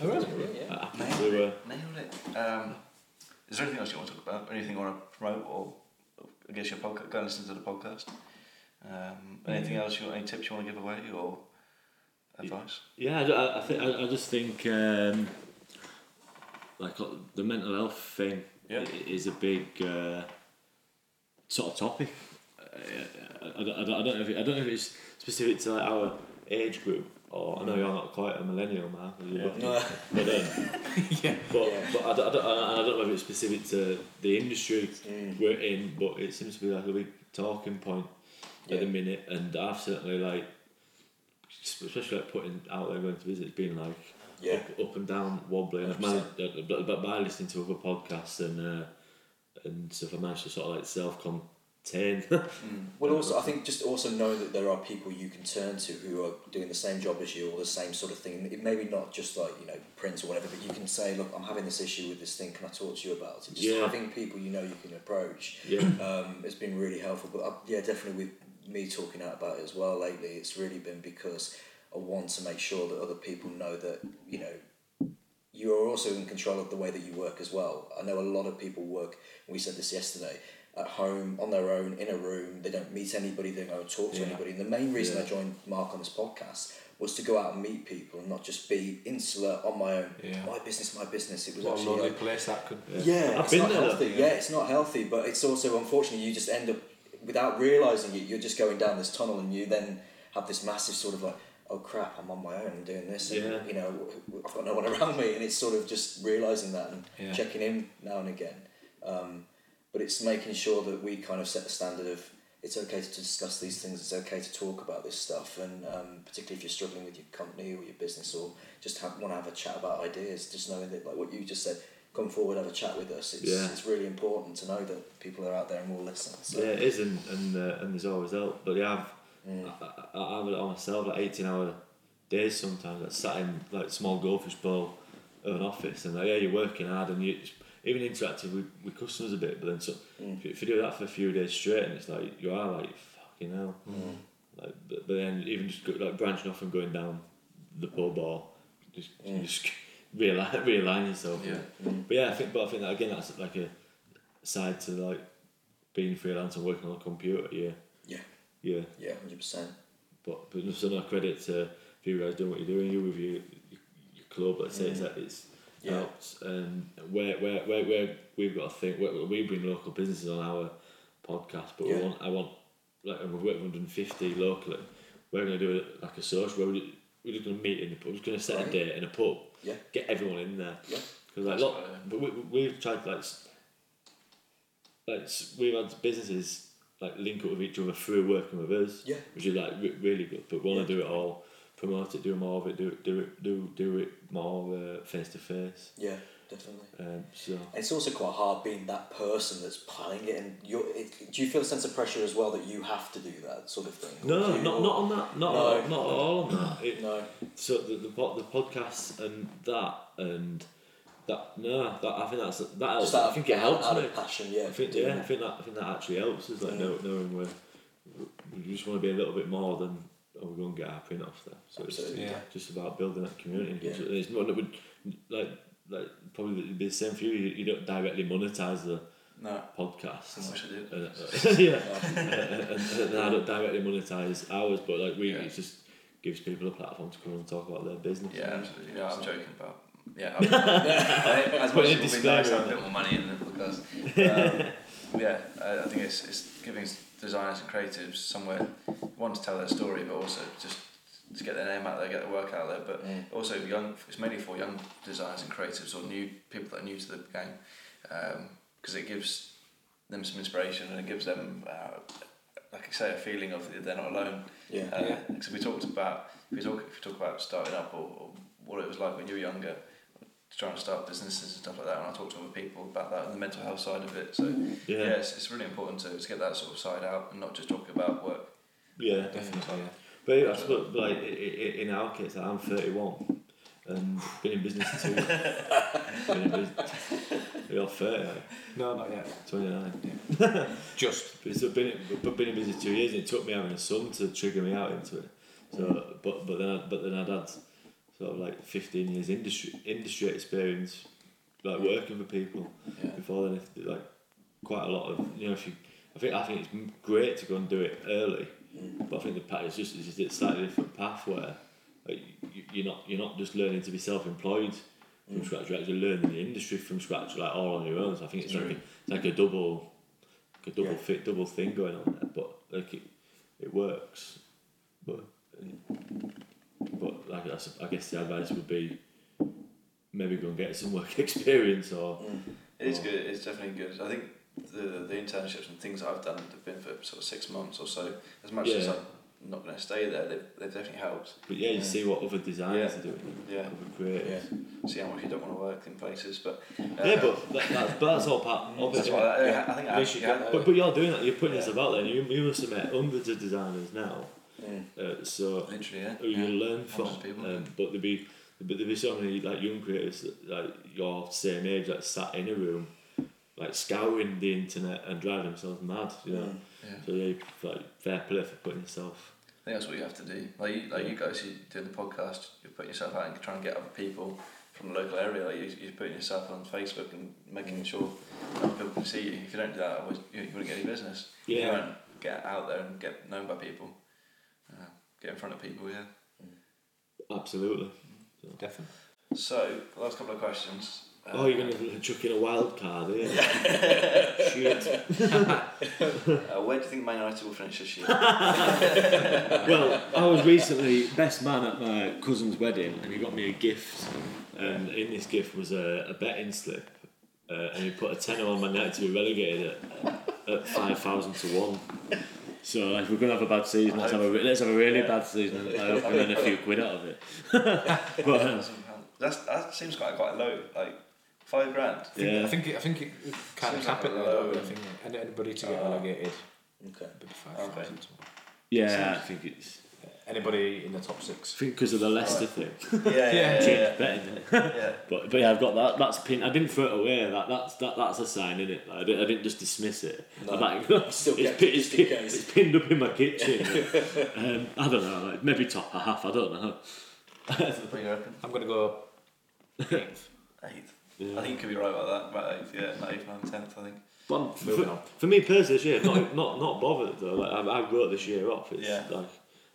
[SPEAKER 2] Yeah.
[SPEAKER 3] Uh, happy
[SPEAKER 4] Nailed
[SPEAKER 3] to, uh,
[SPEAKER 4] it. Nailed it. Um, is there anything else you want to talk about? Anything you want to promote, or I guess your podcast? Go and listen to the podcast. Um, anything else? You any tips you want to give away or advice?
[SPEAKER 3] Yeah, I, ju- I, I think I, I just think um, like uh, the mental health thing
[SPEAKER 4] Yeah.
[SPEAKER 3] i- is a big uh, sort of topic. I, I, I, don't- I don't know if it, I don't know if it's specific to like our age group. Or I know you're not quite a millennial, man.
[SPEAKER 5] Yeah.
[SPEAKER 2] No.
[SPEAKER 3] But, um, but, uh,
[SPEAKER 2] Yeah.
[SPEAKER 3] but I, don't- I, don't, I don't know if it's specific to the industry
[SPEAKER 2] Mm.
[SPEAKER 3] we're in, but it seems to be like a big talking point at the
[SPEAKER 2] Yeah.
[SPEAKER 3] minute. And I've certainly like, especially like putting out there going to visit, it's been like
[SPEAKER 2] Yeah.
[SPEAKER 3] up, up and down, wobbly. And I've managed, uh, but, but by listening to other podcasts and uh, and stuff, I managed to sort of like self contain.
[SPEAKER 2] Well, also, I think just also know that there are people you can turn to who are doing the same job as you or the same sort of thing. It maybe not just like you know print or whatever, but you can say, look, I'm having this issue with this thing. Can I talk to you about it? Just
[SPEAKER 3] Yeah.
[SPEAKER 2] having people you know you can approach.
[SPEAKER 3] yeah.
[SPEAKER 2] Um, it's been really helpful, but uh, yeah, definitely with me talking out about it as well lately, it's really been because I want to make sure that other people know that you know you are also in control of the way that you work as well. I know a lot of people work, and we said this yesterday, at home, on their own, in a room. They don't meet anybody, they don't talk to
[SPEAKER 3] Yeah.
[SPEAKER 2] anybody. And the main reason
[SPEAKER 3] Yeah.
[SPEAKER 2] I joined Mark on this podcast was to go out and meet people and not just be insular on my own.
[SPEAKER 1] Yeah.
[SPEAKER 2] My business, my business. It was
[SPEAKER 1] What a
[SPEAKER 2] actually uh,
[SPEAKER 1] lovely
[SPEAKER 2] like-
[SPEAKER 1] place that could.
[SPEAKER 2] yeah,
[SPEAKER 3] I've
[SPEAKER 2] it's
[SPEAKER 3] been
[SPEAKER 2] not
[SPEAKER 3] there, though.
[SPEAKER 2] healthy. Yeah. it's not healthy, but it's also unfortunately you just end up without realizing it. You're just going down this tunnel, and you then have this massive sort of like, oh crap, I'm on my own, I'm doing this, and
[SPEAKER 3] Yeah.
[SPEAKER 2] you know, I've got no one around me, and it's sort of just realizing that and
[SPEAKER 1] Yeah.
[SPEAKER 2] checking in now and again. Um, but it's making sure that we kind of set the standard of it's okay to discuss these things, it's okay to talk about this stuff, and um, particularly if you're struggling with your company or your business or just have, want to have a chat about ideas, just knowing that, like what you just said, come forward, have a chat with us. It's,
[SPEAKER 3] Yeah.
[SPEAKER 2] it's really important to know that people are out there and will listen. So,
[SPEAKER 3] Yeah, it is, and and, uh, and there's always help. But yeah, I've I, I, I have it on myself like eighteen hour days sometimes. I sat in like small goldfish bowl of an office, and like yeah, you're working hard, and you even interacting with, with customers a bit. But then so if, you, if you do that for a few days straight, and it's like you are like fucking hell. Like, but, but then even just go, like branching off and going down the pub or just you just realign realign yourself.
[SPEAKER 4] Yeah.
[SPEAKER 3] But yeah, I think but I think that again that's like a side to like being freelance and working on a computer, yeah.
[SPEAKER 2] Yeah.
[SPEAKER 3] Yeah.
[SPEAKER 2] yeah, 100%.
[SPEAKER 3] But but just no credit to you guys doing what you're doing, you with your your, your club, let's say it's that it's
[SPEAKER 2] Yeah.
[SPEAKER 3] helped. Um where where where where we've got to think where, we bring local businesses on our podcast, but
[SPEAKER 2] Yeah.
[SPEAKER 3] we want I want like and we've worked with 150 locally. We're gonna do it like a social where we we're just gonna meet in the pub. We're just gonna set
[SPEAKER 2] Right.
[SPEAKER 3] a date in a pub.
[SPEAKER 2] Yeah.
[SPEAKER 3] Get everyone in there.
[SPEAKER 2] Yeah.
[SPEAKER 3] Because like
[SPEAKER 4] That's
[SPEAKER 3] lot,
[SPEAKER 4] right, yeah.
[SPEAKER 3] but we, we- we've tried like, s- like s- we've had businesses like link up with each other through working with us.
[SPEAKER 2] Yeah.
[SPEAKER 3] Which is like re- really good, but we want to
[SPEAKER 2] Yeah.
[SPEAKER 3] do it all, promote it, do more of it, do it, do it, do do it more face to face.
[SPEAKER 2] Yeah, definitely.
[SPEAKER 3] Um. So.
[SPEAKER 2] And It's also quite hard being that person that's planning it, and you're, it, do you feel a sense of pressure as well that you have to do that sort of thing? Or
[SPEAKER 3] No,
[SPEAKER 2] do you-
[SPEAKER 3] not not on that. Not
[SPEAKER 2] No.
[SPEAKER 3] all, not at all on that. It,
[SPEAKER 2] No,
[SPEAKER 3] so the the po- the podcasts and that and that no that I think that's that helps.
[SPEAKER 2] just out
[SPEAKER 3] I
[SPEAKER 2] of,
[SPEAKER 3] think it helps.
[SPEAKER 2] out
[SPEAKER 3] me.
[SPEAKER 2] of passion, yeah.
[SPEAKER 3] I think
[SPEAKER 2] doing
[SPEAKER 3] yeah, I
[SPEAKER 2] it.
[SPEAKER 3] think that I think that actually helps us like
[SPEAKER 2] Mm.
[SPEAKER 3] know- knowing we're we just want to be a little bit more than oh, we're going to get our print off there. So it's
[SPEAKER 2] Absolutely.
[SPEAKER 1] Yeah.
[SPEAKER 3] just about building that community.
[SPEAKER 2] Yeah.
[SPEAKER 3] So It's not that we like like probably the- the same for you. You, you don't directly monetize the
[SPEAKER 4] No,
[SPEAKER 3] podcast.
[SPEAKER 4] I wish I did.
[SPEAKER 3] Uh, uh, yeah, and, and, and I don't directly monetize ours, but like we,
[SPEAKER 4] Yeah.
[SPEAKER 3] it just gives people a platform to come and talk about their business.
[SPEAKER 4] Yeah, absolutely. Yeah, I'm joking about. Yeah, I'm, I, as much as it would be nice to have a bit more money in the podcast. Um, yeah, I, I think it's, it's giving s- designers and creatives somewhere, one to tell their story, but also just to get their name out there, get their work out there. But also young, it's mainly for young designers and creatives or new people that are new to the game, because it gives them some inspiration and it gives them, uh, like I say, a feeling of they're not alone.
[SPEAKER 2] Yeah.
[SPEAKER 4] Because Uh, we talked about if we talk if we talk about starting up or, or what it was like when you were younger, trying to start businesses and stuff like that, and I talked to other people about that and the mental health side of it. So Mm-hmm. yeah,
[SPEAKER 3] yeah,
[SPEAKER 4] it's, it's really important to, to get that sort of side out and not just talking about work.
[SPEAKER 3] yeah.
[SPEAKER 1] Definitely.
[SPEAKER 3] But I suppose, but, like i- i- i- in our case, I'm 31 and been in business too. been in business. You're 30, like,
[SPEAKER 1] No, not yet.
[SPEAKER 3] 29.
[SPEAKER 1] Just
[SPEAKER 3] But it's been but been in business two years, and it took me having a son to trigger me out into it. So, but but then I, but then I'd had sort of like 15 years industry industry experience, like working for people
[SPEAKER 2] Yeah.
[SPEAKER 3] before then. If, like quite a lot of you know, if you, I think I think it's m- great to go and do it early, but I think the path is just it's just a slightly different path where like, you, you're not you're not just learning to be self-employed from scratch. You're actually learning the industry from scratch, like all on your own. So I think it's like a, it's like a double, like a double
[SPEAKER 1] Yeah.
[SPEAKER 3] fit, double thing going on there. But like it, it works. But but like I, sup- I guess the advice would be maybe go and get some work experience or
[SPEAKER 2] Mm,
[SPEAKER 4] It is
[SPEAKER 3] Oh.
[SPEAKER 4] good. It's definitely good. I think the the internships and things that I've done have been for sort of six months or so. As much as
[SPEAKER 3] Yeah.
[SPEAKER 4] I'm not going to stay there, they've, they've definitely helped.
[SPEAKER 3] but yeah you
[SPEAKER 4] Yeah.
[SPEAKER 3] see what other designers
[SPEAKER 4] Yeah.
[SPEAKER 3] are doing
[SPEAKER 4] Yeah,
[SPEAKER 3] other creators
[SPEAKER 4] see how much you don't want to work in places, but uh,
[SPEAKER 3] yeah, but that, that's, but that's all part of it
[SPEAKER 4] that's
[SPEAKER 3] isn't
[SPEAKER 4] why
[SPEAKER 3] it?
[SPEAKER 4] I, I think I
[SPEAKER 1] They should
[SPEAKER 4] actually had
[SPEAKER 1] get
[SPEAKER 3] but, but you're doing that you're putting this about there and you, you must have met hundreds of designers now
[SPEAKER 2] mm,
[SPEAKER 3] uh, so
[SPEAKER 4] literally yeah.
[SPEAKER 3] who you learn from.
[SPEAKER 4] Hundreds of people.
[SPEAKER 3] Um, but there'd be but there'd be so many like young creators that, like your same age like sat in a room, like scouring the internet and driving themselves mad. You know,
[SPEAKER 2] mm.
[SPEAKER 4] Yeah.
[SPEAKER 3] so they like fair play for putting yourself.
[SPEAKER 4] I think that's what you have to do. Like you, like you guys, you doing the podcast, you're putting yourself out and trying to get other people from the local area. Like you, you're putting yourself on Facebook and making sure other people can see you. If you don't do that, otherwise you, you wouldn't get any business. If
[SPEAKER 3] Yeah.
[SPEAKER 4] You don't get out there and get known by people. Uh, get in front of people, yeah.
[SPEAKER 3] Absolutely.
[SPEAKER 1] definitely.
[SPEAKER 4] So last couple of questions. Uh,
[SPEAKER 3] oh, you're gonna chuck in a wild card, are you? Shoot.
[SPEAKER 4] uh, where do you think Man United will finish this year?
[SPEAKER 3] well, I was recently best man at my cousin's wedding, and he got me a gift. And in this gift was a, a betting slip, uh, and he put a tenner on my neck to be relegated at, at five thousand to one. So like, if we're gonna have a bad season, let's have a re- let's have a really bad season. I hope we earn a few quid out of it. but um,
[SPEAKER 4] That's, that seems quite quite low. Like five grand.
[SPEAKER 1] Yeah. I
[SPEAKER 3] yeah,
[SPEAKER 1] think it, I think it kind of
[SPEAKER 4] Seems like a
[SPEAKER 1] happened. Like Oh.
[SPEAKER 4] low-
[SPEAKER 1] I think and anybody to get relegated,
[SPEAKER 2] Okay.
[SPEAKER 1] it'd be five thousand.
[SPEAKER 3] yeah, I think it's
[SPEAKER 1] Anybody in the top six.
[SPEAKER 3] because of the Leicester thing.
[SPEAKER 4] Yeah, yeah, yeah. yeah, yeah.
[SPEAKER 3] betting.
[SPEAKER 4] yeah.
[SPEAKER 3] But, but yeah, I've got that. That's pin. I didn't throw it away. That that's that, that's a sign, isn't it? Like, I, didn't, I didn't just dismiss it. I'm like,
[SPEAKER 2] Still
[SPEAKER 3] it's,
[SPEAKER 2] kept
[SPEAKER 3] pin,
[SPEAKER 2] it
[SPEAKER 3] it's,
[SPEAKER 2] just in
[SPEAKER 3] pin-
[SPEAKER 2] case.
[SPEAKER 3] it's pinned up in my kitchen. um, I don't know. Like maybe top half. I don't know.
[SPEAKER 4] What do you reckon?
[SPEAKER 1] I'm gonna go eighth.
[SPEAKER 4] Eighth.
[SPEAKER 3] Yeah.
[SPEAKER 4] I think you could be right about that. About eighth, yeah, not eighth, ninth, tenth. I think.
[SPEAKER 3] But I'm-
[SPEAKER 1] Moving
[SPEAKER 3] for,
[SPEAKER 1] on.
[SPEAKER 3] for me personally, this year, not not not bothered though. Like I, I wrote this year off. It's
[SPEAKER 4] Yeah.
[SPEAKER 3] like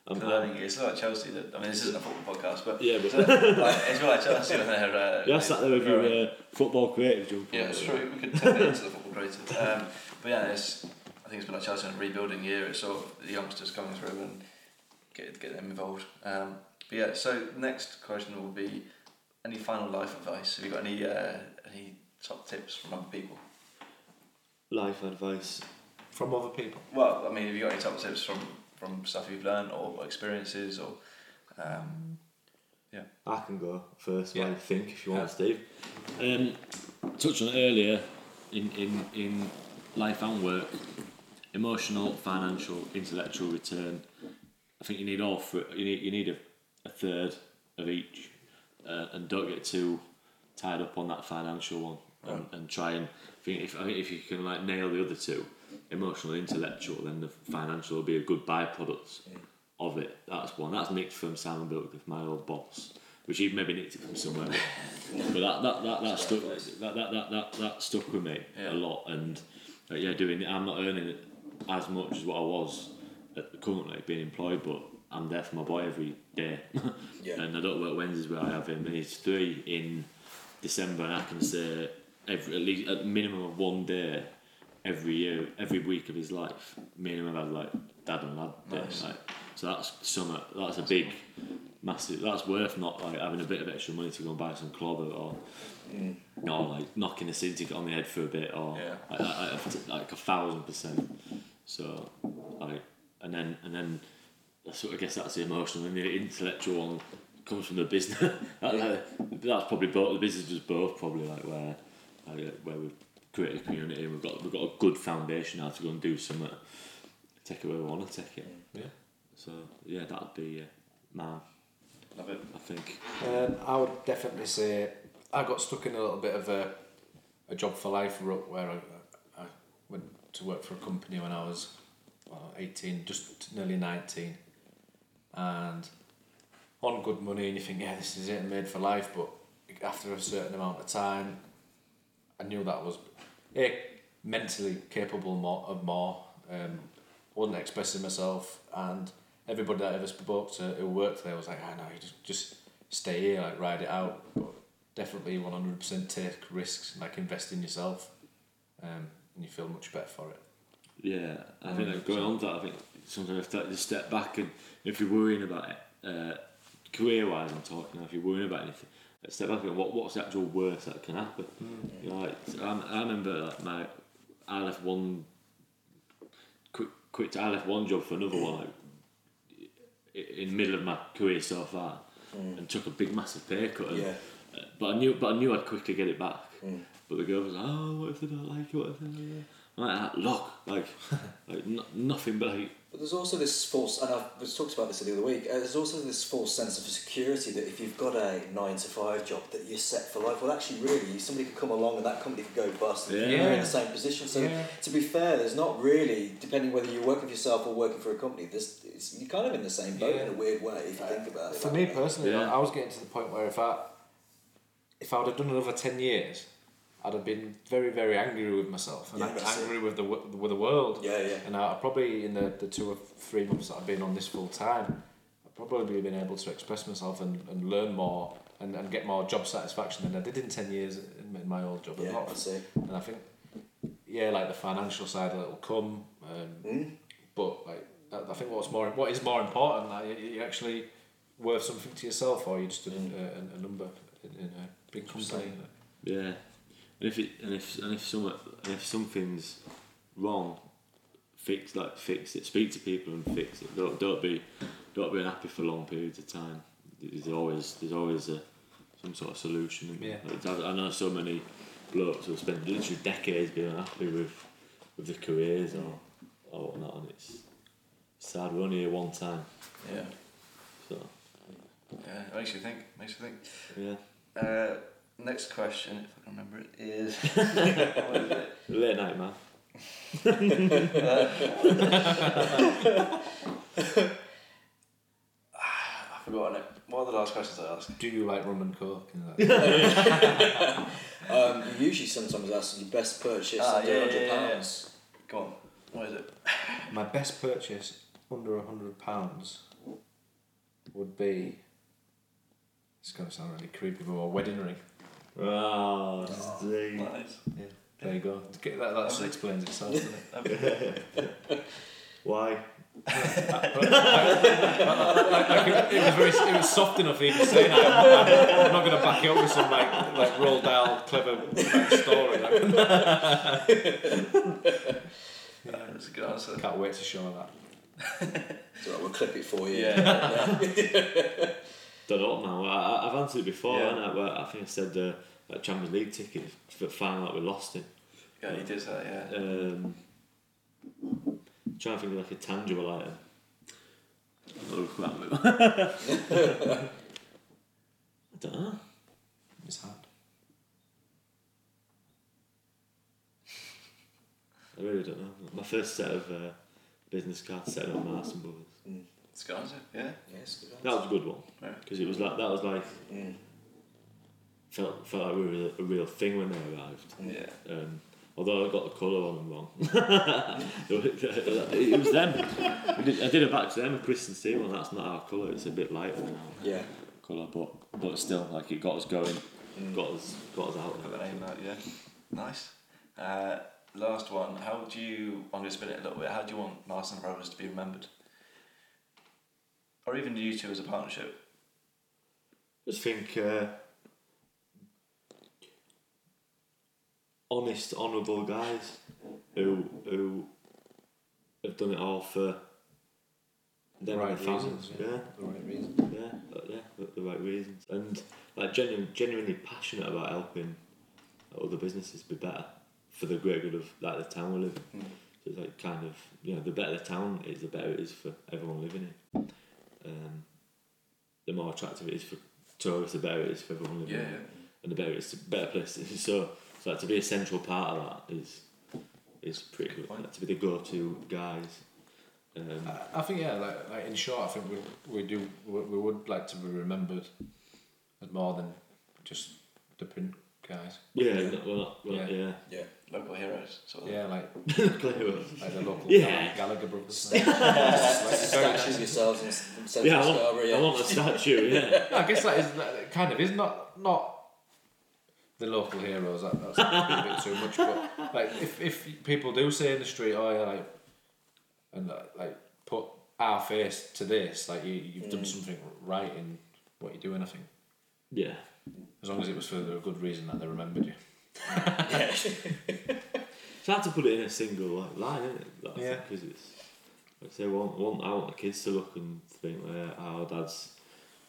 [SPEAKER 3] I'm,
[SPEAKER 4] Because I think it's like Chelsea. That, I mean, this isn't a football podcast, but
[SPEAKER 3] Yeah, but-
[SPEAKER 4] it's, like, it's like Chelsea when they're. Uh,
[SPEAKER 3] yeah, I sat there with your
[SPEAKER 4] growing.
[SPEAKER 3] uh, football creative jump.
[SPEAKER 4] Yeah, it's true. We could turn it into the football creative. Um, but yeah, it's. I think it's been like Chelsea in a rebuilding year. It's sort of the youngsters coming through and get get them involved. Um, but yeah, so next question will be any final life advice? Have you got any uh, any top tips from other people?
[SPEAKER 3] Life advice.
[SPEAKER 1] From other people.
[SPEAKER 4] Well, I mean, have you got any top tips from from stuff you've learned or experiences or? Um,
[SPEAKER 3] I can go first.
[SPEAKER 1] Yeah.
[SPEAKER 3] I think if you want, Steve. Um, touched on it earlier in, in in life and work, emotional, financial, intellectual return. I think you need all thr you need you need a, a third of each, uh, and don't get too tied up on that financial one, and, and try and I think if I think if you can like nail the other two, emotional, intellectual, then the financial will be a good byproduct of it. That's one. That's nicked from Simon Bilk, my old boss, which he maybe nicked it from somewhere. but that that that, that stuck that, that, that, that, that stuck with me
[SPEAKER 4] Yeah.
[SPEAKER 3] a lot and uh, yeah doing I'm not earning as much as what I was at, currently being employed but I'm there for my boy every day
[SPEAKER 2] Yeah.
[SPEAKER 3] and I don't work Wednesdays where I have him and he's three in December and I can say every at least at minimum of one day every year every week of his life me and him have had like dad and lad day
[SPEAKER 4] Nice.
[SPEAKER 3] like so that's summer that's a big massive that's worth not like having a bit of extra money to go and buy some clobber or no, like knocking a city on the head for a bit, or
[SPEAKER 4] Mm. Yeah.
[SPEAKER 3] like, like, like, like a thousand percent. So, like, and then and then I sort of guess that's the emotional and the intellectual one comes from the business. that, that- that's probably both. The business was both probably like where like, where we've created a community and we've got we've got a good foundation now to go and do something. Take it where we want to take it.
[SPEAKER 1] Yeah.
[SPEAKER 3] So yeah, that'd be uh, man.
[SPEAKER 4] Love it.
[SPEAKER 3] I think
[SPEAKER 1] Um, I would definitely say I got stuck in a little bit of a, a job for life rut where I, I went to work for a company when I was well, 18, just nearly 19. And on good money, and you think, yeah, this is it, I'm made for life. But after a certain amount of time, I knew that was eh, mentally capable more, of more. Um, wasn't expressing myself, and everybody that I ever spoke to who worked there was like, I know, you just, just stay here, like ride it out. But definitely 100% take risks, and, like invest in yourself, um, and you feel much better for it.
[SPEAKER 3] Yeah, I think like, going on to that, I think sometimes you have to like, just step back and if you're worrying about it, uh, career wise, I'm talking. If you're worrying about anything, like, step back and what what's the actual worst that can happen? You know, like um, I remember like my I left one quit quit I left one job for another one like, i- in the middle of my career so far, and took a big massive pay cut. And,
[SPEAKER 2] Yeah. Mm.
[SPEAKER 3] uh, But I knew, but I knew I'd quickly get it back. But the girl was like, "Oh, what if they don't like you? What if they don't like you?" I'm like, "Ah, "Look, like, like no, nothing but like,
[SPEAKER 2] But there's also this false, and I was talked about this the other week. Uh, there's also this false sense of security that if you've got a nine to five job that you're set for life. Well, actually, really, somebody could come along and that company could go bust. And
[SPEAKER 3] Yeah.
[SPEAKER 2] You're in the same position. So
[SPEAKER 1] Yeah.
[SPEAKER 2] to be fair, there's not really depending whether you're working for yourself or working for a company. This it's, you're kind of in the same boat
[SPEAKER 1] Yeah.
[SPEAKER 2] in a weird way if you think about it.
[SPEAKER 1] For me personally,
[SPEAKER 3] Yeah.
[SPEAKER 1] like, I was getting to the point where if I if I would have done another ten years, I'd have been very very angry with myself and
[SPEAKER 2] Yeah,
[SPEAKER 1] ang-
[SPEAKER 2] that's it.
[SPEAKER 1] angry with the wo- with the world.
[SPEAKER 2] Yeah, yeah.
[SPEAKER 1] And I I probably in the, the two or three months that I've been on this full time, I've probably been able to express myself and, and learn more and, and get more job satisfaction than I did in ten years in, in my old job.
[SPEAKER 2] Yeah,
[SPEAKER 1] And, not-
[SPEAKER 2] that's it.
[SPEAKER 1] and I think yeah, like the financial side of it will come. Um,
[SPEAKER 2] Mm.
[SPEAKER 1] but like, I I think what's more, what is more important, like you- you're actually worth something to yourself, or you're just a, a, a number in, in a big company.
[SPEAKER 3] yeah." And if it and if and if some and if something's wrong, fix like fix it. Speak to people and fix it. Don't don't be don't be unhappy for long periods of time. There's always there's always a some sort of solution. isn't there?
[SPEAKER 1] Yeah.
[SPEAKER 3] Like, I, I know so many blokes who spend literally decades being unhappy with with their careers or or whatnot, and it's sad. We're only here one time,
[SPEAKER 4] Yeah.
[SPEAKER 3] so
[SPEAKER 4] Yeah. It makes you think. Makes you think.
[SPEAKER 3] yeah.
[SPEAKER 4] Uh, next question, if I can remember it, is. what is it?
[SPEAKER 3] Late night man.
[SPEAKER 4] Ah, I've forgotten it. What are the last questions I asked?
[SPEAKER 1] Do you like rum and coke? And that?
[SPEAKER 2] Um, you usually sometimes ask your best purchase
[SPEAKER 4] Ah,
[SPEAKER 2] under
[SPEAKER 4] yeah,
[SPEAKER 2] hundred
[SPEAKER 4] yeah, yeah, yeah.
[SPEAKER 2] pounds.
[SPEAKER 4] Go on. What is it?
[SPEAKER 1] My best purchase under a hundred pounds would be. It's gonna sound really creepy, but a wedding ring.
[SPEAKER 3] Oh,
[SPEAKER 4] Nice.
[SPEAKER 1] There you go. Get That, that just explains itself. doesn't it?
[SPEAKER 3] Why?
[SPEAKER 1] Like, it, it was very, it was soft enough even saying that. I'm, I'm not gonna back it up with some like like roll down clever like, story. Like,
[SPEAKER 4] That's a good answer.
[SPEAKER 1] I can't wait to show that.
[SPEAKER 2] It's all right, we'll clip it for you.
[SPEAKER 4] Yeah.
[SPEAKER 3] Don't know, man. Well, I, I've answered it before,
[SPEAKER 4] Yeah.
[SPEAKER 3] yeah. I? Where I think I said uh, like Champions League ticket for final that we lost it.
[SPEAKER 4] Yeah, he does that, yeah.
[SPEAKER 3] Um, trying to think of like a tangible item. Oh, crap. I don't know.
[SPEAKER 1] It's hard.
[SPEAKER 3] I really don't know. My first set of uh, business cards set up Marks and Brothers.
[SPEAKER 4] It's a good answer, yeah.
[SPEAKER 2] Yes, good
[SPEAKER 3] That was a good one
[SPEAKER 4] Yeah.
[SPEAKER 3] because it was like that was like
[SPEAKER 2] Mm.
[SPEAKER 3] felt felt like we were a real thing when they arrived.
[SPEAKER 4] Yeah.
[SPEAKER 3] Um, although I got the colour on them wrong. it was them. I did, I did a back to them, a Kristen Steel one. That's not our colour. It's a bit lighter now
[SPEAKER 2] Yeah.
[SPEAKER 3] colour, but but still, like it got us going, got us got us out
[SPEAKER 4] Got
[SPEAKER 3] there.
[SPEAKER 4] the name out, yeah. Nice. Uh, last one. How do you? I'm going to spin it a little bit. How do you want Marston Brothers to be remembered? Or even you two as a partnership?
[SPEAKER 3] just think uh, honest, honourable guys who who have done it all for them
[SPEAKER 1] Right
[SPEAKER 3] and their families.
[SPEAKER 1] reasons, yeah.
[SPEAKER 3] yeah.
[SPEAKER 1] The right reason.
[SPEAKER 3] yeah, but yeah, the, the right reasons, and like genuine, genuinely passionate about helping other businesses be better for the greater good of like the town we live in.
[SPEAKER 4] Mm.
[SPEAKER 3] So it's like kind of you know the better the town is, the better it is for everyone living in. Um, the more attractive it is for tourists, the better it is for everyone living
[SPEAKER 4] Yeah.
[SPEAKER 3] in and the better it's a better place. So, so like, to be a central part of that is is pretty good. Like, to be the go-to guys. Um,
[SPEAKER 1] I, I think yeah, like, like in short, I think we we do we, we would like to be remembered as more than just the print guys.
[SPEAKER 3] yeah, we're not, we're not, we're not-
[SPEAKER 1] Yeah.
[SPEAKER 3] yeah.
[SPEAKER 2] Yeah.
[SPEAKER 4] Local heroes. Sort of.
[SPEAKER 1] Yeah, like
[SPEAKER 3] Clear up.
[SPEAKER 1] like the local
[SPEAKER 3] Yeah.
[SPEAKER 1] Gallagher brothers. Like, very-
[SPEAKER 2] Statues yourselves in in Central
[SPEAKER 3] Yeah, I want,
[SPEAKER 2] Scarborough, yeah.
[SPEAKER 3] I want a statue. Yeah,
[SPEAKER 1] No, I guess that is that it kind of is not not the local heroes. That, that's a bit too much. But like, if, if people do say in the street, oh yeah, like, and uh, like put our face to this, like you you've done something right in what you're doing. I think
[SPEAKER 3] yeah.
[SPEAKER 1] as long as it was for a good reason that they remembered you.
[SPEAKER 3] It's hard to put it in a single like, line, isn't it? Like,
[SPEAKER 1] Yeah.
[SPEAKER 3] Because it's like I say, I want, I want, I want the kids to look and think like our dad's.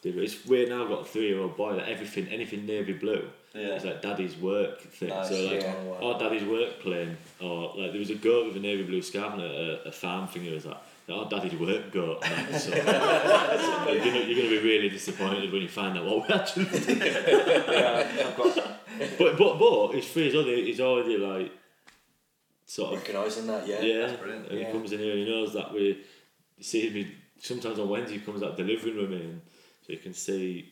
[SPEAKER 3] Did it. It's weird now. I've got a three-year-old boy that everything, anything navy blue.
[SPEAKER 4] Yeah.
[SPEAKER 3] It's like daddy's work thing.
[SPEAKER 4] Nice,
[SPEAKER 3] so like,
[SPEAKER 1] yeah.
[SPEAKER 2] Oh, wow.
[SPEAKER 3] our daddy's work plane, or like there was a goat with a navy blue scarf and a, a- a farm thing. It was like, our daddy's work goat. Like, so, you're, gonna, you're gonna be really disappointed when you find out what we actually did. but but but it's free. He's already, he's already like sort of
[SPEAKER 2] Recognising that, yeah.
[SPEAKER 3] yeah.
[SPEAKER 4] brilliant.
[SPEAKER 3] And
[SPEAKER 1] Yeah.
[SPEAKER 3] he comes in here and he knows that we he sees me sometimes on Wednesday he comes out delivering with me and so you can see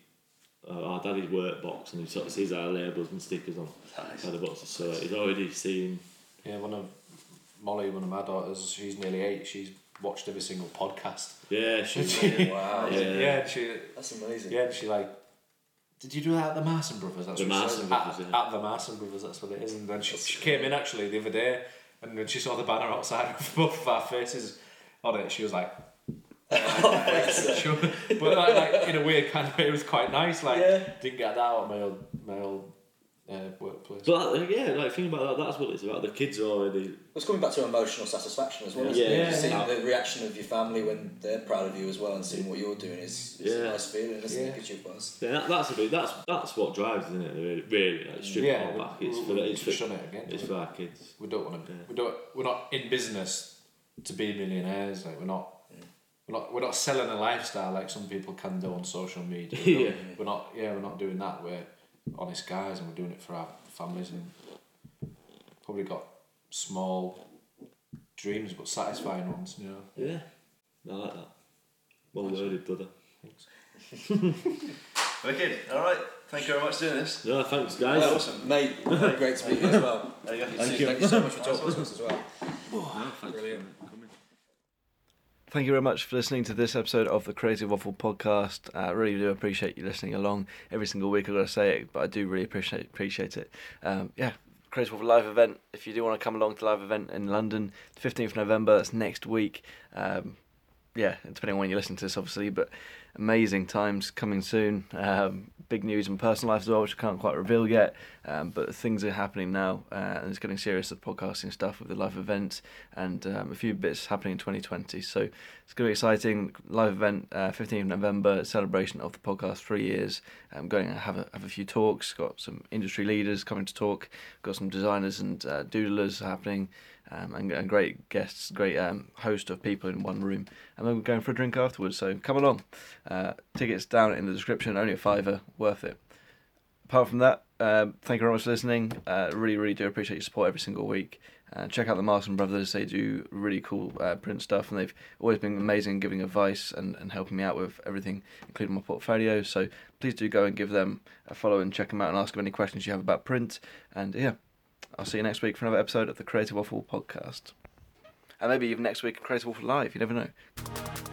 [SPEAKER 3] uh, our daddy's work box and he sort of sees our labels and stickers on
[SPEAKER 4] Nice.
[SPEAKER 3] the boxes. So like, he's already seen
[SPEAKER 1] Yeah, one of Molly, one of my daughters, she's nearly eight. She's watched every single podcast.
[SPEAKER 3] yeah, she's
[SPEAKER 2] Wow.
[SPEAKER 3] Yeah.
[SPEAKER 1] yeah, she
[SPEAKER 2] That's amazing.
[SPEAKER 1] Yeah, and she like, did you do that at the Marson Brothers? That's
[SPEAKER 3] The
[SPEAKER 1] what she
[SPEAKER 3] Marson
[SPEAKER 1] says.
[SPEAKER 3] Brothers,
[SPEAKER 1] at,
[SPEAKER 3] yeah.
[SPEAKER 1] at the Marson Brothers, that's what it is. And then she, she came in actually the other day, and when she saw the banner outside with both of our faces on it, she was like,
[SPEAKER 2] Oh,
[SPEAKER 1] Sure. but like, like, in a weird kind of way, it was quite nice. Like,
[SPEAKER 2] Yeah.
[SPEAKER 1] didn't get that out of my old my old uh, workplace.
[SPEAKER 3] but that, yeah, like think about that. That's what it's about. The kids are already
[SPEAKER 2] It's coming back to emotional satisfaction as well, isn't
[SPEAKER 3] Yeah.
[SPEAKER 2] it? Just
[SPEAKER 3] Yeah.
[SPEAKER 2] Seeing the reaction of your family when they're proud of you as well and seeing what you're doing is, is a
[SPEAKER 3] Yeah.
[SPEAKER 2] nice feeling, isn't
[SPEAKER 1] Yeah.
[SPEAKER 2] it? Gives you a buzz.
[SPEAKER 3] yeah, that, that's a bit that's that's what drives, isn't it? Really, really like strip
[SPEAKER 1] yeah,
[SPEAKER 3] it all Oh, back.
[SPEAKER 1] we-
[SPEAKER 3] It's
[SPEAKER 1] we-
[SPEAKER 3] for
[SPEAKER 1] we
[SPEAKER 3] it's
[SPEAKER 1] touched
[SPEAKER 3] for,
[SPEAKER 1] on it again.
[SPEAKER 3] it's for our kids.
[SPEAKER 1] we don't want to.
[SPEAKER 3] Yeah.
[SPEAKER 1] We don't. We're not in business to be millionaires. Like we're not. We're not. We're not selling a lifestyle like some people can do on social media. We're not-
[SPEAKER 3] Yeah.
[SPEAKER 1] We're not. Yeah, we're not doing that. We're honest guys, and we're doing it for our families, and probably got small dreams, but satisfying ones. You know.
[SPEAKER 3] Yeah, I like that. Well worded, brother.
[SPEAKER 4] Wicked. All right. Thank you very much for doing this.
[SPEAKER 3] No, thanks, guys.
[SPEAKER 4] Well, awesome.
[SPEAKER 2] Mate, great to meet you as well.
[SPEAKER 4] There you go.
[SPEAKER 2] Thank you, so much for talking to us as well.
[SPEAKER 3] Brilliant.
[SPEAKER 6] Thank you very much for listening to this episode of the Creative Waffle podcast. I really do appreciate you listening along every single week. I've got to say it, but I do really appreciate appreciate it. Um, yeah, Creative Waffle live event. If you do want to come along to the live event in London, fifteenth November. That's next week. Um, yeah, depending on when you listen to this, obviously, but amazing times coming soon. Um, big news in personal life as well, which I can't quite reveal yet. Um, but things are happening now, uh, and it's getting serious. The podcasting stuff with the live events and um, a few bits happening in 2020. So it's going to be exciting. Live event, uh, 15th of November, celebration of the podcast three years. I'm going to have a, have a few talks. Got some industry leaders coming to talk. Got some designers and uh, doodlers happening, um, and, and great guests, great um, host of people in one room. And then we're going for a drink afterwards. So come along. Uh, tickets down in the description. Only a fiver, worth it. Apart from that,
[SPEAKER 4] um, thank you very much for listening. Uh, really, really do appreciate your support every single week. Uh, check out the Marston Brothers. They do really cool uh, print stuff, and they've always been amazing giving advice and, and helping me out with everything, including my portfolio. So please do go and give them a follow and check them out and ask them any questions you have about print. And yeah, I'll see you next week for another episode of the Creative Waffle podcast. And maybe even next week, Creative Waffle Live. You never know.